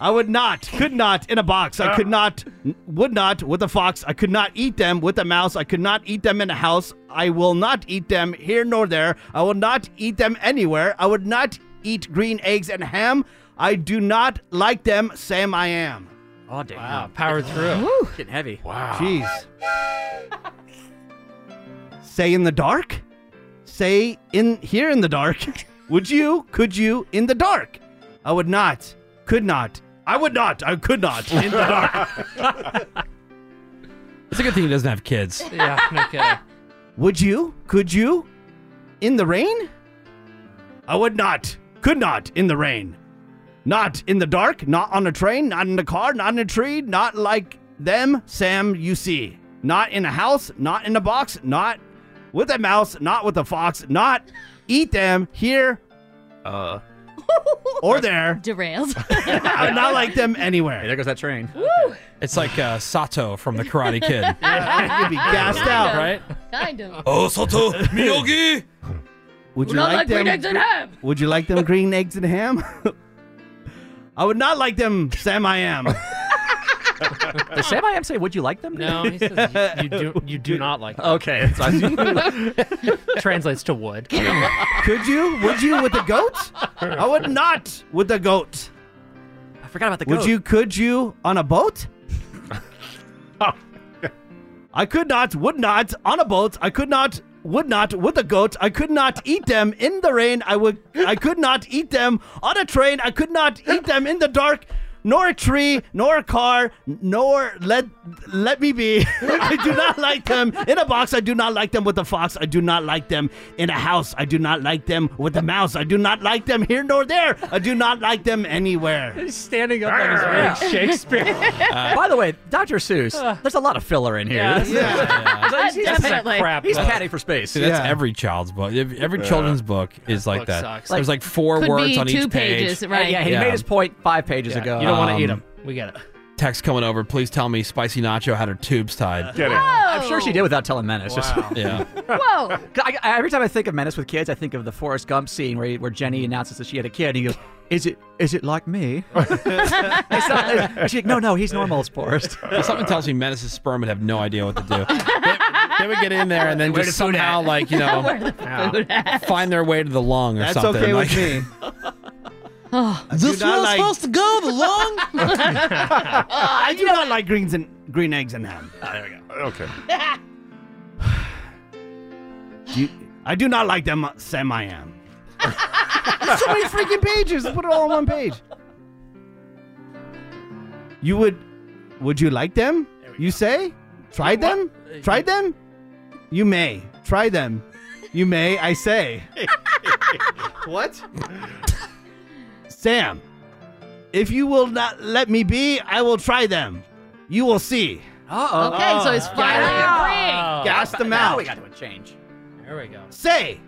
S12: I would not, could not in a box. I could not, would not with a fox. I could not eat them with a mouse. I could not eat them in a house. I will not eat them here nor there. I will not eat them anywhere. I would not eat green eggs and ham. I do not like them. Sam, I am.
S10: Oh, damn.
S11: Wow, powered through.
S10: Woo. Getting heavy. Wow.
S12: Jeez. Say in the dark? Say in here in the dark. Would you? Could you in the dark? I would not. Could not. I would not. I could not in the dark.
S7: It's a good thing he doesn't have kids.
S11: yeah, no kidding.
S12: Would you? Could you? In the rain? I would not. Could not in the rain. Not in the dark, not on a train, not in a car, not in a tree, not like them, Sam, you see. Not in a house, not in a box, not with a mouse, not with a fox, not eat them here
S10: Uh,
S12: or there.
S18: Derailed.
S12: I would not like them anywhere.
S10: there goes that train.
S7: It's like uh, Sato from the Karate Kid.
S12: You'd be gassed out,
S7: right?
S18: Kind of.
S7: Oh, Sato, Miyogi.
S18: We're
S12: Would you
S18: not
S12: like,
S18: like
S12: them?
S18: green eggs and ham.
S12: Would you like them green eggs and ham? I would not like them, Sam. I am.
S10: Does Sam I am say, would you like them?
S11: No, he says you, you do. You do not like. Them.
S10: Okay. that's what I-
S11: Translates to wood.
S12: Could you? Would you with the goat? I would not with the goat.
S10: I forgot about the
S12: Would
S10: goat.
S12: you? Could you on a boat? I could not. Would not on a boat. I could not. Would not with a goat. I could not eat them in the rain. I would. I could not eat them on a train. I could not eat them in the dark. Nor a tree, nor a car, nor let let me be. I do not like them in a box. I do not like them with a fox. I do not like them in a house. I do not like them with a mouse. I do not like them here nor there. I do not like them anywhere.
S11: He's standing up on his ring, Shakespeare.
S10: Uh, By the way, Dr. Seuss,
S11: Uh.
S10: there's a lot of filler in here.
S11: Yeah.
S10: This is- He's like, he's-
S18: That's
S10: he's-
S18: not crap,
S10: He's
S7: though.
S10: padding for space.
S7: Uh, See, that's every child's book. Ev- Every
S10: Yeah.
S7: children's book is like
S10: book
S7: that.
S10: sucks.
S7: There's like four
S18: Could
S7: words
S18: be
S7: on
S18: two
S7: each page.
S18: pages, right.
S10: Yeah, he
S7: Yeah.
S10: made his point five pages ago.
S11: You don't want to eat
S7: Um,
S11: them. We get it.
S7: text coming over. Please tell me Spicy Nacho had her tubes tied.
S10: Get it. I'm sure she did without telling Menace.
S7: yeah.
S13: Whoa!
S10: I, I- every time I think of Menace with kids, I think of the Forrest Gump scene where, he, where Jenny announces that she had a kid. And he goes, "Is it is it like me?" It's not- it's- she's like, "No, no, he's normal, it's Forrest."
S7: Something tells me Menace's sperm would have no idea what to do. they, they would get in there and then
S10: Where
S7: just
S10: the food
S7: somehow,
S10: at?
S7: like you know,
S10: Where the food at?
S7: find their way to the lung or
S10: That's
S7: something.
S10: okay with
S7: like,
S10: me.
S12: This not one's like- supposed
S10: to go the long.
S12: I do not like greens and green eggs and ham. Ah, there we go.
S8: Okay.
S12: I do not like them uh, Sam I am.
S18: so many freaking pages. Put it all on one page.
S12: You would would you like them? You say? Try them?
S10: Uh,
S12: Try them? You may. Try them. You may, I say. what? Sam, if you will not let me be, I will try them. You will see.
S10: Uh-oh. Oh.
S13: Okay, so he's finally agreeing.
S12: Gas them
S10: Now
S12: out.
S10: we got to a change.
S26: There we go.
S12: Say,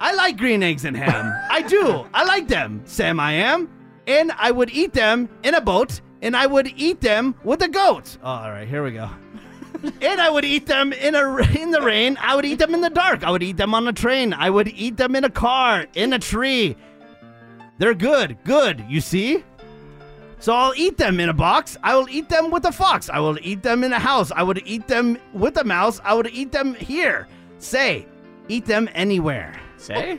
S12: I like green eggs and ham. I do. I like them, Sam. I am, and I would eat them in a boat, and I would eat them with a goat. Oh, all right, here we go. and I would eat them in a in the rain. I would eat them in the dark. I would eat them on a train. I would eat them in a car, in a tree. They're good, good. You see. So I'll eat them in a box. I will eat them with a fox. I will eat them in a house. I would eat them with a mouse. I would eat them here. Say, eat them anywhere.
S10: Say?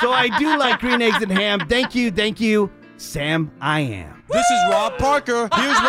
S12: so I do like green eggs and ham. Thank you, thank you, Sam. I am.
S27: This is Rob Parker. Here's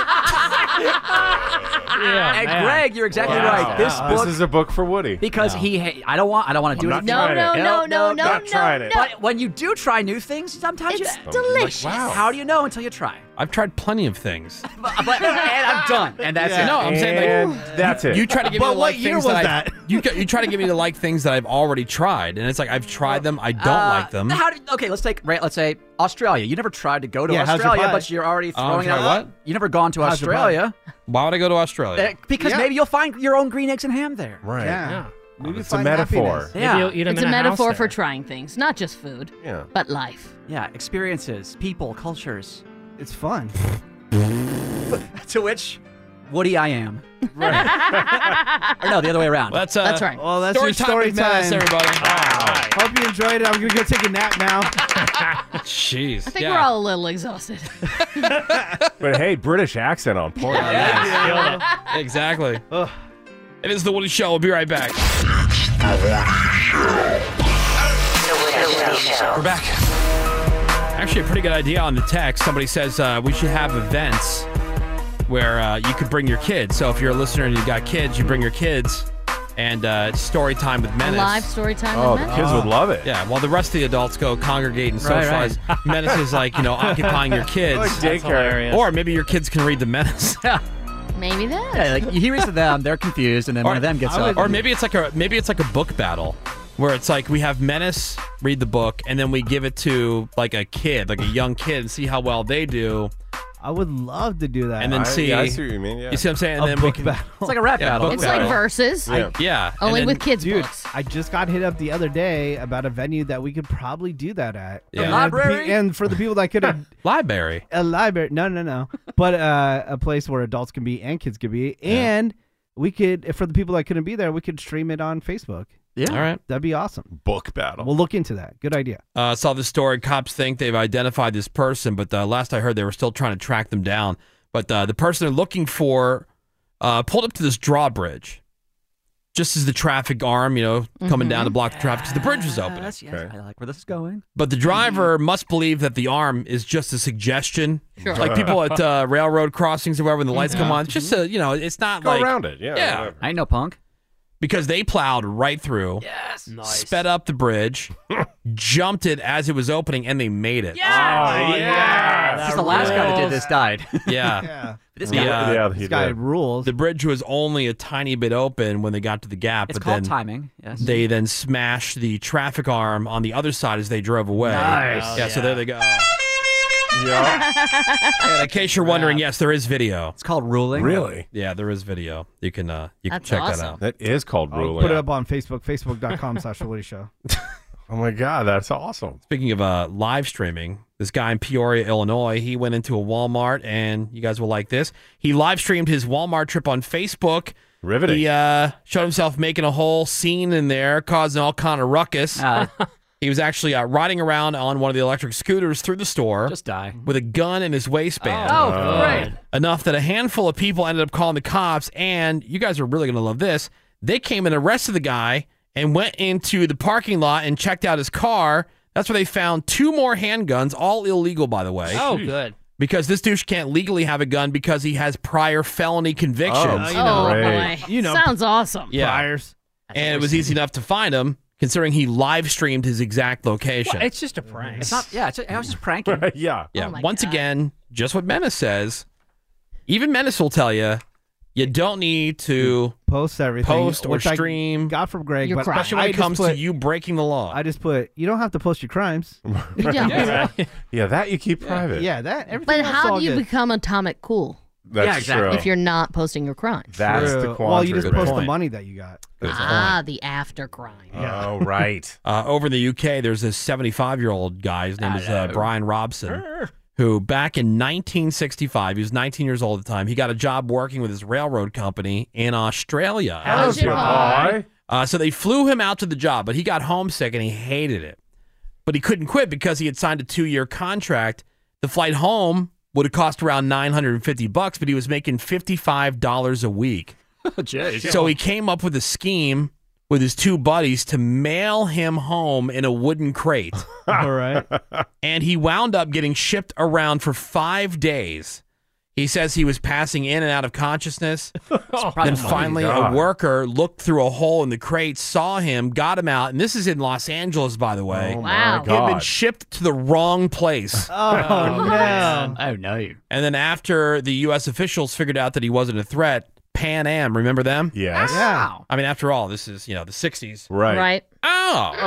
S10: and Greg, you're exactly
S8: Wow.
S10: right. This book
S8: is a book for Woody.
S10: because he ha- I don't want I don't want to do
S8: not
S10: it.
S8: trying No, it. no, no, no, Not no, trying it. no.
S10: But when you do try new things, sometimes
S13: It's
S10: you
S13: delicious.
S10: Like, wow. How do you know until you try?
S7: I've tried plenty of things.
S10: But, and I'm done. And that's it.
S7: No, I'm saying like You try to get me to like things that, I-
S10: I-
S7: you ca- you try to get me to like things that I've already tried, and it's like I've tried them. I don't
S10: Uh,
S7: like them.
S10: How did, okay, let's take right, let's say Australia. You never tried to go to
S7: Yeah, how's your
S10: Australia,
S7: pie?
S10: but you're already
S7: Oh,
S10: throwing
S7: try
S10: it
S7: what?
S10: out. You never gone to
S7: How's your pie?
S10: Australia
S7: Why would I go to
S10: uh,
S7: Australia?
S10: because
S26: Yeah.
S10: maybe you'll find your own green eggs and ham there.
S7: Right.
S26: Yeah.
S12: Maybe
S7: it's a metaphor.
S26: Maybe you'll eat them
S13: It's
S26: in
S13: a
S26: a house
S13: metaphor
S26: there.
S13: for trying things, not just food,
S8: Yeah.
S13: but life.
S10: Yeah, experiences, people, cultures.
S12: It's fun.
S10: to which Woody I am. Right. or no, the other way around.
S7: That's, uh, That's right.
S12: Well, that's your story time, Hope you enjoyed it. I'm gonna go take a nap now.
S7: Jeez.
S13: I think we're all a little exhausted.
S8: But hey, British accent on point.
S7: Exactly. It is the Woody Show. We'll be right back. We're back. Actually, a pretty good idea on the text. Somebody says uh, we should have events where uh, you could bring your kids. So if you're a listener and you've got kids, you bring your kids, and uh, it's story time with Menace.
S13: Live story time.
S8: Oh,
S7: Oh,
S13: with Matt.
S8: love it.
S7: Yeah, while the rest of the adults go congregate and
S8: Right,
S7: socialize,
S8: right.
S7: Menace is like, you know, occupying your kids.
S8: Like That's daycare. hilarious.
S7: Or maybe your kids can read the Menace.
S13: Maybe that.
S10: Yeah, like he reads to them, they're confused, and then one of them gets up.
S7: Or maybe it's like a maybe it's like a book battle where it's like we have Menace read the book and then we give it to like a kid, like a young kid, and see how well they do.
S12: I would love to do that.
S7: And then see,
S8: I see what you mean. Yeah.
S7: see what I'm saying? And
S12: A
S7: then we
S12: book
S7: can,
S12: battle.
S10: It's like a rap
S7: Yeah,
S10: battle.
S7: book
S13: It's like
S7: battle.
S13: verses.
S7: Yeah. Yeah, and
S13: Only
S7: then-
S13: with kids'
S12: Dude,
S13: books.
S12: I just got hit up the other day about a venue that we could probably do that at.
S7: Yeah.
S12: And,
S7: Library?
S12: and for the people that could have
S7: Library.
S12: a library. No, no, no. But uh, a place where adults can be and kids can be. And we could, for the people that couldn't be there, we could stream it on Facebook.
S10: Yeah.
S7: All right.
S12: That'd be awesome.
S8: Book battle.
S12: We'll look into that. Good idea.
S7: Uh, saw this story. Cops think they've identified this person, but uh, last I heard, they were still trying to track them down. But uh, the person they're looking for uh, pulled up to this drawbridge, just as the traffic arm, you know,
S13: Mm-hmm.
S7: coming down to block the traffic because the bridge was open.
S10: Uh, Yes, yes, I like where this is going.
S7: But the driver must believe that the arm is just a suggestion,
S10: Sure.
S7: like people at uh, railroad crossings or wherever, when the lights come
S10: Yeah.
S7: on. It's just a, you know, it's not
S8: Go
S7: like
S8: around it, yeah,
S7: yeah.
S8: whatever.
S10: I ain't no punk.
S7: Because they plowed right through. Yes. Sped up the bridge, jumped it as it was opening, and they made it.
S10: Oh, yeah. This is the last guy that did this died.
S7: Yeah.
S10: Yeah.
S7: This
S10: guy- Yeah,
S12: this guy rules.
S7: The bridge was only a tiny bit open when they got to the gap.
S10: It's
S7: but
S10: called
S7: then
S10: timing, yes.
S7: They then smashed the traffic arm on the other side as they drove away.
S10: Nice.
S7: Yeah, so
S10: Yeah.
S7: there they go. And in case you're wondering, yes, there is video. It's
S10: called ruling.
S8: Really?
S7: Yeah, there is video. You can uh, you
S13: That's
S7: can check
S13: awesome.
S7: that out.
S8: That is called
S12: I'll put it up on Facebook, facebook.com slash Woody Show.
S8: Oh my God, that's awesome.
S7: Speaking of uh, live streaming, this guy in Peoria, Illinois, he went into a Walmart, and you guys will like this. He live streamed his Walmart trip on Facebook.
S8: Riveting.
S7: He uh, showed himself making a whole scene in there, causing all kind of ruckus. he was actually uh, riding around on one of the electric scooters through the store. Just
S28: die.
S7: With a gun in his waistband.
S15: Oh, Oh, great.
S7: Enough that a handful of people ended up calling the cops, and you guys are really going to love this. They came and arrested the guy and went into the parking lot and checked out his car. That's where they found two more handguns, all illegal, by the way.
S11: Oh, Jeez. good.
S7: Because this douche can't legally have a gun because he has prior felony convictions.
S13: Oh, boy. Sounds awesome.
S7: Priors. And it was easy enough to find him, considering he live streamed his exact location.
S11: It's just a prank.
S10: It's not. Yeah, it's, I was just pranking. Oh,
S8: yeah.
S7: yeah. Once again, just what Menace says. Even Menace will tell you, you don't need to
S12: post everything,
S7: post or
S12: which I
S7: stream.
S12: got from Greg,
S7: You're
S12: but
S7: correct. Especially when
S12: I
S7: it
S12: just
S7: comes to
S12: put-
S7: you breaking the law.
S12: I just put you don't have to post your crimes.
S8: Yeah. yeah, that you keep private.
S12: Yeah, that. Everything
S13: But
S12: else is
S13: how
S12: all
S13: do you
S12: good.
S13: become atomic cool?
S8: That's Yeah, exactly. true.
S13: If you're not posting your crimes.
S8: That's the
S12: True.
S8: quandary.
S12: Well, you just post the
S7: point.
S12: money that you got.
S13: ah, the after crime.
S8: Oh, right.
S7: Uh, over in the UK, there's this 75 year old guy. His name is uh, Brian Robson, who back in 1965, he was 19 years old at the time, he got a job working with his railroad company in Australia.
S15: Hello, Goodbye. Goodbye.
S7: Uh, so they flew him out to the job, but he got homesick and he hated it. But he couldn't quit because he had signed a two year contract. The flight home would have cost around 950 bucks, but he was making $55 a week. So he came up with a scheme with his two buddies to mail him home in a wooden crate.
S12: All right.
S7: and he wound up getting shipped around for five days. He says he was passing in and out of consciousness. then finally, a
S15: God.
S7: worker looked through a hole in the crate, saw him, got him out. And this is in Los Angeles, by the way.
S15: Oh, my Wow.
S7: He had been
S15: God.
S7: shipped to the wrong place.
S15: Oh, no.
S10: Oh no.
S7: And then after the U.S. officials figured out that he wasn't a threat, Pan Am, remember them?
S8: Yes.
S7: Yeah. I mean, after all, this is you know the '60s,
S8: Right.
S13: Right.
S7: Oh.
S10: Oh.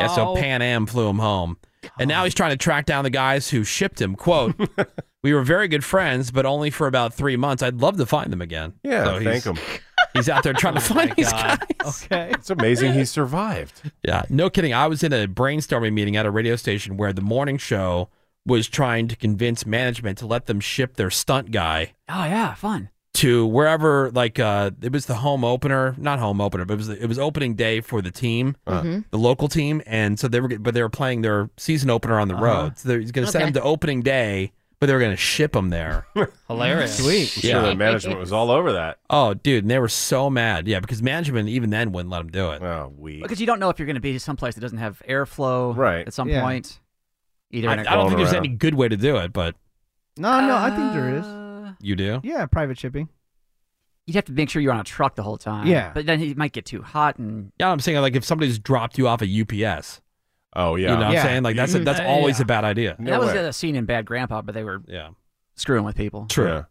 S7: Yeah. So
S8: Oh.
S7: Pan Am flew him home, and now he's trying to track down the guys who shipped him. "Quote: We were very good friends, but only for about three months. I'd love to find them again."
S8: Yeah,
S7: So he's-
S8: thank him.
S7: He's out there trying
S8: Oh
S7: to find these guys.
S12: Okay.
S8: It's amazing he survived.
S7: Yeah, no kidding. I was in a brainstorming meeting at a radio station where the morning show was trying to convince management to let them ship their stunt guy
S10: Oh yeah, fun.
S7: to wherever like uh it was the home opener not home opener but it was it was opening day for the team
S8: Uh-huh.
S10: Mhm.
S7: the local team and so they were but they were playing their season opener
S8: Uh-huh.
S7: on the road so they're going to send
S8: Okay.
S7: them to opening day but they were going to ship them there
S8: Hilarious. Sweet. I'm sure the management was all over that
S7: oh dude and they were so mad yeah because management even then wouldn't let them do it
S8: oh we
S10: Because you don't know if you're going to be someplace that doesn't have airflow. Right. At some
S7: Yeah.
S10: point. Either
S7: I,
S10: in a
S7: I don't think there's
S10: around.
S7: any good way to do it but
S12: No, no, I think
S13: Oh.
S12: there is.
S7: you do
S12: Yeah, private shipping.
S10: Uh, You'd have to make sure you're on a truck the whole time.
S7: Yeah.
S10: But then it might get too hot and.
S7: yeah i'm saying like if somebody's dropped you off at ups
S8: oh yeah
S7: you know what i'm
S10: Yeah.
S7: saying like that's a,
S10: Mhm.
S7: that's
S10: Uh,
S7: always
S10: yeah.
S7: a bad idea
S10: that was a scene in Bad Grandpa, but they were
S7: yeah
S10: screwing with people.
S7: True.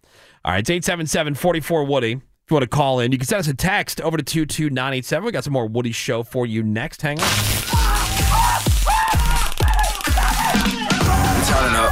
S7: All right, it's 877 44 Woody. If you want to call in, you can send us a text over to 22987. We got some more Woody show for you next. Hang on.
S18: Turn up.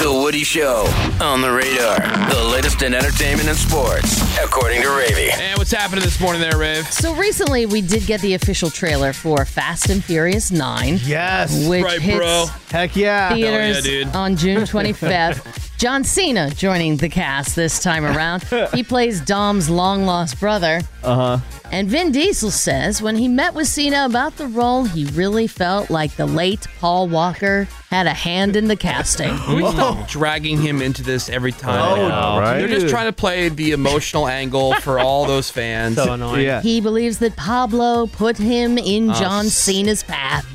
S18: The Woody Show on the radar. The latest in entertainment and sports, according to Ravy.
S7: And what's happening this morning there, Rave?
S13: So recently, we did get the official trailer for Fast and Furious 9.
S12: Yes.
S13: Which
S12: Right,
S13: hits
S12: bro. Heck yeah.
S13: Theaters
S12: Hell yeah, dude.
S13: on June 25th. John Cena joining the cast this time around. He plays Dom's long lost brother.
S12: Uh huh.
S13: And Vin Diesel says when he met with Cena about the role, he really felt like the late Paul Walker had a hand in the casting.
S7: We stop dragging him into this every time.
S15: Oh,
S7: now.
S15: right.
S7: They're just trying to play the emotional angle for all those fans.
S15: So annoying.
S13: He believes that Pablo put him in
S12: Ah,
S7: Oh,
S13: John
S7: s-
S13: Cena's path.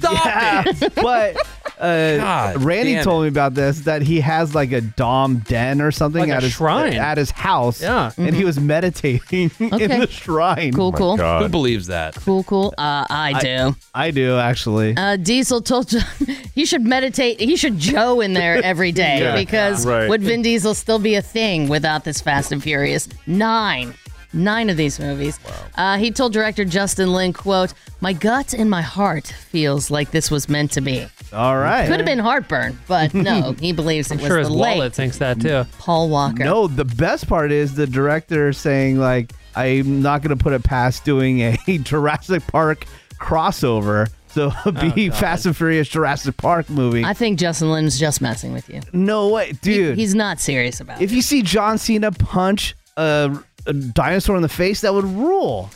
S12: but uh,
S7: God
S12: Randy
S7: damn
S12: told me about this that he has like a dom den or something
S7: Like a
S12: at his
S7: shrine.
S12: at his house.
S7: Yeah.
S12: and
S7: Mhm.
S12: he was meditating
S13: Okay.
S12: in the shrine.
S13: Cool, Oh my cool. God.
S7: Who believes that?
S13: Cool, cool. Uh, I do.
S12: I do actually.
S13: Uh, Diesel told John he should meditate. He should Joe in there every day
S12: Yeah.
S13: because
S12: Right.
S13: would Vin Diesel still be a thing without this Fast and Furious nine? Nine of these movies. Uh, he told director Justin Lin, "quote My gut and my heart feels like this was meant to be.
S12: All right.
S13: Could have been heartburn, but no. he believes it
S11: I'm
S13: was
S11: sure
S13: the
S11: his
S13: late
S11: wallet thinks that too.
S13: Paul Walker.
S12: No, the best part is the director saying like, "I'm not going to put it past doing a Jurassic Park crossover. So it'd be
S13: Oh, God.
S12: Fast and Furious Jurassic Park movie.
S13: I think Justin Lin's just messing with you.
S12: No way, dude.
S13: he's not serious about
S12: if you see John Cena punch a, a dinosaur in the face, that would rule.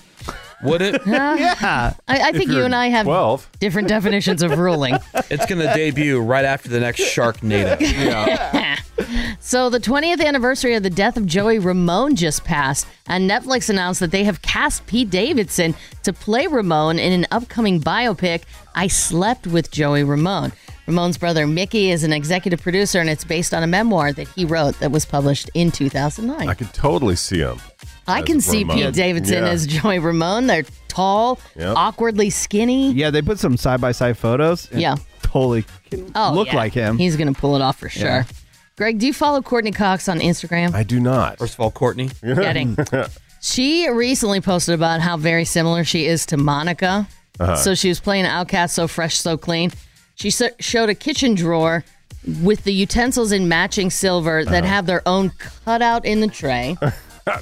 S7: Would it?
S12: yeah.
S13: I, I think you and I have different definitions of ruling.
S7: It's going to debut right after the next Sharknado.
S13: So, the 20th anniversary of the death of Joey Ramone just passed, and Netflix announced that they have cast Pete Davidson to play Ramone in an upcoming biopic, I Slept with Joey Ramone. Ramone's brother Mickey is an executive producer, and it's based on a memoir that he wrote that was published in 2009.
S8: I could totally see him.
S13: I
S8: as
S13: can see
S8: Ramon.
S13: Pete Davidson
S8: Yeah.
S13: as Joey Ramone. They're tall,
S12: Yep.
S13: awkwardly skinny.
S12: Yeah, they put some side by side photos. and
S13: Yeah.
S12: Totally can
S13: Oh,
S12: look
S13: yeah.
S12: like him.
S13: He's going to pull it off for sure.
S12: Yeah.
S13: Greg, do you follow Courtney Cox on Instagram?
S8: I do not.
S7: First of all, Courtney.
S13: Getting. She recently posted about how very similar she is to Monica.
S19: Uh-huh.
S13: So she was playing Outcast, so fresh, so clean. She so- showed a kitchen drawer with the utensils in matching silver that
S8: Uh-huh.
S13: have their own cutout in the tray.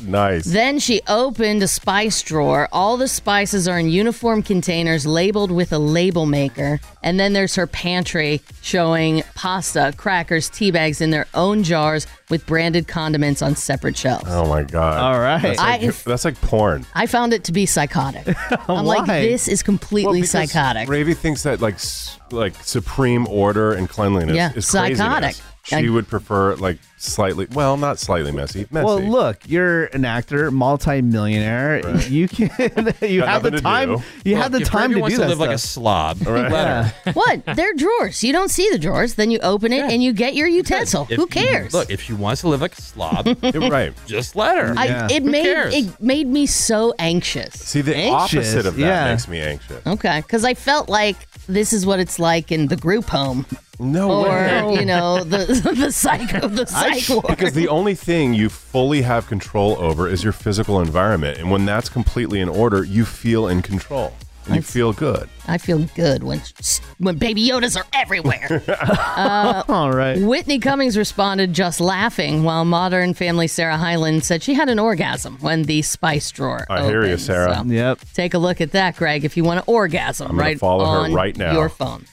S8: nice.
S13: Then she opened a spice drawer. All the spices are in uniform containers labeled with a label maker. And then there's her pantry showing pasta, crackers, tea bags in their own jars with branded condiments on separate shelves.
S8: Oh my god! All
S12: right,
S8: that's like,
S13: I-
S8: that's like porn.
S13: I found it to be psychotic. I'm like,
S8: Why?
S13: this is completely psychotic.
S8: Ravy thinks that like s- like supreme order and cleanliness
S13: Yeah,
S8: is
S13: psychotic.
S8: Craziness.
S13: I-
S8: She would prefer like slightly, well, not slightly messy, messy.
S12: Well, look, you're an actor, multi-millionaire. You can, you
S8: Got
S12: have
S8: nothing
S12: the
S8: to
S12: time.
S8: do.
S12: You have the
S7: if
S12: time
S7: Ruby
S12: to
S7: wants
S12: do
S7: to
S12: that.
S7: live like a
S12: stuff.
S7: slob.
S12: Right.
S7: let her.
S13: what? They're drawers. You don't see the drawers. Then you open it and you get your utensil.
S7: If
S13: Who
S7: she-
S13: cares?
S7: look, if she wants to live like a slob,
S13: You're right.
S7: Just let her.
S13: I, It
S7: Who
S13: made
S7: cares?
S13: it made me so anxious.
S8: See, the
S13: Anxious,
S8: opposite of that
S13: yeah.
S8: makes me anxious.
S13: Okay, because I felt like this is what it's like in the group home.
S8: No,
S13: or
S8: way.
S13: you know the the psycho the psych ward.
S8: Because the only thing you fully have control over is your physical environment, and when that's completely in order, you feel in control. And you feel good.
S13: I feel good when when baby Yodas are everywhere. Uh,
S12: All right.
S13: Whitney Cummings responded just laughing, while Modern Family Sarah Hyland said she had an orgasm when the spice drawer.
S8: I hear you,
S13: opened.
S8: Sarah.
S13: So
S12: Yep.
S13: Take a look at that, Greg, if you want to orgasm.
S8: I'm gonna
S13: right
S8: follow her
S13: on
S8: right now.
S13: Your phone.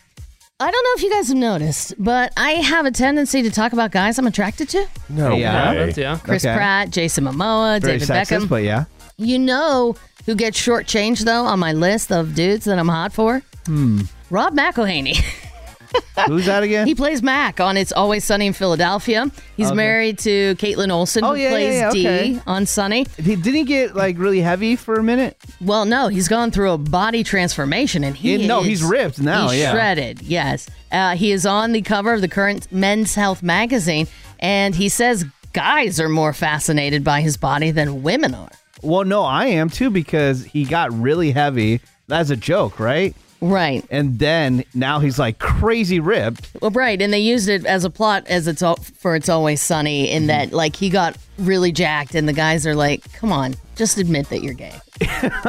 S13: I don't know if you guys have noticed, but I have a tendency to talk about guys I'm attracted to.
S8: No
S12: Yeah.
S8: way.
S12: That's- yeah.
S13: Chris
S12: Okay.
S13: Pratt, Jason Momoa,
S12: Very
S13: David
S12: sexist,
S13: Beckham.
S12: but yeah.
S13: You know who gets shortchanged though on my list of dudes that I'm hot for?
S12: Hmm.
S13: Rob McElhaney.
S12: Who's that again?
S13: he plays Mac on It's Always Sunny in Philadelphia. He's
S12: Okay.
S13: married to Caitlin Olsen,
S12: Oh,
S13: who
S12: yeah, yeah,
S13: plays
S12: yeah, okay.
S13: D on Sunny.
S12: Didn't he get like really heavy for a minute?
S13: Well, no, he's gone through a body transformation, and he
S12: Yeah, no,
S13: is-
S12: he's ripped now,
S13: He's
S12: yeah.
S13: shredded. Yes, uh, he is on the cover of the current Men's Health magazine, and he says guys are more fascinated by his body than women are.
S12: Well, no, I am too because he got really heavy. That's a joke, right?
S13: Right.
S12: And then now he's like crazy ripped.
S13: Well, right, and they used it as a plot as it's all for it's always sunny
S19: Mm-hmm.
S13: in that like he got really jacked, and the guys are like, "Come on, just admit that you're gay, just be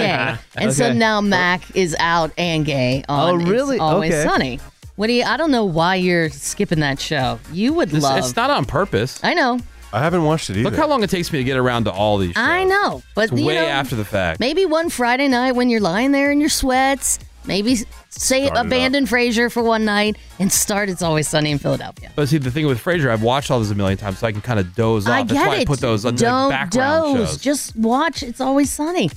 S13: gay." And so
S19: Okay.
S13: now Mac is out and gay on
S19: Oh, really?
S13: It's Always
S19: Okay.
S13: Sunny. Woody, I don't know why you're skipping that show. You would
S7: It's-
S13: love.
S7: it's not on purpose.
S13: I know,
S8: I haven't watched it either.
S7: Look how long it takes me to get around to all these. Shows.
S13: I know, but
S7: It's
S13: you
S7: way
S13: know,
S7: after the fact.
S13: Maybe one Friday night when you're lying there in your sweats, maybe say
S7: Start it up.
S13: abandon Frasier for one night and start It's Always Sunny in Philadelphia.
S7: But see, the thing with Frasier, I've watched all this a million times, so I can kind of doze off.
S13: I
S7: That's
S13: get
S7: why
S13: it.
S7: I put those on like,
S13: Don't
S7: background
S13: doze.
S7: shows.
S13: Just watch. It's always sunny.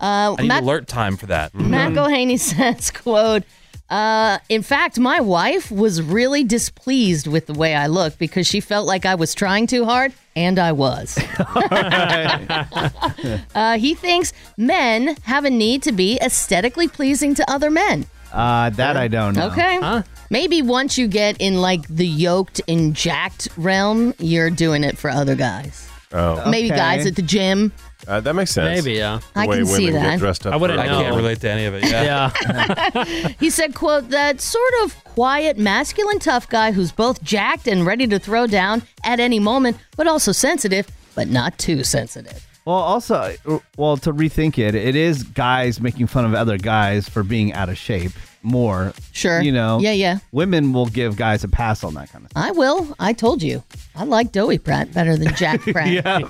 S13: Uh,
S7: I need
S13: Matt,
S7: alert time for that. Mm-hmm.
S13: Matt Gohaney says, "Quote." Uh, in fact, my wife was really displeased with the way I looked because she felt like I was trying too hard, and I was. uh, he thinks men have a need to be aesthetically pleasing to other men.
S12: Uh, that I
S7: Oh,
S12: don't know.
S13: Okay. Maybe once you get in like the yoked and jacked realm, you're doing it for other guys.
S8: Oh.
S13: Maybe guys at the gym.
S8: Uh, that makes sense.
S2: Maybe, yeah.
S8: The
S13: I
S8: way
S13: can see
S8: women
S13: that.
S8: Get dressed up
S2: I wouldn't
S8: for-
S2: know. I can't
S7: relate to any of it. Yeah.
S13: He said, quote, that sort of quiet, masculine, tough guy who's both jacked and ready to throw down at any moment, but also sensitive, but not too sensitive.
S12: Well, also, well, to rethink it, it is guys making fun of other guys for being out of shape more.
S13: Sure.
S12: You know.
S13: Yeah, yeah.
S12: Women will give guys a pass on that kind of.
S13: I will. I told you. I like Doey Pratt better than Jack Pratt.
S12: Yeah.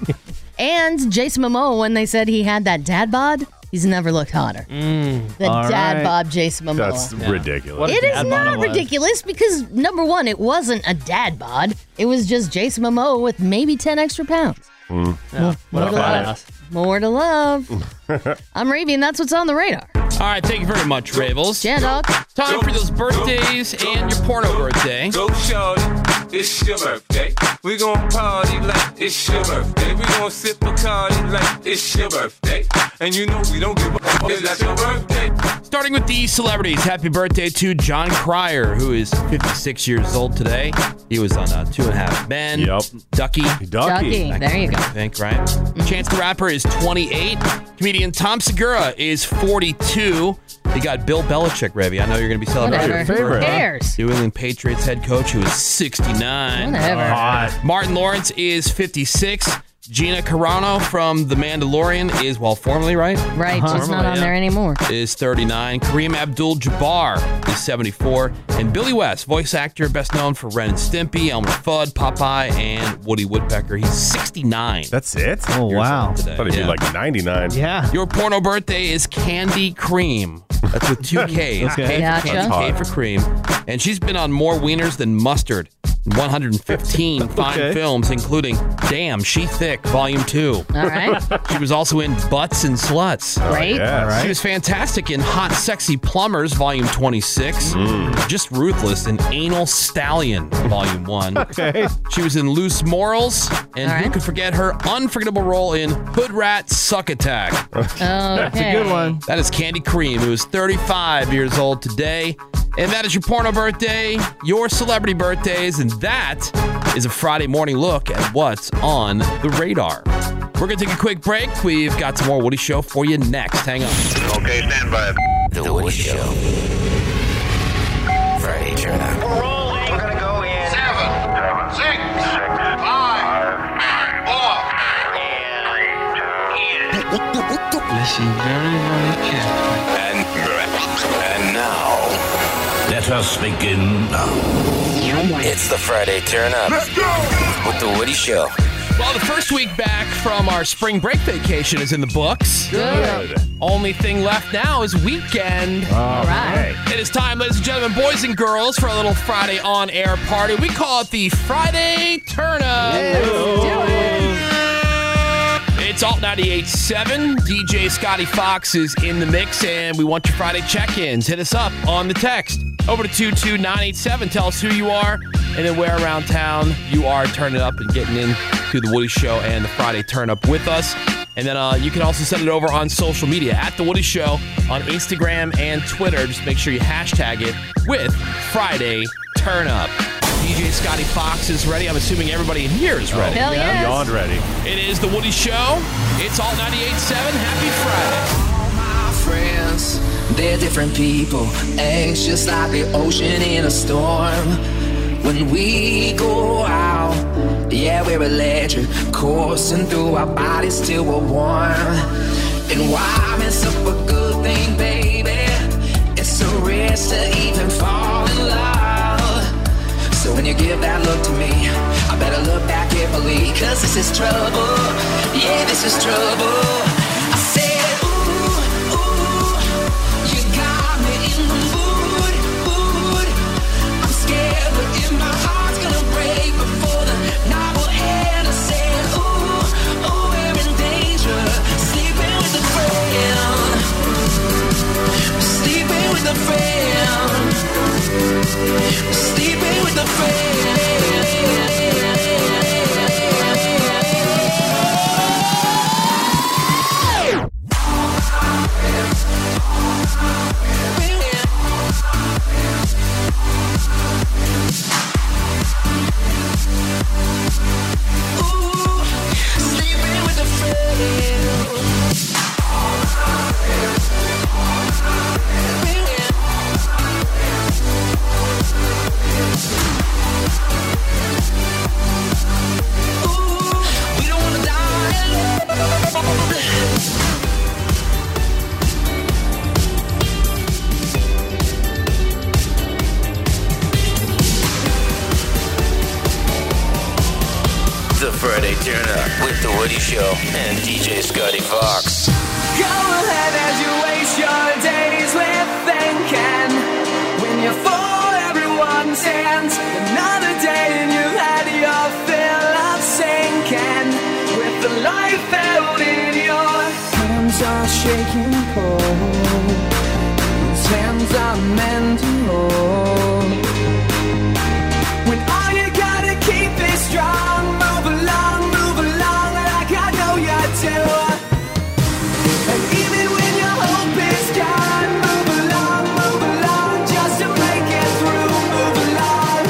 S13: And Jason Momoa, when they said he had that dad bod, He's never looked hotter than
S8: Mm. All
S13: Dad
S8: right.
S13: Bob Jason Momoa.
S8: That's Yeah. ridiculous. What a
S13: It is
S8: dad bod
S13: not
S8: it was.
S13: ridiculous because number one, it wasn't a dad bod. It was just Jason Momoa with maybe ten extra pounds.
S8: Hmm.
S7: Yeah.
S13: More to love. More to love. I'm Ravi, and that's what's on the radar.
S7: All right, thank you very much, Ravels.
S13: Yeah, dog.
S7: Time for those birthdays and your porno birthday.
S15: Go shorty, it's your birthday. We gon' party like it's your birthday. We gon' sip a card like it's your birthday. And you know we don't give a fuck. It's not your birthday.
S7: Starting with the celebrities, happy birthday to John Cryer, who is 56 years old today. He was on uh, Two and a Half Men. Yep. Ducky. Ducky.
S13: Ducky, there you go.
S7: I think, right? Chance the Rapper is 28. Comedian Tom Segura is 42. You got Bill Belichick, Revy. I know you're going to be celebrating.
S13: Whatever. Who cares?
S7: New England Patriots head coach, who is 69.
S13: Whatever.
S7: Hot. Martin Lawrence is 56. Gina Carano from The Mandalorian is, well, formerly, right?
S13: Right, she's not
S7: Formerly,
S13: on
S7: yeah
S13: there anymore.
S7: is 39. Kareem Abdul-Jabbar is 74. And Billy West, voice actor, best known for Ren and Stimpy, Elmer Fudd, Popeye, and Woody Woodpecker. He's 69.
S8: That's it? Oh,
S7: wow.
S8: I thought it'd be like 99.
S7: Yeah. Your porno birthday is Candy Cream. That's with two K's.
S8: Okay.
S7: K for
S8: Gotcha.
S7: Candy, K for Cream. And she's been on more wieners than mustard. 115 fine
S11: Okay.
S7: films, including Damn, She Thick, Volume 2.
S11: All right.
S7: she was also in Butts and Sluts.
S11: Oh, Great. yes. All right.
S7: She was fantastic in Hot Sexy Plumbers, Volume 26.
S11: Mm.
S7: Just Ruthless in Anal Stallion, Volume 1.
S11: Okay.
S7: She was in Loose Morals, and
S11: All
S7: who
S11: right.
S7: could forget her unforgettable role in Hood Rat Suck Attack?
S11: Oh, That's a good one.
S7: That is Candy Cream, who is 35 years old today. And that is your porno birthday, your celebrity birthdays, and that is a Friday morning look at what's on the radar. We're going to take a quick break. We've got some more Woody Show for you next. Hang on.
S15: Okay, stand by. The Woody Show. Friday, turn up. We're rolling. We're gonna go in. Seven. Six. Five.
S19: Listen very, very carefully. And, and now, let us begin. It's the Friday Turn Up. Let's go! With The Woody Show.
S7: Well, the first week back from our spring break vacation is in the books.
S19: Good.
S7: Only thing left now is weekend.
S19: All right.
S7: It is time, ladies and gentlemen, boys and girls, for a little Friday on air party. We call it the Friday Turn Up. It's Alt 98.7. DJ Scotty Fox is in the mix, and we want your Friday check ins. Hit us up on the text over to 22987. Tell us who you are and then where around town you are turning up and getting in to the Woody Show and the Friday Turn Up with us. And then uh, you can also send it over on social media at The Woody Show on Instagram and Twitter. Just make sure you hashtag it with Friday Turn Up. DJ Scotty Fox is ready. I'm assuming everybody in here is ready.
S8: Hell yeah. Beyond ready.
S7: It is The Woody Show. It's all 98.7. Happy Friday.
S18: my friends, they're different people, anxious like the ocean in a storm. When we go out, yeah, we're electric, coursing through our bodies till we're warm. And why mess up a good thing, baby? It's a risk to even fall in love. So when you give that look to me, I better look back carefully, cause this is trouble. Yeah, this is trouble. I said, ooh, ooh, you got me in the mood, mood. I'm scared, but if my heart's gonna break before the night will end, I said, ooh, ooh, we're in danger. Sleeping with a friend. Sleeping with a friend. Sleeping with a friend. Sleeping with a friend.
S15: The Friday Turn Up with The Woody Show and DJ Scotty Fox.
S18: Go ahead as you waste your days with thinking. When you're full, everyone's hands. Another day and you've had your fill of sinking. With the life held in your hands are shaking cold. These hands are meant to hold. When all you gotta keep is strong, move along, move along like I know you do. And even when your hope is gone, move along, move along, just to make it through. Move along.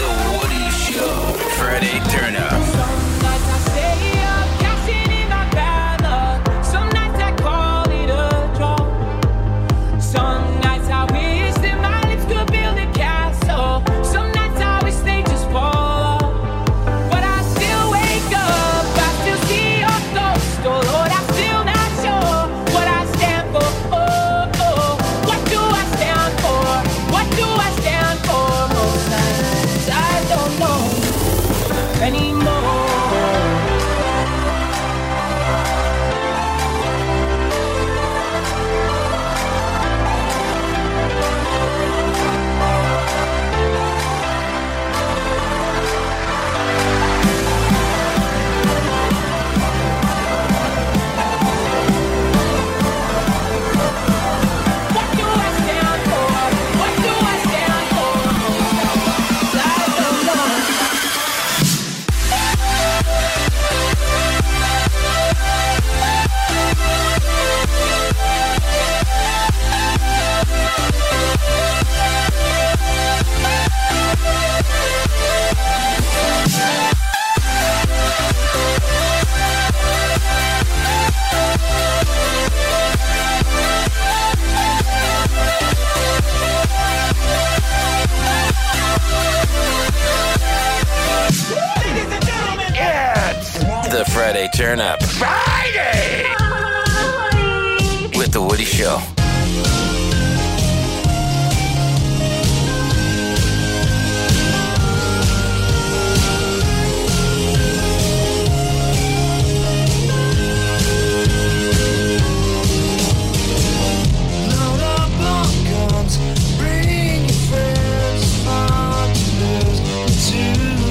S29: The Woody Show. Friday turn up.
S17: Oh, Oh,
S18: I don't know anymore.
S29: The Friday turn up
S18: Friday!
S29: with The Woody Show.
S18: Load up on guns, bring your friends, fun to lose, to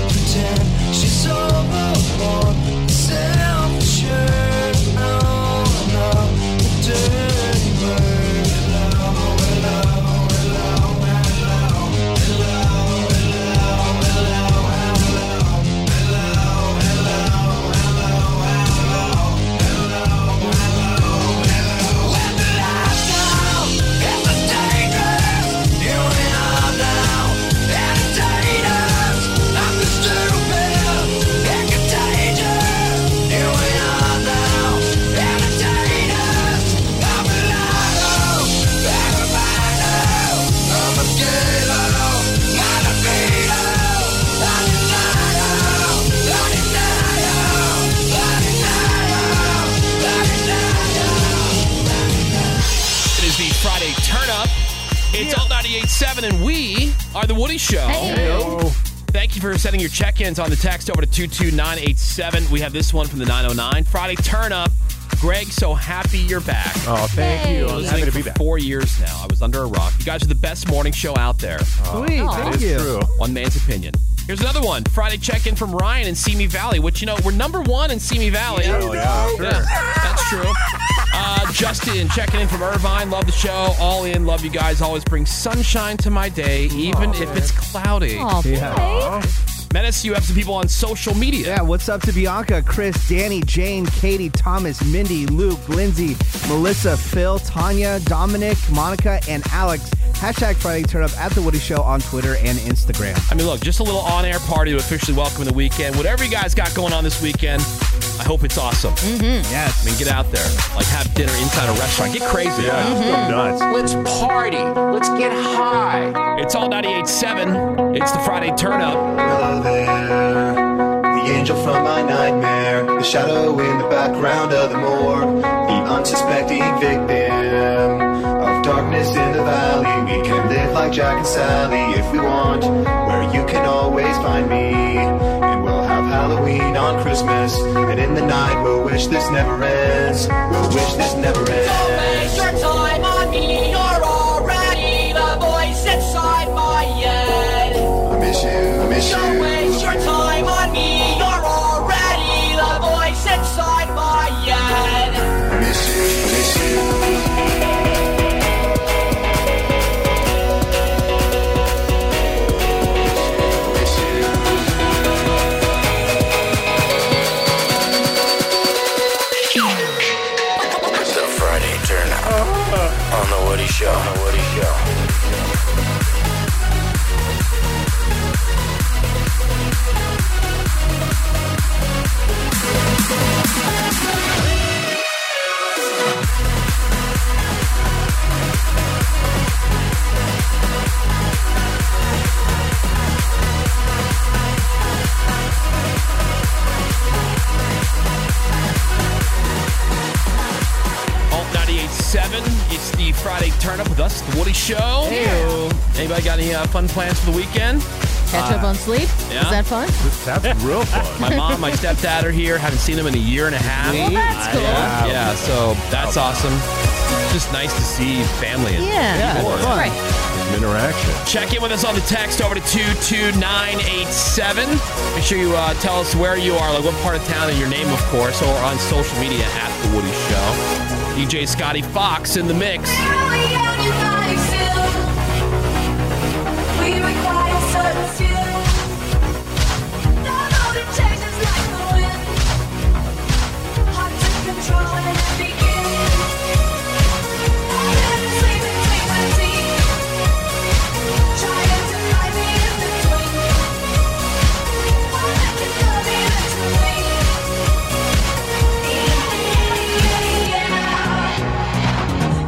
S18: pretend she's overboard, self-assured, no, no, the dirty bird. Hello, hello, hello, hello, hello, hello, hello,
S7: It is the Friday Turn Up. It's Alt 98.7, and we are The Woody Show. Thank you for sending your check ins on the text over to 22987. We have this one from the 909. Friday Turn Up. Greg, so happy you're back.
S8: Oh, thank you. Yay. I was happy to be
S7: for
S8: back.
S7: Four years now. I was under a rock. You guys are the best morning show out there.
S8: Sweet, Aw. thank
S7: That is
S8: you.
S7: true. One man's opinion. Here's another one. Friday check in from Ryan in Simi Valley, which, you know, we're number one in Simi Valley.
S8: Oh, yeah, sure.
S7: that's true. Uh, Justin checking in from Irvine. Love the show. All in. Love you guys. Always bring sunshine to my day, even if it's cloudy.
S8: Aw, Yeah.
S7: Menace, you have some people on social media.
S12: Yeah, what's up to Bianca, Chris, Danny, Jane, Katie, Thomas, Mindy, Luke, Lindsay, Melissa, Phil, Tanya, Dominic, Monica, and Alex. Hashtag Friday Turn Up at The Woody Show on Twitter and Instagram.
S7: I mean, look, just a little on air party to officially welcome the weekend. Whatever you guys got going on this weekend, I hope it's awesome.
S13: Mm-hmm.
S7: Yes. I mean, get out there. Like, have dinner inside a restaurant. Get crazy.
S30: Yeah, Mhm. go nuts.
S7: Let's party. Let's get high. It's all 98.7. It's the Friday turn up.
S15: The angel from my nightmare, the shadow in the background of the moor, the unsuspecting victim of darkness in the valley. We can live like Jack and Sally if we want, where you can always find me. And we'll have Halloween on Christmas, and in the night we'll wish this never ends. We'll wish this never ends.
S18: Waste your time on me, you're already the voice inside my head.
S15: I miss you, I miss you.
S18: Don't waste your time on me, you're already the voice inside my head.
S15: I miss you, I miss you.
S31: The Friday Turn Up on the Woody Show. On the Woody Show.
S7: Alt 98.7. It's the Friday turn up with us, The Woody Show. Anybody got any uh, fun plans for the weekend?
S13: Catch up
S7: Uh,
S13: on sleep.
S7: yeah.
S13: Is that fun?
S7: That's real fun. my mom, my stepdad are here. Haven't seen them in a year and a half.
S13: Well, that's cool.
S7: Yeah, yeah, so that's awesome. It's just nice to see family and
S13: Yeah. Yeah,
S7: people
S13: that's
S7: and
S13: right.
S7: interaction. Check in with us on the text over to 22987. Make sure you uh, tell us where you are, like what part of town and your name, of course, or on social media at The Woody Show. DJ Scotty Fox in the mix.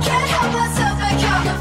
S32: Can't help myself, I can't.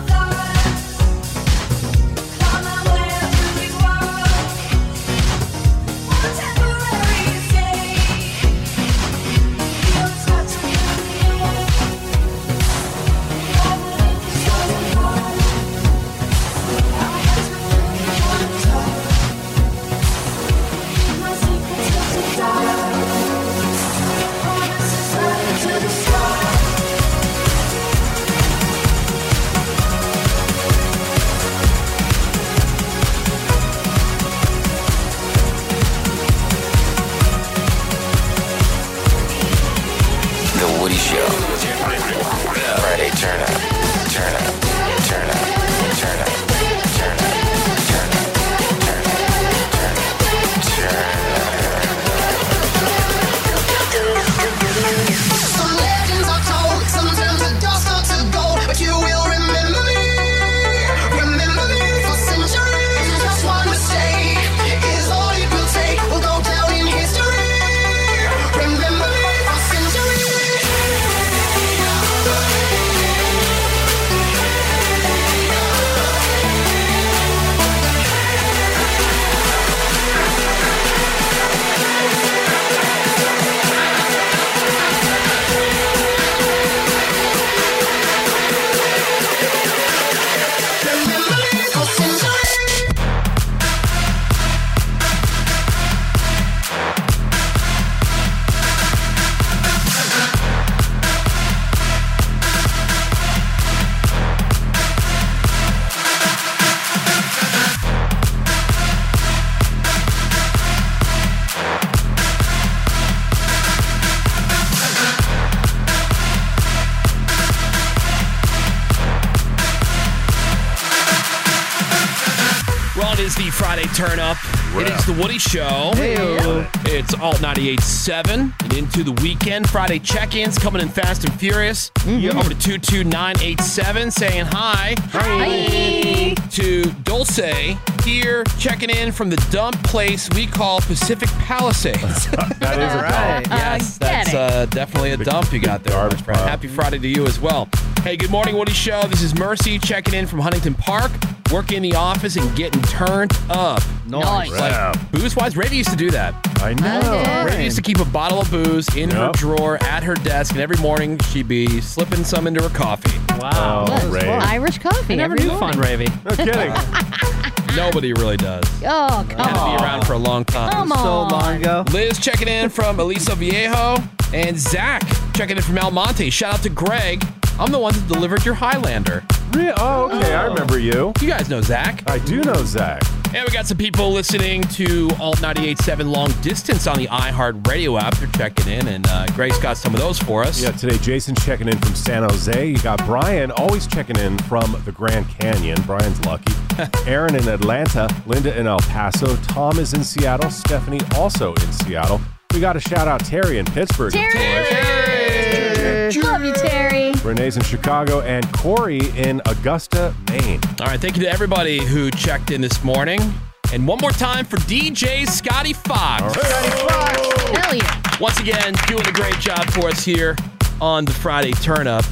S7: That is the Friday turn up. It is the Woody Show. It's Alt 987 and into the weekend. Friday check ins coming in fast and furious. Over to 22987 saying hi. Hi. To Dulce here, checking in from the dump place we call Pacific Palisades. that
S23: is a dump. Right.
S7: Yes,
S23: I get
S7: that's
S23: it.
S7: uh, definitely a dump you got there. Garbage Happy Friday to you as well. Hey, good morning, Woody Show. This is Mercy checking in from Huntington Park, working in the office and getting turned up.
S23: Nice.
S7: Like, booze wise, Ravi used to do that. I
S23: know.
S7: Ravi used to keep a bottle of booze in her
S23: Yep.
S7: drawer at her desk, and every morning she'd be slipping some into her coffee. Wow.
S23: Oh,
S13: Irish coffee.
S7: I never
S13: every
S7: knew fun,
S13: morning.
S7: Ravi. No kidding. Nobody really does.
S13: Oh, come
S7: Had to
S13: on.
S7: be around for a long time.
S13: Come So on. long
S7: ago. Liz checking in from Elisa Viejo and Zach checking in from El Monte. Shout out to Greg. I'm the one that delivered your Highlander.
S8: Really? Oh, okay. I remember you.
S7: You guys know Zach.
S8: I do know Zach.
S7: And we got some people listening to Alt 98.7 Long Distance on the iHeart Radio app. They're checking in, and uh, Grace got some of those for us.
S8: Yeah, today Jason's checking in from San Jose. You got Brian always checking in from the Grand Canyon. Brian's lucky. Aaron in Atlanta, Linda in El Paso, Tom is in Seattle, Stephanie also in Seattle. We got to shout out Terry in Pittsburgh.
S13: Love you, Terry.
S8: Renee's in Chicago and Corey in Augusta, Maine.
S7: All right, thank you to everybody who checked in this morning. And one more time for DJ Scotty Fox.
S13: Hell yeah.
S7: Once again, doing a great job for us here on the Friday Turn Up.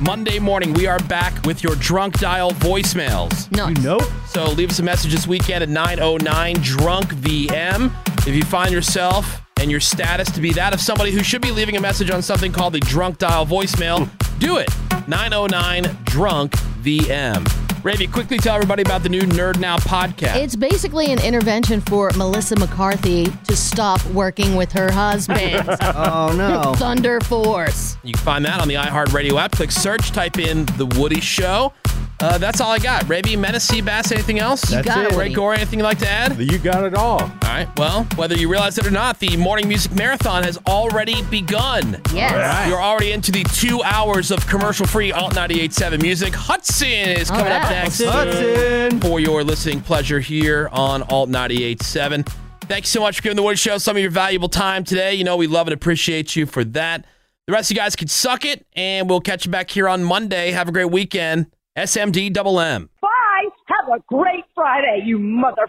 S7: Monday morning, we are back with your drunk dial voicemails.
S13: No.
S7: Nope. So leave us a message this weekend at 909 Drunk VM. If you find yourself and your status to be that of somebody who should be leaving a message on something called the drunk dial voicemail, do it. 909 Drunk VM. Ravi, quickly tell everybody about the new Nerd Now podcast.
S13: It's basically an intervention for Melissa McCarthy to stop working with her husband.
S7: Oh, no.
S13: Thunder Force.
S7: You can find that on the iHeartRadio app. Click search, type in The Woody Show. Uh, that's all I got. Ravi, Menace, Bass, anything else?
S8: You That's got it, it.
S7: Ray
S8: Woody.
S7: Gore, anything you'd like to add?
S8: You got it all. All
S7: right. Well, whether you realize it or not, the morning music marathon has already begun.
S13: Yes. All right.
S7: You're already into the two hours of commercial free Alt 98.7 music. Hudson is
S13: All
S7: coming up
S13: right.
S7: next. uh,
S13: Hudson.
S7: For your listening pleasure here on Alt 98.7. Thank you so much for giving the Woody Show some of your valuable time today. You know, we love and appreciate you for that. The rest of you guys can suck it, and we'll catch you back here on Monday. Have a great weekend. SMD double M.
S1: Bye. Have a great Friday, you mother.